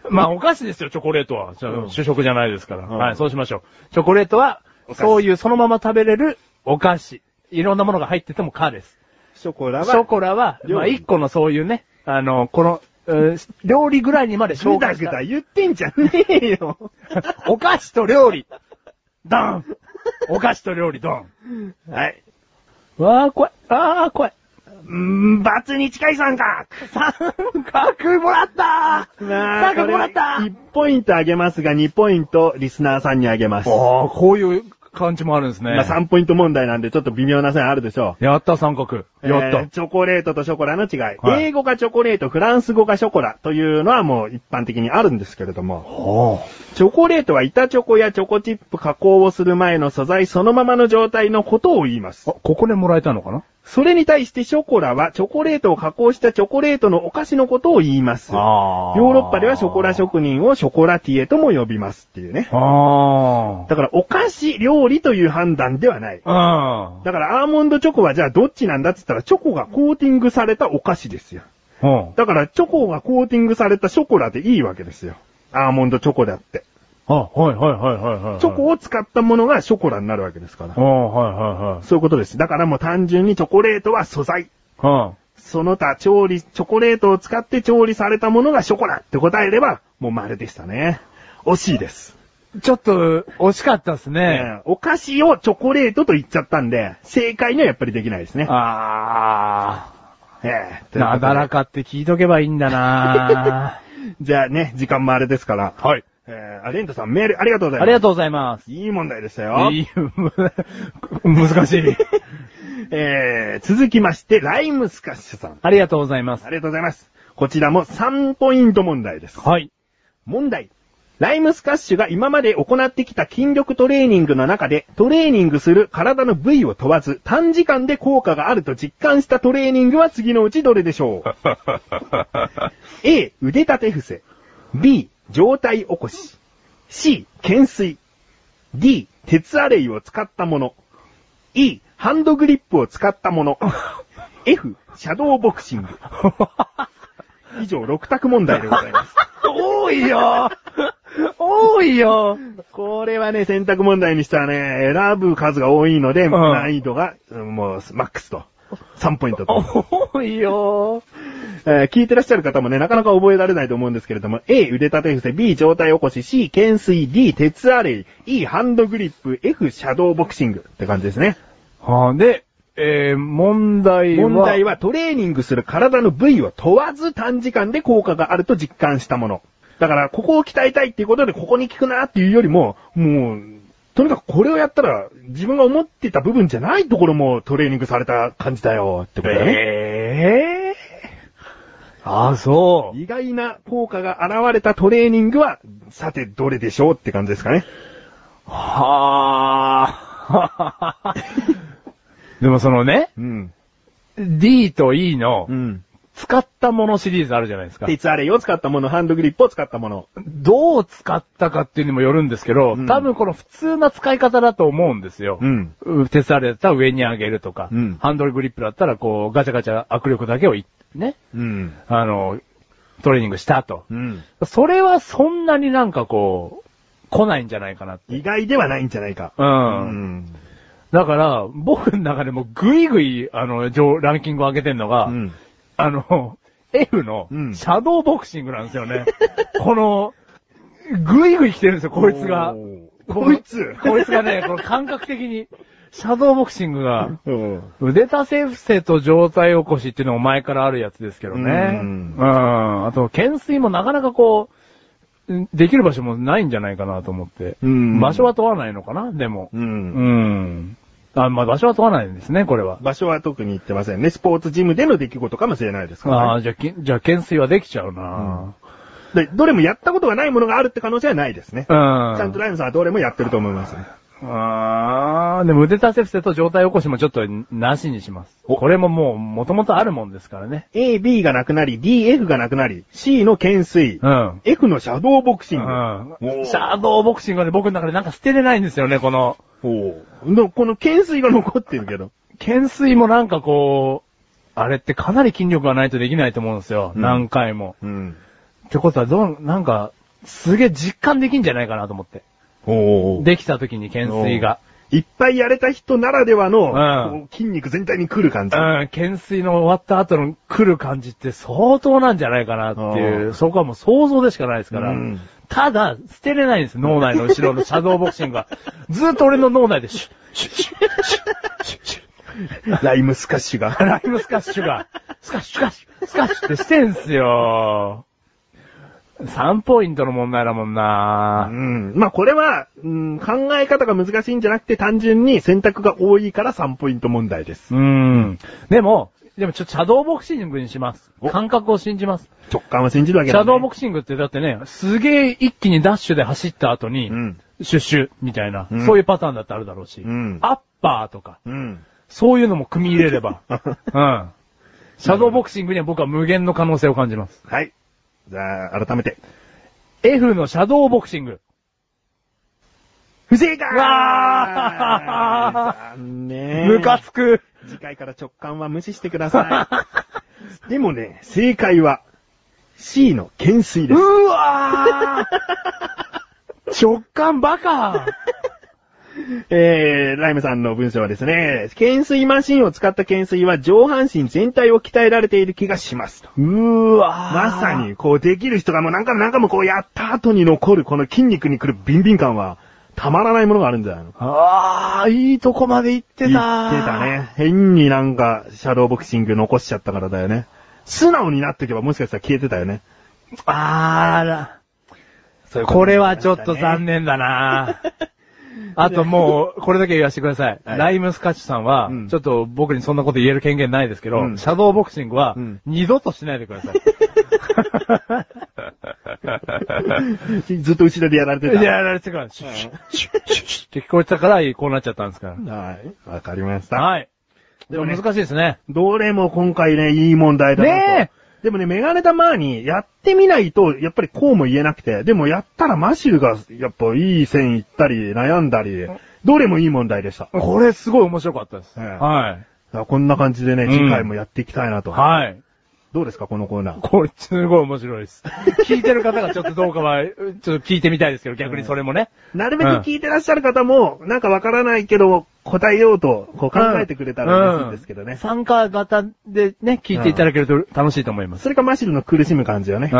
ーまあ、お菓子ですよ、チョコレートは。じゃあ
うん
主食じゃないですから、
うん
はい、そうしましょう。チョコレートは
お、菓子
そういうそのまま食べれるお菓子。いろんなものが入っててもかです。
ショコラ
ショコラは、
料理
まあ、一個のそういうね、あの、この、うん料理ぐらいにまで紹
ぐだ
*laughs* 介し
ぐ
た
だ。言ってんじゃねえよ。
お菓子と料理。ドンお菓子と料理、ドン
*laughs* はい。
わー、怖い。あー、怖い。
うーん、罰に近い三角。
三角もらったー
な
三角もらった
1ポイントあげますが、2ポイントリスナーさんにあげます。
ああ、こういう感じもあるんですね
まあ、3ポイント問題なんでちょっと微妙な線あるでしょう。
やった、三角。やった。
えーチョコレートとショコラの違い,、
はい
英語がチョコレート、フランス語がショコラというのはもう一般的にあるんですけれども、
お
チョコレートは板チョコやチョコチップ加工をする前の素材そのままの状態のことを言います
あ、。ここでもらえたのかな
それに対してショコラはチョコレートを加工したチョコレートのお菓子のことを言います。ヨ
あ
ーロッパではショコラ職人をショコラティエとも呼びますっていうね。
あ
だからお菓子、料理という判断ではない。
あ。うん。
だからアーモンドチョコはじゃあどっちなんだって言ったらチョコがコーティングされたお菓子ですよ。
うん。
だからチョコがコーティングされたショコラでいいわけですよ。アーモンドチョコだって。
あ、はいはいはいはいはいはい。
チョコを使ったものがショコラになるわけですから
あ。あ、はいは
そういうことです。だからもう単純にチョコレートは素材。
いはい。うん。
その他調理、チョコレートを使って調理されたものがショコラって答えれば、もう丸でしたね。惜しいです。
ちょっと、惜しかったですね。
ええお菓子をチョコレートと言っちゃったんで、正解にはやっぱりできないですね。
あ
ええ
あ。なだら。かって聞いとけばいいんだな
ということでじゃあね、時間もあれですから。
*laughs* はい。
ええあ、レントさんメールありがとうございます。
ありがとうございます。
いい問題でしたよ。
いい難しい。
えー、続きまして、ライムスカッシュさん。
ありがとうございます
あ。りがとうございます。こちらも3ポイント問題です。
はい。
問題。ライムスカッシュが今まで行ってきた筋力トレーニングの中で、トレーニングする体の部位を問わず、短時間で効果があると実感したトレーニングは次のうちどれでしょう ?A、腕立て伏せ。B、上体起こし。C、懸垂。D、鉄アレイを使ったもの。E、ハンドグリップを使ったもの。F、シャドーボクシング。以上、6択問題でございます。
多いよ多いよ
これはね、選択問題にしたらね、選ぶ数が多いので、
ん
難易度が、うんもう、マックスと。3ポイントと。
多いよ
えー聞いてらっしゃる方もね、なかなか覚えられないと思うんですけれども、A、腕立て伏せ、B、上体起こし、C、懸垂、D、鉄アレイ、E、ハンドグリップ、F、シャドーボクシングって感じですね。
はあ、で、えー、問題は。
問題はトレーニングする体の部位を問わず短時間で効果があると実感したもの。だから、ここを鍛えたいっていうことで、ここに効くなっていうよりも、もう、とにかくこれをやったら、自分が思ってた部分じゃないところもトレーニングされた感じだよってことだね。
えー、あ、そう。
意外な効果が現れたトレーニングは、さてどれでしょうって感じですかね。
はあ。 *laughs* でもそのね、
うん。
D と E の
うん。
使ったものシリーズあるじゃないですか。
鉄アレイを使ったもの、ハンドグリップを使ったもの。
どう使ったかっていうにもよるんですけど、
うん
多分この普通な使い方だと思うんですよ。
ん。
うん、鉄アレだったら上に上げるとか、
うん
ハンドルグリップだったらこうガチャガチャ握力だけをいね、
うん。
あの、トレーニングしたと。
うん。
それはそんなになんかこう、来ないんじゃないかなって。
意外ではないんじゃないか。
うん。
ん。
だから、僕の中でもぐいぐい、あの、上、ランキングを上げてんのが、
うん。
あの、F の、シ
うん
ャドーボクシングなんですよね。 *laughs* この、ぐいぐい来てるんですよ、こいつが。
こいつ
こいつがね、この感覚的に、シャドーボクシングが、
うん。
腕立て伏せと上体起こしっていうのも前からあるやつですけどね。
うん
うんあと、懸垂もなかなかこう、んできる場所もないんじゃないかなと思って。
うん
場所は問わないのかなでも。
う。
うんん。あ、まあ、場所は問わないんですね、これは。
場所は特に言ってませんね。スポーツジムでの出来事かもしれないですから、ね。
ああ、じゃあ、けんじゃあ、懸垂はできちゃうな
で、どれもやったことがないものがあるって可能性はないですね。
う
ち
ん。
ゃんとライムさんはどれもやってると思います、ね。
あー、でも腕立て伏せと上体起こしもちょっとなしにします。これももう、もともとあるもんですからね。
A、B がなくなり、D、F がなくなり、C の懸垂、
うん。
F のシャドーボクシ
う
ング。
ん
おー。
シャドーボクシングはね、僕の中でなんか捨てれないんですよね、この。
おうのこの懸垂が残ってるけど。
懸垂もなんかこう、あれってかなり筋力がないとできないと思うんですよ。
うん
何回も。
うん。
ってことは、どん、なんか、すげえ実感できんじゃないかなと思って。
おで、
できた時に懸垂が。
いっぱいやれた人ならではの、
うん
こう筋肉全体に来る感じ。
うん、懸垂の終わった後の来る感じって相当なんじゃないかなっていうう、
ん
そこはもう想像でしかないですから、
うん
ただ、捨てれないんです、脳内の後
*laughs*
ろのシャドーボクシングが。ずっと俺の脳内でシュッ、シュッ、シュッ、シュッ、シュッ、シュ
*laughs*
ッ、
ライムスカッシュが。
ライムスカッシュが、スカッシュ、スカッシュ、スカッシュってしてんすよ。3ポイントの問題だも
う。
んなん
まあ、これは、うん、考え方が難しいんじゃなくて、単純に選択が多いから3ポイント問題です。
うん。でも、でもちょっとシャドーボクシングにします。
お
感覚を信じます。
直感は信じるわけ
シ
だ、ね。
ャドーボクシングってだってね、すげえ一気にダッシュで走った後に、
うん。
シュッシュみたいな、
うん
そういうパターンだってあるだろうし、
うん
アッパーとか、
うん。 *laughs*
そういうのも組み入れれ *laughs* ば、うん。シャドーボクシングには僕は無限の可能性を感じます。
はい。じゃあ、改めて。
F のシャドーボクシング。
不正解
わ
残念。
ムカつく。
次回から直感は無視してください。 *laughs* でもね、正解は C の懸垂です。
うわー直感バカ
えー、ライムさんの文章はですね、懸垂マシンを使った懸垂は上半身全体を鍛えられている気がしますと。
うーわー
まさに、こうできる人がもうなんかなんかもこうやった後に残るこの筋肉に来るビンビン感はたまらないものがあるんじゃないの
あー、いいとこまで行ってたー
言ってた。ね。変になんか、シャドーボクシング残しちゃったからだよね。素直になっていけばもしかしたら消えてたよ
*laughs*
ね。
あーら。
そういうと
これはちょっと残念
*laughs*
だなあともう、これだけ言わせてください。
はい
ライムスカッチュさんは、
うん
ちょっと僕にそんなこと言える権限ないですけど、
うん
シャドーボクシングは
うん、
二度としないでください。
ずっと後ろでやられてた。
やられてから、シュッシュッシュッシュッシュッって聞こえてたから、こうなっちゃったんですか
はい。わかりまし
ら。
た。
はい。でも難しいですね。
どれも今回ね、いい問題だなと。
ね
でもね、メガネたまに、やってみないと、やっぱりこうも言えなくて、でもやったらマシューが、やっぱいい線いったり、悩んだり、どれもいい問題でした。だか
これすごい面白かったです。
ええ
はい。
らこんな感じでね、
うん
次回もやっていきたいなと。
はい。
どうですか、このコーナー。
これ、すごい面白い
*laughs*
です。聞いてる方がちょっとどうかは、ちょっと聞いてみたいですけど、逆にそれもね。
なるべく聞いてらっしゃる方も、なんかわからないけど、答えようと、こう考えてくれたら嬉しいんですけどね。
参加型でね、聞いていただけると楽しいと思います。
それかマシルの苦しむ感じよね。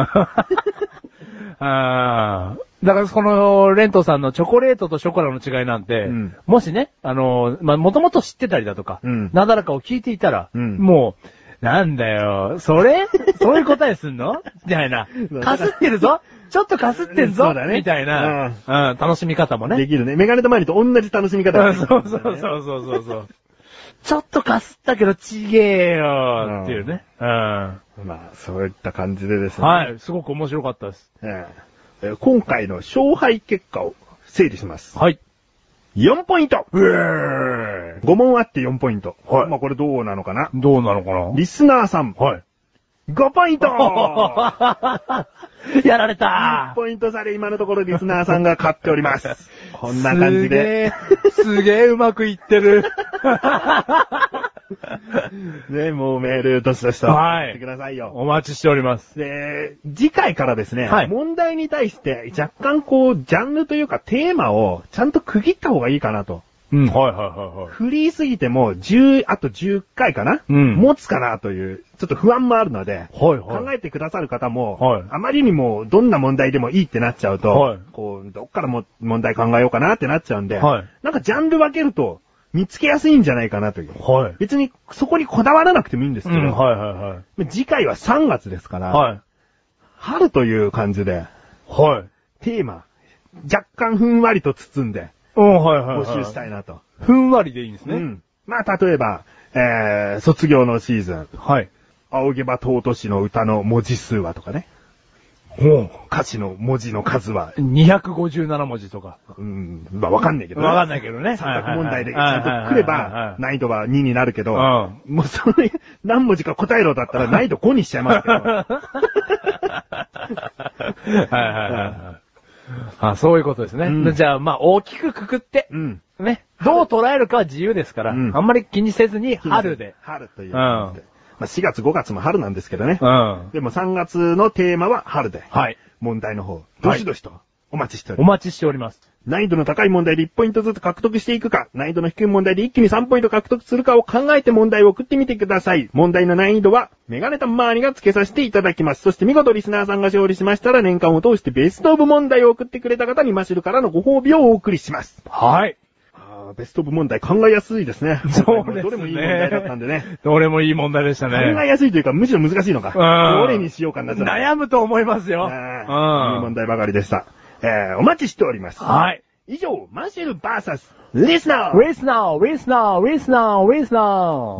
あーだから、この、レントさんのチョコレートとショコラの違いなんて、
うん
もしね、あの、まあ、もともと知ってたりだとか、
うん
なだらかを聞いていたら、
うん
もう、なんだよ、それそういう答えすんのみたいな
そう。
かすってるぞちょっとかすってん
そ
ぞ、
うだね
みたいな、うん、楽しみ方もね。
できるね。メガネとマリと同じ楽しみ方
う
が
ん
で
そ
き
う
るん
そ
だよ
う
ね
そうそうそうそう。ちょっとかすったけどちげえよっていうね。うん。
まあ、そういった感じでですね。
はい、すごく面白かったです。
えええー今回の勝敗結果を整理します。
はい。
4ポイント !5 問あって4ポイント。
はい
まあこれどうなのかな
どうなのかな
リスナーさん、
はい。
5ポイ
*laughs*
ント !1
やられた
ポイント差で今のところリスナーさんが勝っており
*laughs*
ます。こんな感じで。。
すげえ、すげえうまくいってる。
ね、もうメールどしどしと。
はい
してくださいよ。
お待ちしております。
で、次回からですね、
はい
問題に対して若干こう、ジャンルというかテーマをちゃんと区切った方がいいかなと。
うん、はいはいはいはい。
フリーすぎても10、あと10回かな、
うん
持つかなという、ちょっと不安もあるので、
はいはい。
考えてくださる方も、
はい
あまりにもどんな問題でもいいってなっちゃうと、
はい
こう、どっからも問題考えようかなってなっちゃうんで、
はい
なんかジャンル分けると見つけやすいんじゃないかなという。
はい。
別にそこにこだわらなくてもいいんです
う
けど、
ん、はいはい
次回は3月ですから、
はい。はい。
春という感じで、
はい。
テーマ、若干ふんわりと包んで
うん、はいはい、は
募
い。
集したいなと。
ふんわりでいいんですね。
うん。まあ、例えば、えー、卒業のシーズン、
はい。
仰げば尊しの歌の文字数はとかね、
ほう。
歌詞の文字の数は、
257文字とか。
うん、まあ、わかんないけど、
わかん
ない。
ないけどね。
三択問題でち
はい
ゃ
は
ん
いはい
と来れ
はいはいは
ば、
い
難易度は2になるけど、
うん
もうそれ、何文字か答えろだったら難易度5にしちゃいますけど、
*laughs* はいはいはい。あそういうことですね。
うん
じゃあ、まあ、大きくくくって、
うん。
ね。どう捉えるかは自由ですから、
うん
あんまり気にせずに、春で。
春という。
うん
まあ、4月5月も春なんですけどね。
ん。は
でも3月のテーマは春で、
い。
問題の方、どしどしとお待ちしております
お待ちしております。
難易度の高い問題で1ポイントずつ獲得していくか、難易度の低い問題で一気に3ポイント獲得するかを考えて問題を送ってみてください。問題の難易度は、メガネタ周りが付けさせていただきます。そして見事リスナーさんが勝利しましたら、年間を通してベストオブ問題を送ってくれた方にマシュルからのご褒美をお送りします。
はい。
あーベストオブ問題考えやすいですね。
そうですね
どれもいい問題だったんでね。
どれもいい問題でした
考え
*laughs* ね。
やすいというか、むしろ難しいのか。
うん
どれにしようかな。
悩むと思いますよ。う
あーいい問
ん。
題ばかりでした。えー、お待ちしております。
はい。
以上、マシュルバーサス、リスナー
リスナー、リスナー、リスナー、リスナ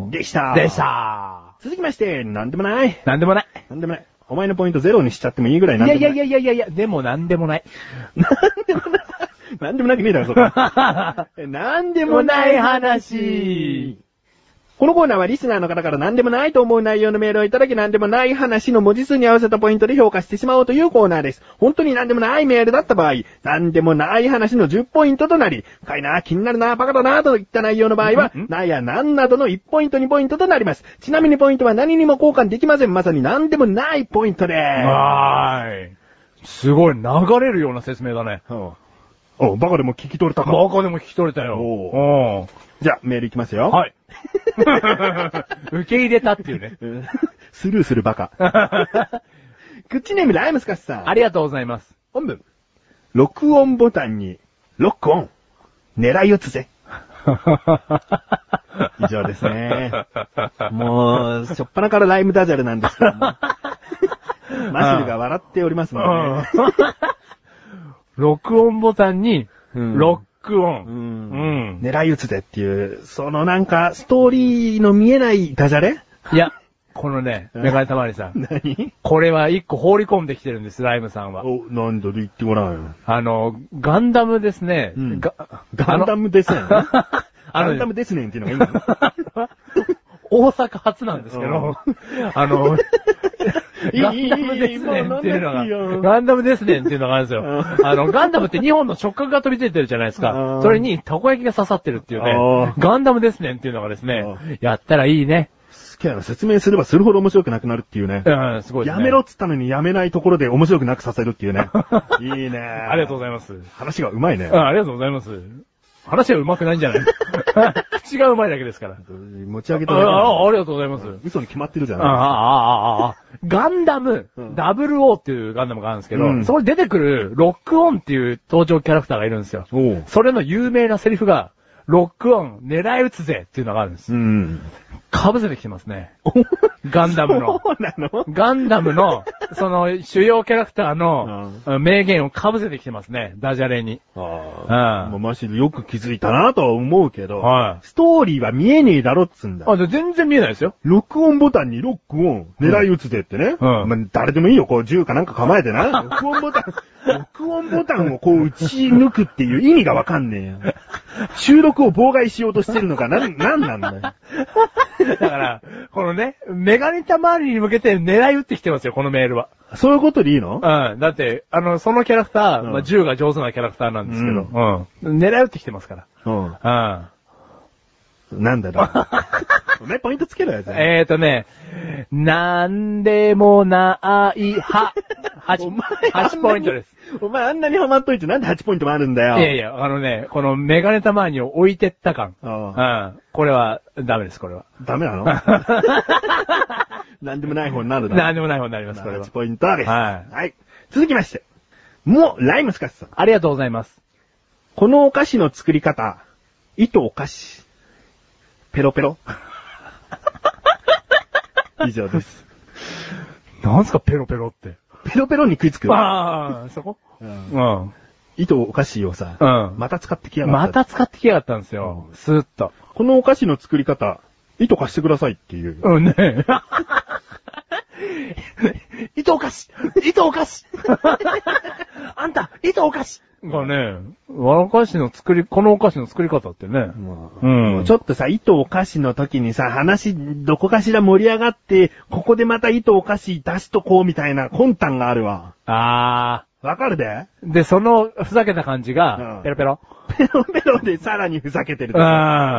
ー。
でした。
でし。た。
続きまして、なんでもない。
なんでもない。
なんでもない。お前のポイントゼロにしちゃってもいいぐらい
い
なん
や
で
い
もな
や
い。
いやいやいやいや、でもなんでもない。
*laughs* なんでもなくねえだろ、そこ。えなんでもない話。このコーナーはリスナーの方から何でもないと思う内容のメールをいただき何でもない話の文字数に合わせたポイントで評価してしまおうというコーナーです。本当に何でもないメールだった場合、何でもない話の10ポイントとなり、深いな、気になるな、バカだな、といった内容の場合は、
うん
なんやなんなどの1ポイント2ポイントとなります。ちなみにポイントは何にも交換できません。まさに何でもないポイントです。
*laughs* わーい。すごい、流れるような説明だね。
おうおバカでも聞き取れたか。
バカでも聞き取れたよ。
お
お
じゃあ、メールいきますよ。
はい。受け入れたっていう *laughs* ね。
うん *laughs* スルーするバカ。グッチネームライムスカスさん。
ありがとうございます。
本文。録音ボタンに、ロックオン。狙い撃つ
*laughs*
ぜ。 *laughs* 以上ですね。もう、しょっぱなからライムダジャレなんですけ
*laughs*
どもマシルが笑っております
*laughs* う
ので、
ん *laughs*
ね。
録音ボタンに、
うん
ロックオン。
う
うん。
狙い撃つぜっていう、そのなんか、ストーリーの見えないダジャレ
いや、このね、メガネたまりさん。
何
これは一個放り込んできてるんです、ライムさんは。
お、なんだで言ってごらんよ。
あの、ガンダムですね。
うん
が
ガンダ
ム
ムですねん。 *laughs* ガ
*laughs* あの
ンダムですねんっていうのがいいの
大阪発なんですけど、あの、 *laughs* ガンダムですねんっていうの
いいいいもう飲んでいいよ
が、ガンダムですねんっていうのがあるんですよ。あの、ガンダムって2本の触覚が飛び出てるじゃないです
う
か
ん。
それにたこ焼きが刺さってるっていう
あ
ね、ガンダムですねんっていうのがですね、やったらいいね。
好きなの説明すればするほど面白くなくなるっていうね。
うん、すごいです
や
ね
めろっつったのにやめないところで面白くなくさせるっていう
*laughs*
ね。いいね。
ありがとうご
ざい
ざいます。
ます。話がうまいね
う。んありがとうございます。話は上手くないんじゃない *laughs* 口が上手いだけですから。
持ち上げ
あ
ただけなの
あありがとうございます。
嘘に決まってるじゃ
ああ、あ
ない。
あ、ああ、ガンダム、
うん
00っていうガンダムがあるんですけど、
うん
そこに出てくるロックオンっていう登場キャラクターがいるんですよ。
おう。
それの有名なセリフが、ロックオン、狙い撃つぜっていうのがあるんです
う。ん。
被せてきてま
*laughs*
すね。ガンダムの。
そうなの
ガンダムの、その、主要キャラクターの、名言を被せてきてますね。ダジャレに。
ああ。
うん
まあ、マシルよく気づいたなとは思うけど、
は
ストーリーは見えねえだろっつうんだ。
あ、じゃあ全然見えないですよ。
録音ボタンにロックオン、狙い撃つでってね。
うん
まあ、誰でもいいよ、こう銃かなんか構えてな。
*laughs*
録音ボタン、録音ボタンをこう打ち抜くっていう意味がわかんねえよ。収録を妨害しようとしてるのか、なん、なんなんだよ。
だから、このね、メガネタ周りに向けて狙い撃ってきてますよ、このメールは。
そういうことでいいの
うん。だって、あの、そのキャラクター、
うん
まあ、銃が上手なキャラクターなんですけど、うん。狙い撃ってきてますか
うん。
ら。
なんだろう。お前ポイントつけろよ、じ
う
ゃ
ん。
あ
えーとね、なんでもない、 *laughs* は、
お
8
前、
8ポイントです。。
あんなにお前あんなにハマっといてなんで8ポイントもあるんだ
い
よ。
やいや、あのね、このメガネタ周りに置いてった感。
あ
うん。これは、ダメです、これは。
ダメなの
*laughs*
なんでもない方になるな。
なんでもない方になります、これは
8。ポイントです。
はい
続きまして。もう、ライムスカスさん。
ありがとうございます。
このお菓子の作り方、糸お菓子。ペロペ
*laughs*
ロ。以上です。
なんすか、ペロペロって。
ペロペロに食いつく。
ああ、そこ
うん
うん。
糸お菓子をさ、
うん
また使ってきやが
ま
った。
た使ってきやがったんですよ。スーッと。
このお菓子の作り方、糸貸してくださいっていう。 *laughs*
うんね。糸おかし糸おか *laughs* しあんた、糸おかしがね、わお菓子の作り、このお菓子の作り方ってね。
まあ
うん
ちょっとさ、糸お菓子の時にさ、話、どこかしら盛り上がって、ここでまた糸お菓子出しとこうみたいな魂胆があるわ。
あ
わかるで
ー。で、その、ふざけた感じ
うん、
がペロペロ。
ペロペロでさらにふざけてるとか。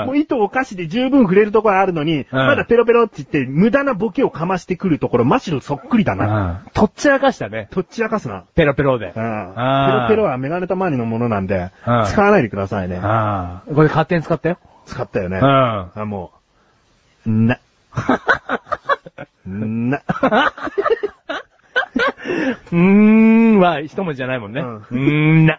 も
あ
う糸お菓子で十分触れるところあるのに、まだペロペロって言って無駄なボケをかましてくるところ、マシルそっくりだな。
ー。とっちらかしたね。
とっちらかすな。
ペロペロで。
うん
あー
ペロペロはメガネたまりのものなんで、使
うん
わないでくださいね。
あー。これ勝手に使ったよ。
使ったよね。
うん。
あ、もう、
*laughs*
な。な。
うーんは一文字じゃないもんね。
う
うんーんな。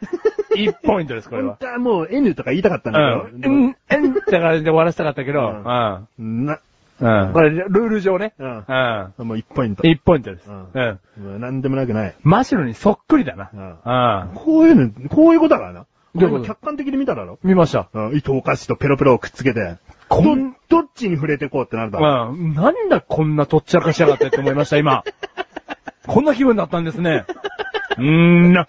一ポイントです、これ
本
は。
当はもう N とか言いたかったんだ
うん。
け
う
ど。
ん、えんって感じで終わらせたかったけど、
う
うんん。
な。
うん。これ、ルール上ね。
うん
うん。
もう1ポイント。
一ポイントです。
う
うんん。
もう何でもなくない。
マシュルにそっくりだな。
こういうの、こういうことだからな。
どういうこと
これ客観的に見たらだろ。
うん。見ました。
うん、糸お菓子とペロペロをくっつけて、
こ
ど
ん、
どっちに触れてこうってなるだろ。
うん。なんだこんなとっちらかしやがってって思いました、 *laughs* 今。こんな気分だったんですね。うーんな。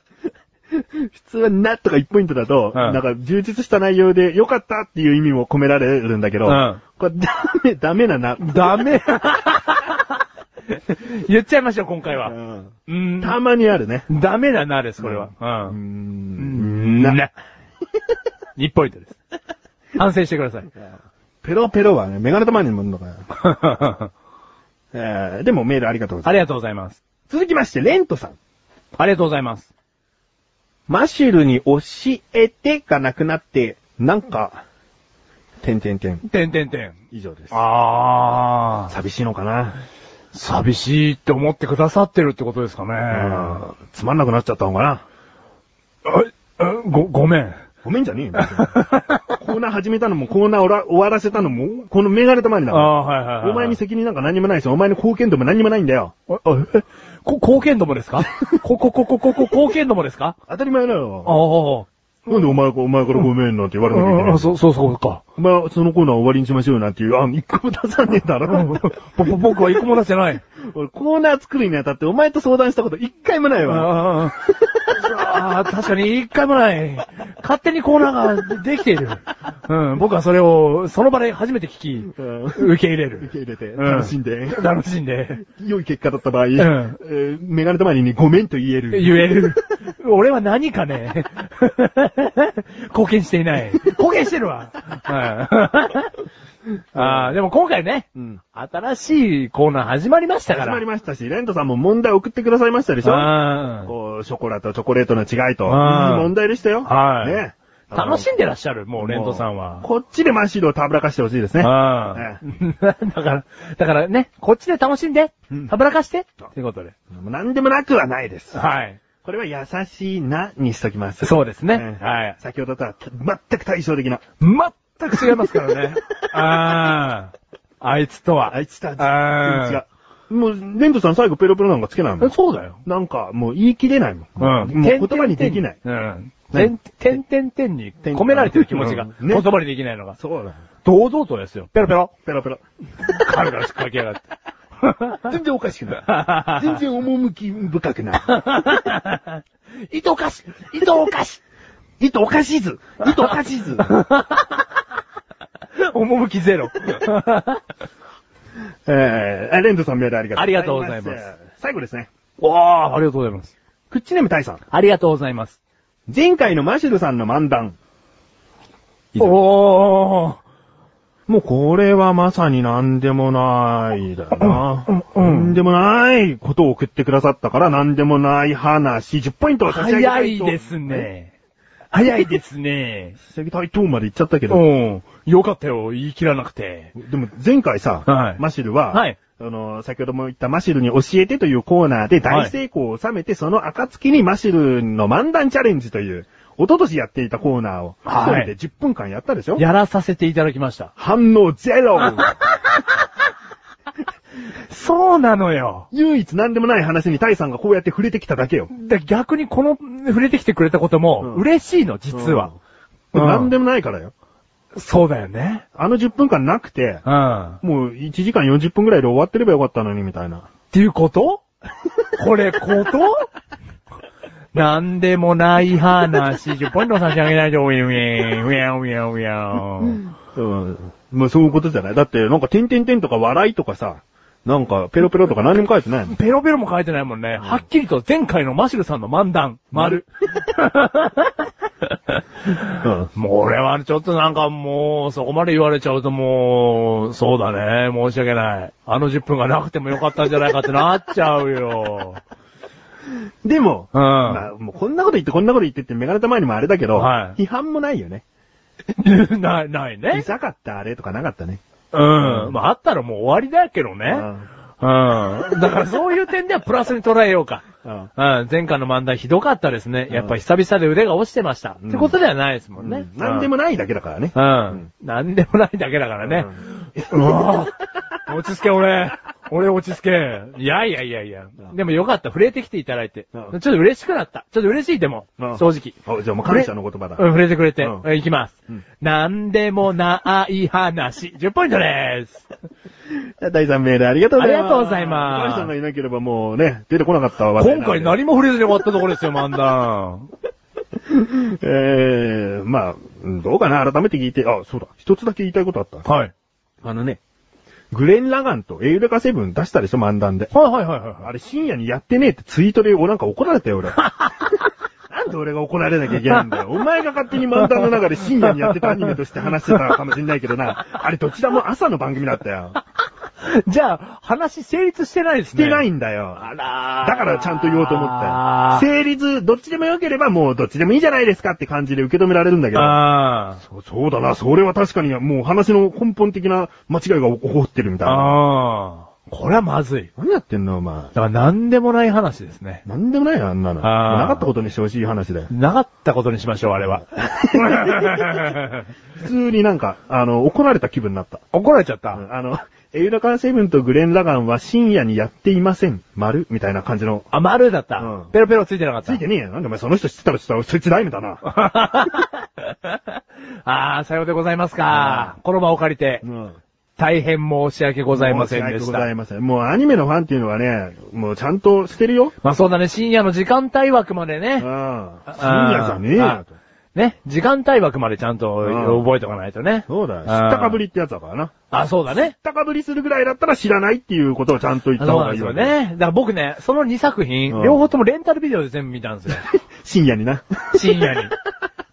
普通はなとか1ポイントだと、
ん
なんか充実した内容で良かったっていう意味も込められるんだけど、
うん
これダメ、ダメなな。
ダメ。言っちゃいましょう、今回は。うーん。
たまにあるね。
ダメだな、です、これは。
う
うんん。な。一ポイントです。反省してくだ *laughs* さい。
ペロペロはね、メガネ玉にもんのかよ。えー、でもメールありがとうござ
あ
います。
りがとうございます。
続きまして、レントさん。
ありがとうございます。
マシュルに教えてがなくなって、なんか、てんてんてん。
てんてんてん。
以上です。
あー。
寂しいのかな、
寂しいって思ってくださってるってことですかね。
うんつまんなくなっちゃったのかな
ああご、ごめ *laughs* ん。
ごめんじゃ *laughs* ねえよ。別にコーナー始めたのも、コーナーおら終わらせたのも、このメガネ玉にだ
あー、
もん
はいはいはい。
お前に責任なんか何にもないし、お前の貢献度も何にもないんだよ。
ああえ *laughs* こ、貢献度もですかこ、こ、こ、こ、こ、こ、貢献度もですか
当たり前だ
ああ
よ。
ー。
なんでお前か、お前からごめんなんて言われなきゃいけない
あ、。そう、そう、そうか。
お前はそのコーナー終わりにしましょうよなんていう案一個も出さねえだろ。
ぼぼ僕は一個も出してない。
俺コーナー作るにあたってお前と相談したこと一回もないわ。
ああ、確かに一回もない。勝手にコーナーができている。うん、僕はそれを、その場で初めて聞き、
うん
受け入れ
受
る。
け入れて、
うん
楽しんで、 *laughs*
楽しんで、
良い結果だった場合、え
ん
ーメガネたまりにごめんと言える。
言える。 *laughs* 俺は何かね、 *laughs* 貢献していない。貢献してるわ。 *laughs* はいああ、でも今回ね、
うん。
新しいコーナー始まりましたから。
始まりましたし、レントさんも問題送ってくださいましたでしょ
あー
こう、ショコラとチョコレートの違いと。いい
あー
問題でしたよ。
はい
ね。
楽し
い
んでらっしゃる、もう、レントさんは。
こっちでマシードをたぶらかしてほしいですね。
ああ。 *laughs* だから、だからね、こっちで楽しんで
うん、
たぶらかして、ということで。
なんでもなくはないです。
はい。
これは優しいなにしときます。
そうです
う
ね。はい。
先ほどとは全く対照的な。
全く違います *laughs* からね。ああ。あいつと
*laughs*
は。
あいつとは
あ
全然違う。もう、レントさん最後ペロペロなんかつけないもん。
そうだよ。
なんか、もう言い切れないもん。
うん。
もう言葉にできない。
うん。
ね
てん、てんてんてんに込められてる気持ちが、
うんね
言葉にできないのが、
そうだ。
堂々とですよ。ペロペロ。
ペロペ
*laughs*
ロ。
軽々しかけやがって。 *laughs*
全然おかしくない。 *laughs* 全然趣深くない。
*laughs* 糸おかし糸おかし
*laughs* 糸おかしい
*laughs*
ず糸おかしいず
趣ゼ *laughs* ロ。
えー、レントさんメールありがとう
ありがとうございます。
最後ですね。
わあ、ありがとうございます。
クッチネームタイさん。
ありがとうございます。
前回のマシルさんの漫談。以上
おー。
もうこれはまさに何でもないだな。
うんうん
何でもないことを送ってくださったから何でもない話、10ポイントを差し上げた
早
い
い
と。
です。ね。早いですね。
差し上げたいとまで言っちゃったけど。
*laughs* うん。よかったよ、言い切らなくて。
でも前回さ、
はい
マシルは、
はい
あの、先ほども言ったマシルに教えてというコーナーで大成功を収めて、その暁にマシルの漫談チャレンジという、一昨年やっていたコーナーを、一
はい
人で10分間やったでしょ
やらさせていただきました。
反応ゼ
*laughs*
ロ
そうなのよ。
唯一何でもない話にタイさんがこうやって触れてきただけよ。
だ逆にこの、触れてきてくれたこと
うん
も、嬉しいの、実は。
うん。
うん
何でもないからよ。
そうだよね。
あの10分間なくて、
うん。っ
もう1時間40分ぐらいで終わってればよかったのにみたいな。
ていうことこれ、ことなんでもない話、10ポイント差し上げないと、ウィンウィン、ウィンウィンウィン。
うん。まあそういうことじゃないだって、なんか点々点とか笑いとかさ、なんかペロペロとか何にも書いてないもん。
ペロペロも書いてないもんね。はっきりと前回のマシルさんの漫談、丸。
*laughs* うん。
もう俺はちょっとなんかもう、そこまで言われちゃうともう、そうだね、申し訳ない。あの10分がなくてもよかったんじゃないかってなっちゃうよ。
でも、
うん。
まあ、もうこんなこと言ってこんなこと言ってってメガネた前にもあれだけど、
はい
批判もないよね。
*laughs* ない、ないうね。
ざかったあれとかなかったね。
うん。まああったらもう終わりだけど
うん
ね。うん。だからそういう点ではプラスに捉えようか。
うん
うん。前回の漫談ひどかったですね。やっぱ久々で腕が落ちてました。
うん
ってことではないですもん
う
ね
ん。何でもないだけだからね。
うん。なんでもないだけだからね。うわぁ。落ち着け、俺。俺落ち着け。いやいやいやいや
う。ん
でもよかった。触れてきていただいて。ち
う
ょ
ん
っと嬉しくなった。ちょっと嬉しい、でも
うん。
正直。
*laughs* あじゃあもう感謝の言葉だ。
うん、触れてくれて。
うん
うんいきます
うん。
なんでもない話。10ポイントです。
第3メールありがとうございます。
ありがとうございます
小林さんがいなければもうね、出てこなかったわ。
今
*laughs*
回何も触れずに終わったところですよ、漫談。
ええまあ、うんどうかな、改めて聞いて、あ、そうだ、一つだけ言いたいことあった。
はい。
あのね、グレン・ラガンとエウレカセブン出したでしょ、漫談で。
はいはいはいはいは
あれ深夜にやってねえってツイートで俺なんか怒られたよ、俺。 *laughs* なんで俺が怒られなきゃいけないんだよ。お前が勝手に漫談の中で深夜にやってたアニメとして話してたかもしれないけどな。あれどちらも朝の番組だったよ。
い。 *laughs* じゃあ、話成立してないです
し
ね。
てない
だ。
んだよ。
あらー
だからちゃんと言おうと思った
あ
よ。成立、どっちでも良ければもうどっちでもいいじゃないですかって感じで受け止められるんだけ
ー
ど。
あー。
そうそうだな、それは確かにもう話の根本的な間違いが起こってるみたいな。
ああ。これはまずい。
何やってんの、お前
だ。から何でもない話ですね。
なんでもないよ、あんなの。
あー
なかったことにしてほしい話だよ。
なかったことにしましょう、あ
*laughs*
れは。
普通になんか、あの、怒られた気分になった。
怒られちゃっ
う
た。
んあの、エウラカーセブンとグレン・ラガンは深夜にやっていません。丸みたいな感じの。
あ、丸だった、
うん
ペロペロついてなかった。
ついてねえよ。なんでお前その人知ってたらちょっとそいつライムだな。
ああ、さようでございますか。この場を借りて、
ん。
大変申し訳ございませんで
申し
し
訳ござい
た。
ません。もうアニメのファンっていうのはね、もうちゃんとしてる
*laughs*
よ。
まあそうだね、深夜の時間帯枠まで
う
ね
ん。。深夜じゃねえ
あ
よ。
ね、時間帯枠までちゃん
う
と
ん
覚えておかないとね。
そうだよ。
ん
知ったかぶりってやつだからな。
あ、そうだね
知っ。たかぶりするぐらいだったら知らないっていうことをちゃんと言っ
そ
た
う
方
なん
がい
で
い
す
わ
よ
けだ
ね。だから僕ね、その2作品、
うん
両方ともレンタルビデオで全部見
*laughs*
たんですよ。
深夜に
*laughs*
な。
深夜に。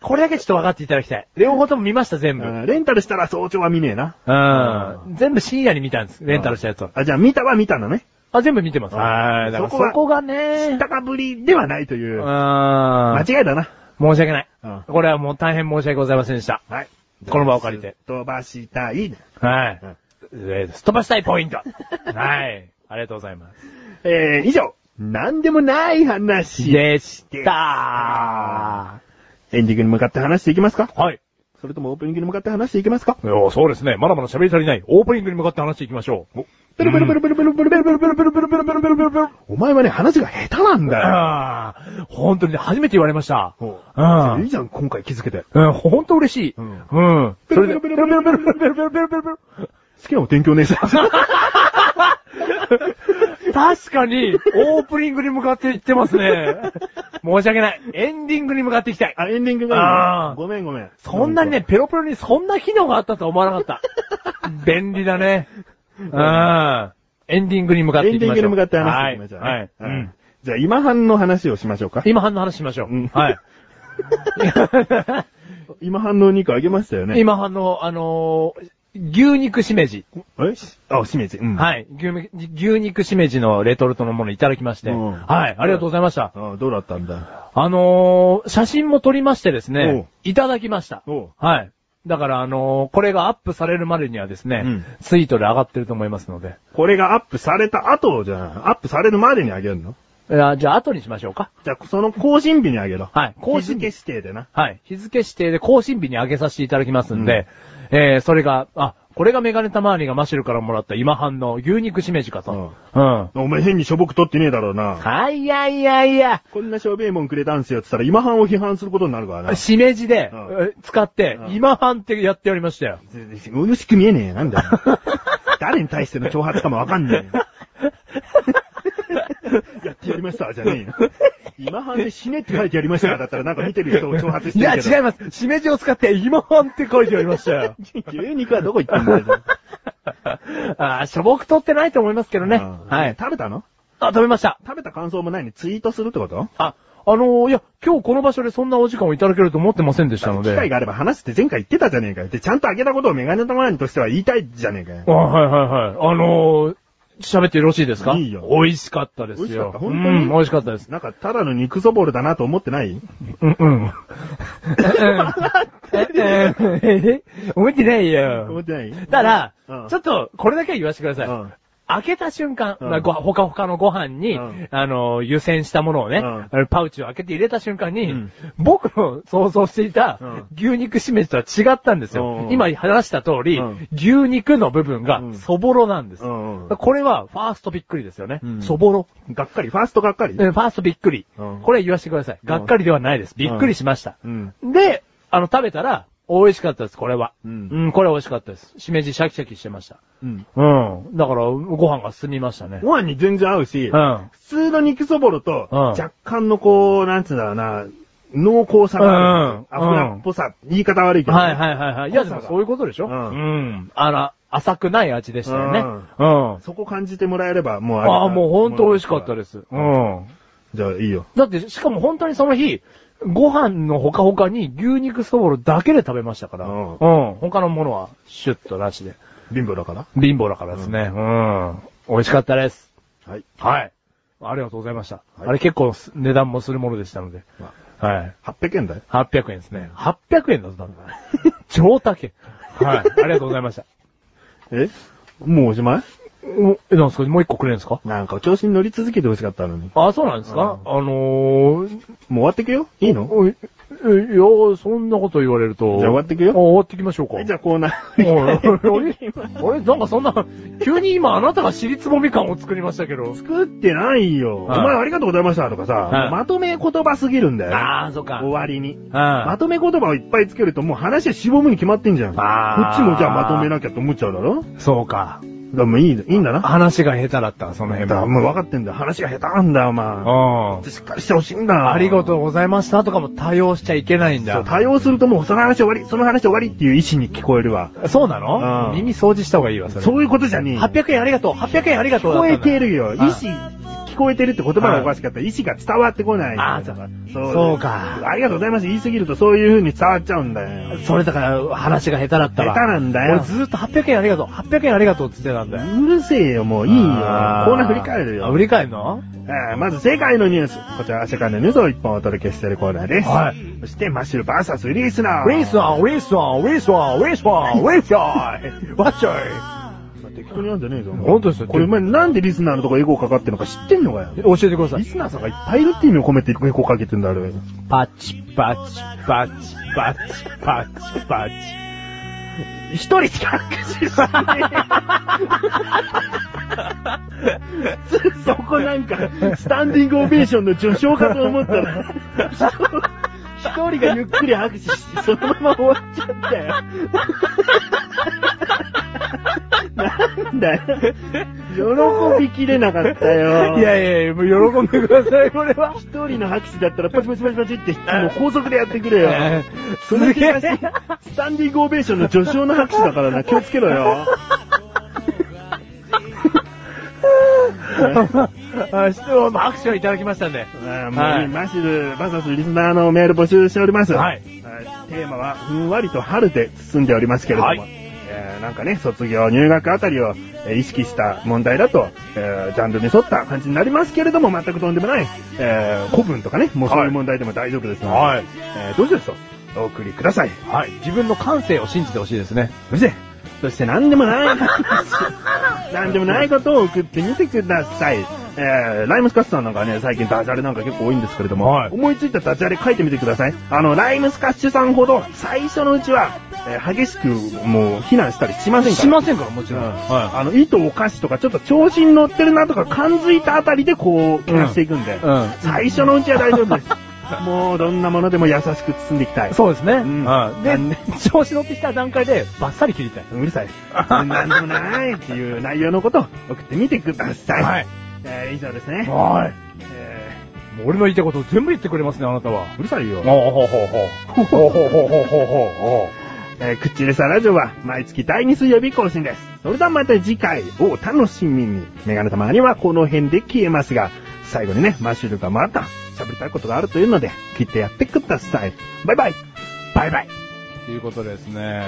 これだけちょっと分かっていただきたい。両方とも見ました、全部。
うんレンタルしたら早朝は見ねえな。
うん。全部深夜に見たんです、レンタルしたやつを。
あ、じゃあ見たは見たのね。
あ、全部見てます。
うん
はい。だからそ
そこは
こが
知
ね
っ、たかぶりではないというう。
ん
間。違いだな。
申し訳ない。
うん
これはもう大変申し訳ございませんでした。
はい。
この場を借りて。
飛ばしたい。
はい
うん。
えーすっ飛ばしたいポイ
*laughs*
ント。はい。ありがとうございま
えー、以上。なんでもない
す。
話。
でした
でし
た
エンディングに向かって話していきますか
はい。
それともオープニングに向かって話していきますか
おそうですね。まだまだ喋り足りない。オープニングに向かって話していきましょう。
ペルペルペルペルペルペルペルペルペルペルペルペルペルペルペルお前はね、話が下手なんだよ。
ああ、本当にね初めて言われました。う
ほ
ん
ういいじゃん、今回気づけて。
うん、ほんと嬉しい。う
うんん。
それで、
ペルペルペルペルペルペルペルペルペル好きなお天気お姉さん。
*laughs* 確かに、オープニングに向かって行ってますね。 *laughs* 申し訳ない。エンディングに向かっていきたい。
あ、エンディングが
あ
い
ー
いのごめんごめん。
そんなにね、ペロペロにそんな機能があったとは思わな *laughs* かった。便利だね。うん。エンディングに向かって
エ
い
ン
き
ディ
ましょう。
ングに向かって話していきましょうね。
はい。はい。うん。
じゃあ、今半の話をしましょうか。
今半の話しましょ
う。
うん *laughs* はい。
今半のお肉あげましたよね。
今半の、あのー牛肉しめじ。
えしあ、しめじ。うん。い。
はい。牛肉牛肉しめじのレトルトのものいただきまして。
うん
はい。ありがとうございました。
あどうだったんだ
あのー写真も撮りましてですね、いただきました。
おう
はい。だから、あのーこれがアップされるまでにはですね、
うん
ツイートで上がってると思いますので。
これがアップされた後じゃないアップされるまでにあげるの
いやじゃあ、後にしましょうか。
じゃあ、その更新日にあげろ。
はい更
更
新
新
日
日。指定でな。
はい。日付指定で更新日に上げさせていただきますんで、えー、それが、あ、これがメガネたまわりがマシュルからもらった今半の牛肉しめじかと。うん。
お前変にしょぼく取ってねえだろうな。
はい、いやいやいや。
こんなしょべえもんくれたんすよって言ったら今半を批判することになるからな。
しめじで、
うん
え使って、
うん
今半ってやっておりましたよ。
俺の仕組みえねえ。なんだよ。 *laughs* 誰に対しての挑発かもわかんねえ。やってやりました、じゃねえよ。今半で死ねって書いてやりましただったらなんか見てる人を挑発して
い
る
や、
けど。
違います。しめじを使って、今半って書いておりましたよ。
牛肉はどこ行ってん *laughs* だよ。
*laughs* あー、しょぼく取ってないと思いますけどね。
うん
はい。
食べたの
あ、食べました。
食べた感想もないにツイートするってこと
あ、あのーいや、今日この場所でそんなお時間をいただけると思ってませんでしたので。
機会があれば話すって前回言ってたじゃねえかよ。で、ちゃんとあげたことをメガネ玉にとしては言いたいじゃねえかよ
あ、。はいはいはい。あのー、喋ってよろしいですか
いいよ
美味しかったですよ。
美味しかった本当に
うん、美味しかったです。
なんか、ただの肉そぼろだなと思ってない
うん、 *laughs* うん。え、え、え、思ってない
思っ
よ。
てない
ただ、
うん
ちょっと、これだけは言わせてください。
うん
開けた瞬間、
うん
まあごほかほかのご飯に、
うん
あの、湯煎したものをね、
うん
あのパウチを開けて入れた瞬間に、
うん
僕の想像していた
うん
牛肉しめじとは違ったんですよ。
うん
今話した通り、
うん
牛肉の部分が
うん
そぼろなんです。
うんうん
これはファーストびっくりですよね。
うん
そぼろ。
がっかり、ファーストがっかり。
えファーストびっくり。
うん
これ言わせてください。がっかりではないです。びっくりしました。
うん。
で、あの、食べたら、美味しかったです、これは。う
うんん、
これは美味しかったです。しめじシャキシャキしてました。
うん。
うん。だから、ご飯が進みましたね。
ご飯に全然合うし、
うん。
普通の肉そぼろと、
うん
若干のこう、なんつうんだろうな、濃厚さがある。
うんうん
油っぽさ、言い方悪いけど。
はいはいはいはい。いや、でもそういうことでしょ
うん
ん。あら、浅くない味でしたよね。うん。
そこ感じてもらえれば、もう
ああ、もうほんと美味しかった
す。
です。うん。
じゃあ、いいよ。
だって、しかも本当にその日、ご飯のほかほかに牛肉そぼろだけで食べましたから。
うん
うん。他のものは、シュッとなしで。
貧乏だから。
貧乏だからですね。うん。美味しかったです。
はい。
はい。ありがとうございました。
はい
あれ結構す値段もするものでしたので。
ま
はい。
あ、800円だよ。
800円ですね。800円だ *laughs* ったんだ。超高い。はい。ありがとうございました。
えもうおしまい
お、え、なんすかもう一個くれるんですか
なんか、調子に乗り続けて欲しかったのに。
あ、そうなんですかあのー、
もう終わってくよいいの
おいえいや、そんなこと言われると。
じゃあ終わっていく
あ
よ。
終わってきましょうか。
じゃあコーナー。 *laughs*
おいあれなんかそんな、急に今あなたが尻つぼみ感を作りましたけど。
作ってないよ。お
はい
前ありがとうございましたとか
は
さ
い、
まとめ言葉すぎるんだよね。
ああ、そっか
終わりに。ま
あ
とめ言葉をいっぱいつけるともう話はしぼむに決まってんじゃん。こ
あー
っちもじゃあまとめなきゃと思っちゃうだろだか
そうか。
らもういい、いいんだな。
話が下手だった、その
だ
辺
から
も。
もう分かってんだよ。話が下手なんだよ、お前。
う
しっかりしてほしいんだ。
ん。ありがとうございましたとかも対応しちゃいけないん
そ
だ
う。対応するともうその話終わり、その話終わりっていう意思に聞こえるわ。
そうなの
うん
耳掃除した方がいいわ、それ。
そういうことじゃねえよ。
800円ありがとう !800 円ありがとう
聞こえて
る。
るよ。意思、聞こえてるって言葉がおかしかった。意思が伝わってこない。
あーそう
か
か。そうか
ありがとうございます。言いすぎるとそういう風に伝わっちゃうんだよ。
それだから話が下手だったわ。
下手なんだよ
俺ずっと800円ありがとう !800 円ありがとうって言ってたんだよ。
うるせえよ、もういいよ。コー
あ
ナー振り返る
あ
よ
振。り返るの
えーまず世界のニュース。こちら世界のニュースを一本お届けしているコーナーです。
はい
そしてマッシュルバーサスリースナー。
ウェイスワン、ウェイスワン、ウェイスワン、ウェイスワン、ウェイスワン、ワッチョ
適当に読んじゃねえぞ。
本当ですよ
これお前なんでリスナーのとこエゴーかかってるのか知ってんのかよ。
イ。教えてくださ
リ
い。
スナーさんがいっぱいいるって意味を込めてエゴーかけてんだ、あれ。
パチ、パチ、パチ、パチ、パチ、パチ。
一人しか握手しねえ。そこなんか、スタンディングオベーションの序章かと思ったら、一人がゆっくり拍手して、そのまま終わっちゃったよ。なんだよ。喜びきれなかったよ。
いやいやいや、もう喜んでください、これは。 *laughs*
一人の拍手だったらパチパチパチパチって、もう高速でやってくれよ。その
すげ
気がし。
え
スタンディングオベーションの序章の拍手だからな、気をつけろよ。
あしても拍手をいただきましたんで。
あー
は
もう
い
マシル、バサスリスナーのメール募集しております。
はい
ー。テーマは、ふんわりと春で包んでおりますけれども、
はい
えーなんかね、卒業、入学あたりをえー意識した問題だと、えージャンルに沿った感じになりますけれども、全くとんでもない、えー古文とかね、もうそういう問題でも大丈夫ですので、
はい
えーどうぞとお送りください。
はい。自分の感性を信じてほしいですね。
そして、そして何でもない、何でもないことを送ってみてください。えー、ライムスカッシュさんなんかね、最近ダジャレなんか結構多いんですけれども、
はい
思いついたダジャレ書いてみてください。あの、ライムスカッシュさんほど最初のうちは、えー激しくもう非難したりしませんから。
しませんから、もちろん。
うん
は
あの、糸お菓子とかちょっと調子に乗ってるなとか感づいたあたりでこう、けなしていくんで、
い。
最初のうちは大丈夫です。もうどんなものでも優しく包んでいきた
う
い
ん。。そうですね。
ん
うん
なんで
で、調子乗ってきた段階でバッサリ切りたい。
うるさい。なんでもないっていう内容のことを送ってみてください。
はい。
えー、以上ですね。
はい。
え
もう俺の言いたいことを全部言ってくれますね、あなたは。
ーうるさいよ。
おほほほ。ほほほほほほほ。
えー、口でさラジオは毎月第2水曜日更新です。それではまた次回をお楽しみに。メガネたまにはこの辺で消えますが、最後にね、マッシュルがまた喋りたいことがあるというので、切ってやってください。バイバイバイバイ
ということですね。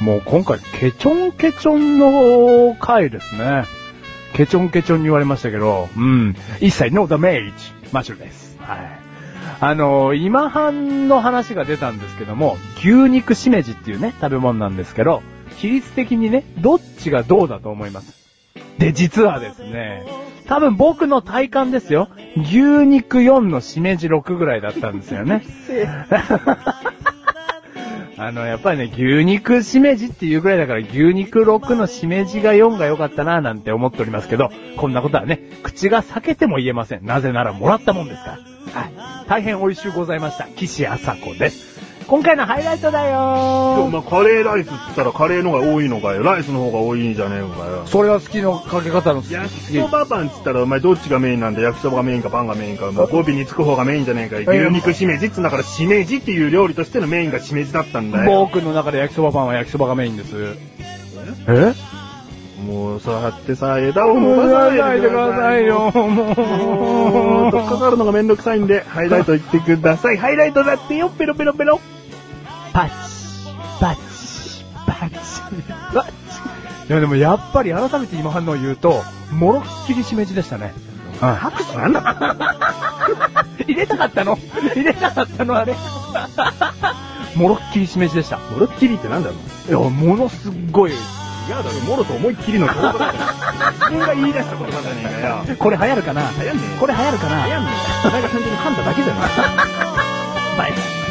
もう今回、ケチョンケチョンの回ですね。ケチョンケチョンに言われましたけど、うん。一切ノーダメージ、マッシュルです。はい。あの、今半の話が出たんですけども、牛肉しめじっていうね、食べ物なんですけど、比率的にね、どっちがどうだと思いますで、実はですね、多分僕の体感ですよ、牛肉4のしめじ6ぐらいだったんですよね。あの、やっぱりね、牛肉しめじっていうぐらいだから、牛肉6のしめじが4が良かったなぁなんて思っておりますけど、こんなことはね、口が裂けても言えません。なぜならもらったもんですから。はい。大変美味しゅうございました。岸朝子です。今回のハイライトだよー
前カレーライスって言ったらカレーの方が多いのかよ。ライスの方が多いんじゃねえのかよ。
それは好きのかけ方の好き
焼きそばパンっつったら、お前どっちがメインなんだ焼きそばがメインかパンがメインか、もう語尾につく方がメインじゃねえか。牛肉しめじっつうんだから、しめじっていう料理としてのメインがしめじだったんだよ。
僕の中で焼きそばパンは焼きそばがメインです。え
もうさ、はってさ、枝を伸
も
ば
う
さ
や
ないでくださいよ。も
も
う、とっかかるのがめんどくさいんで、ハイライト言ってください。ハイライトだってよ、ペロペロペロ。
パチ、パチ、パチ、パチ。いやでもやっぱり改めて今反応言うと、もろっきりしめじでしたね。
拍手なんだ
入れたかったの入れたかったのあれ。 *laughs* もろっきりしめじでした。
もろっきりってなんだろう
いや、ものすっごい。
違うだろ、もろと思いっきりの言葉だよ。自分が言い出した言葉じゃねえかよ。
これ流行るかな
流行んねえ。
これ流行るかな
流行んねえ。お前が単純に噛んだだけじゃない。
*laughs* バイバイ。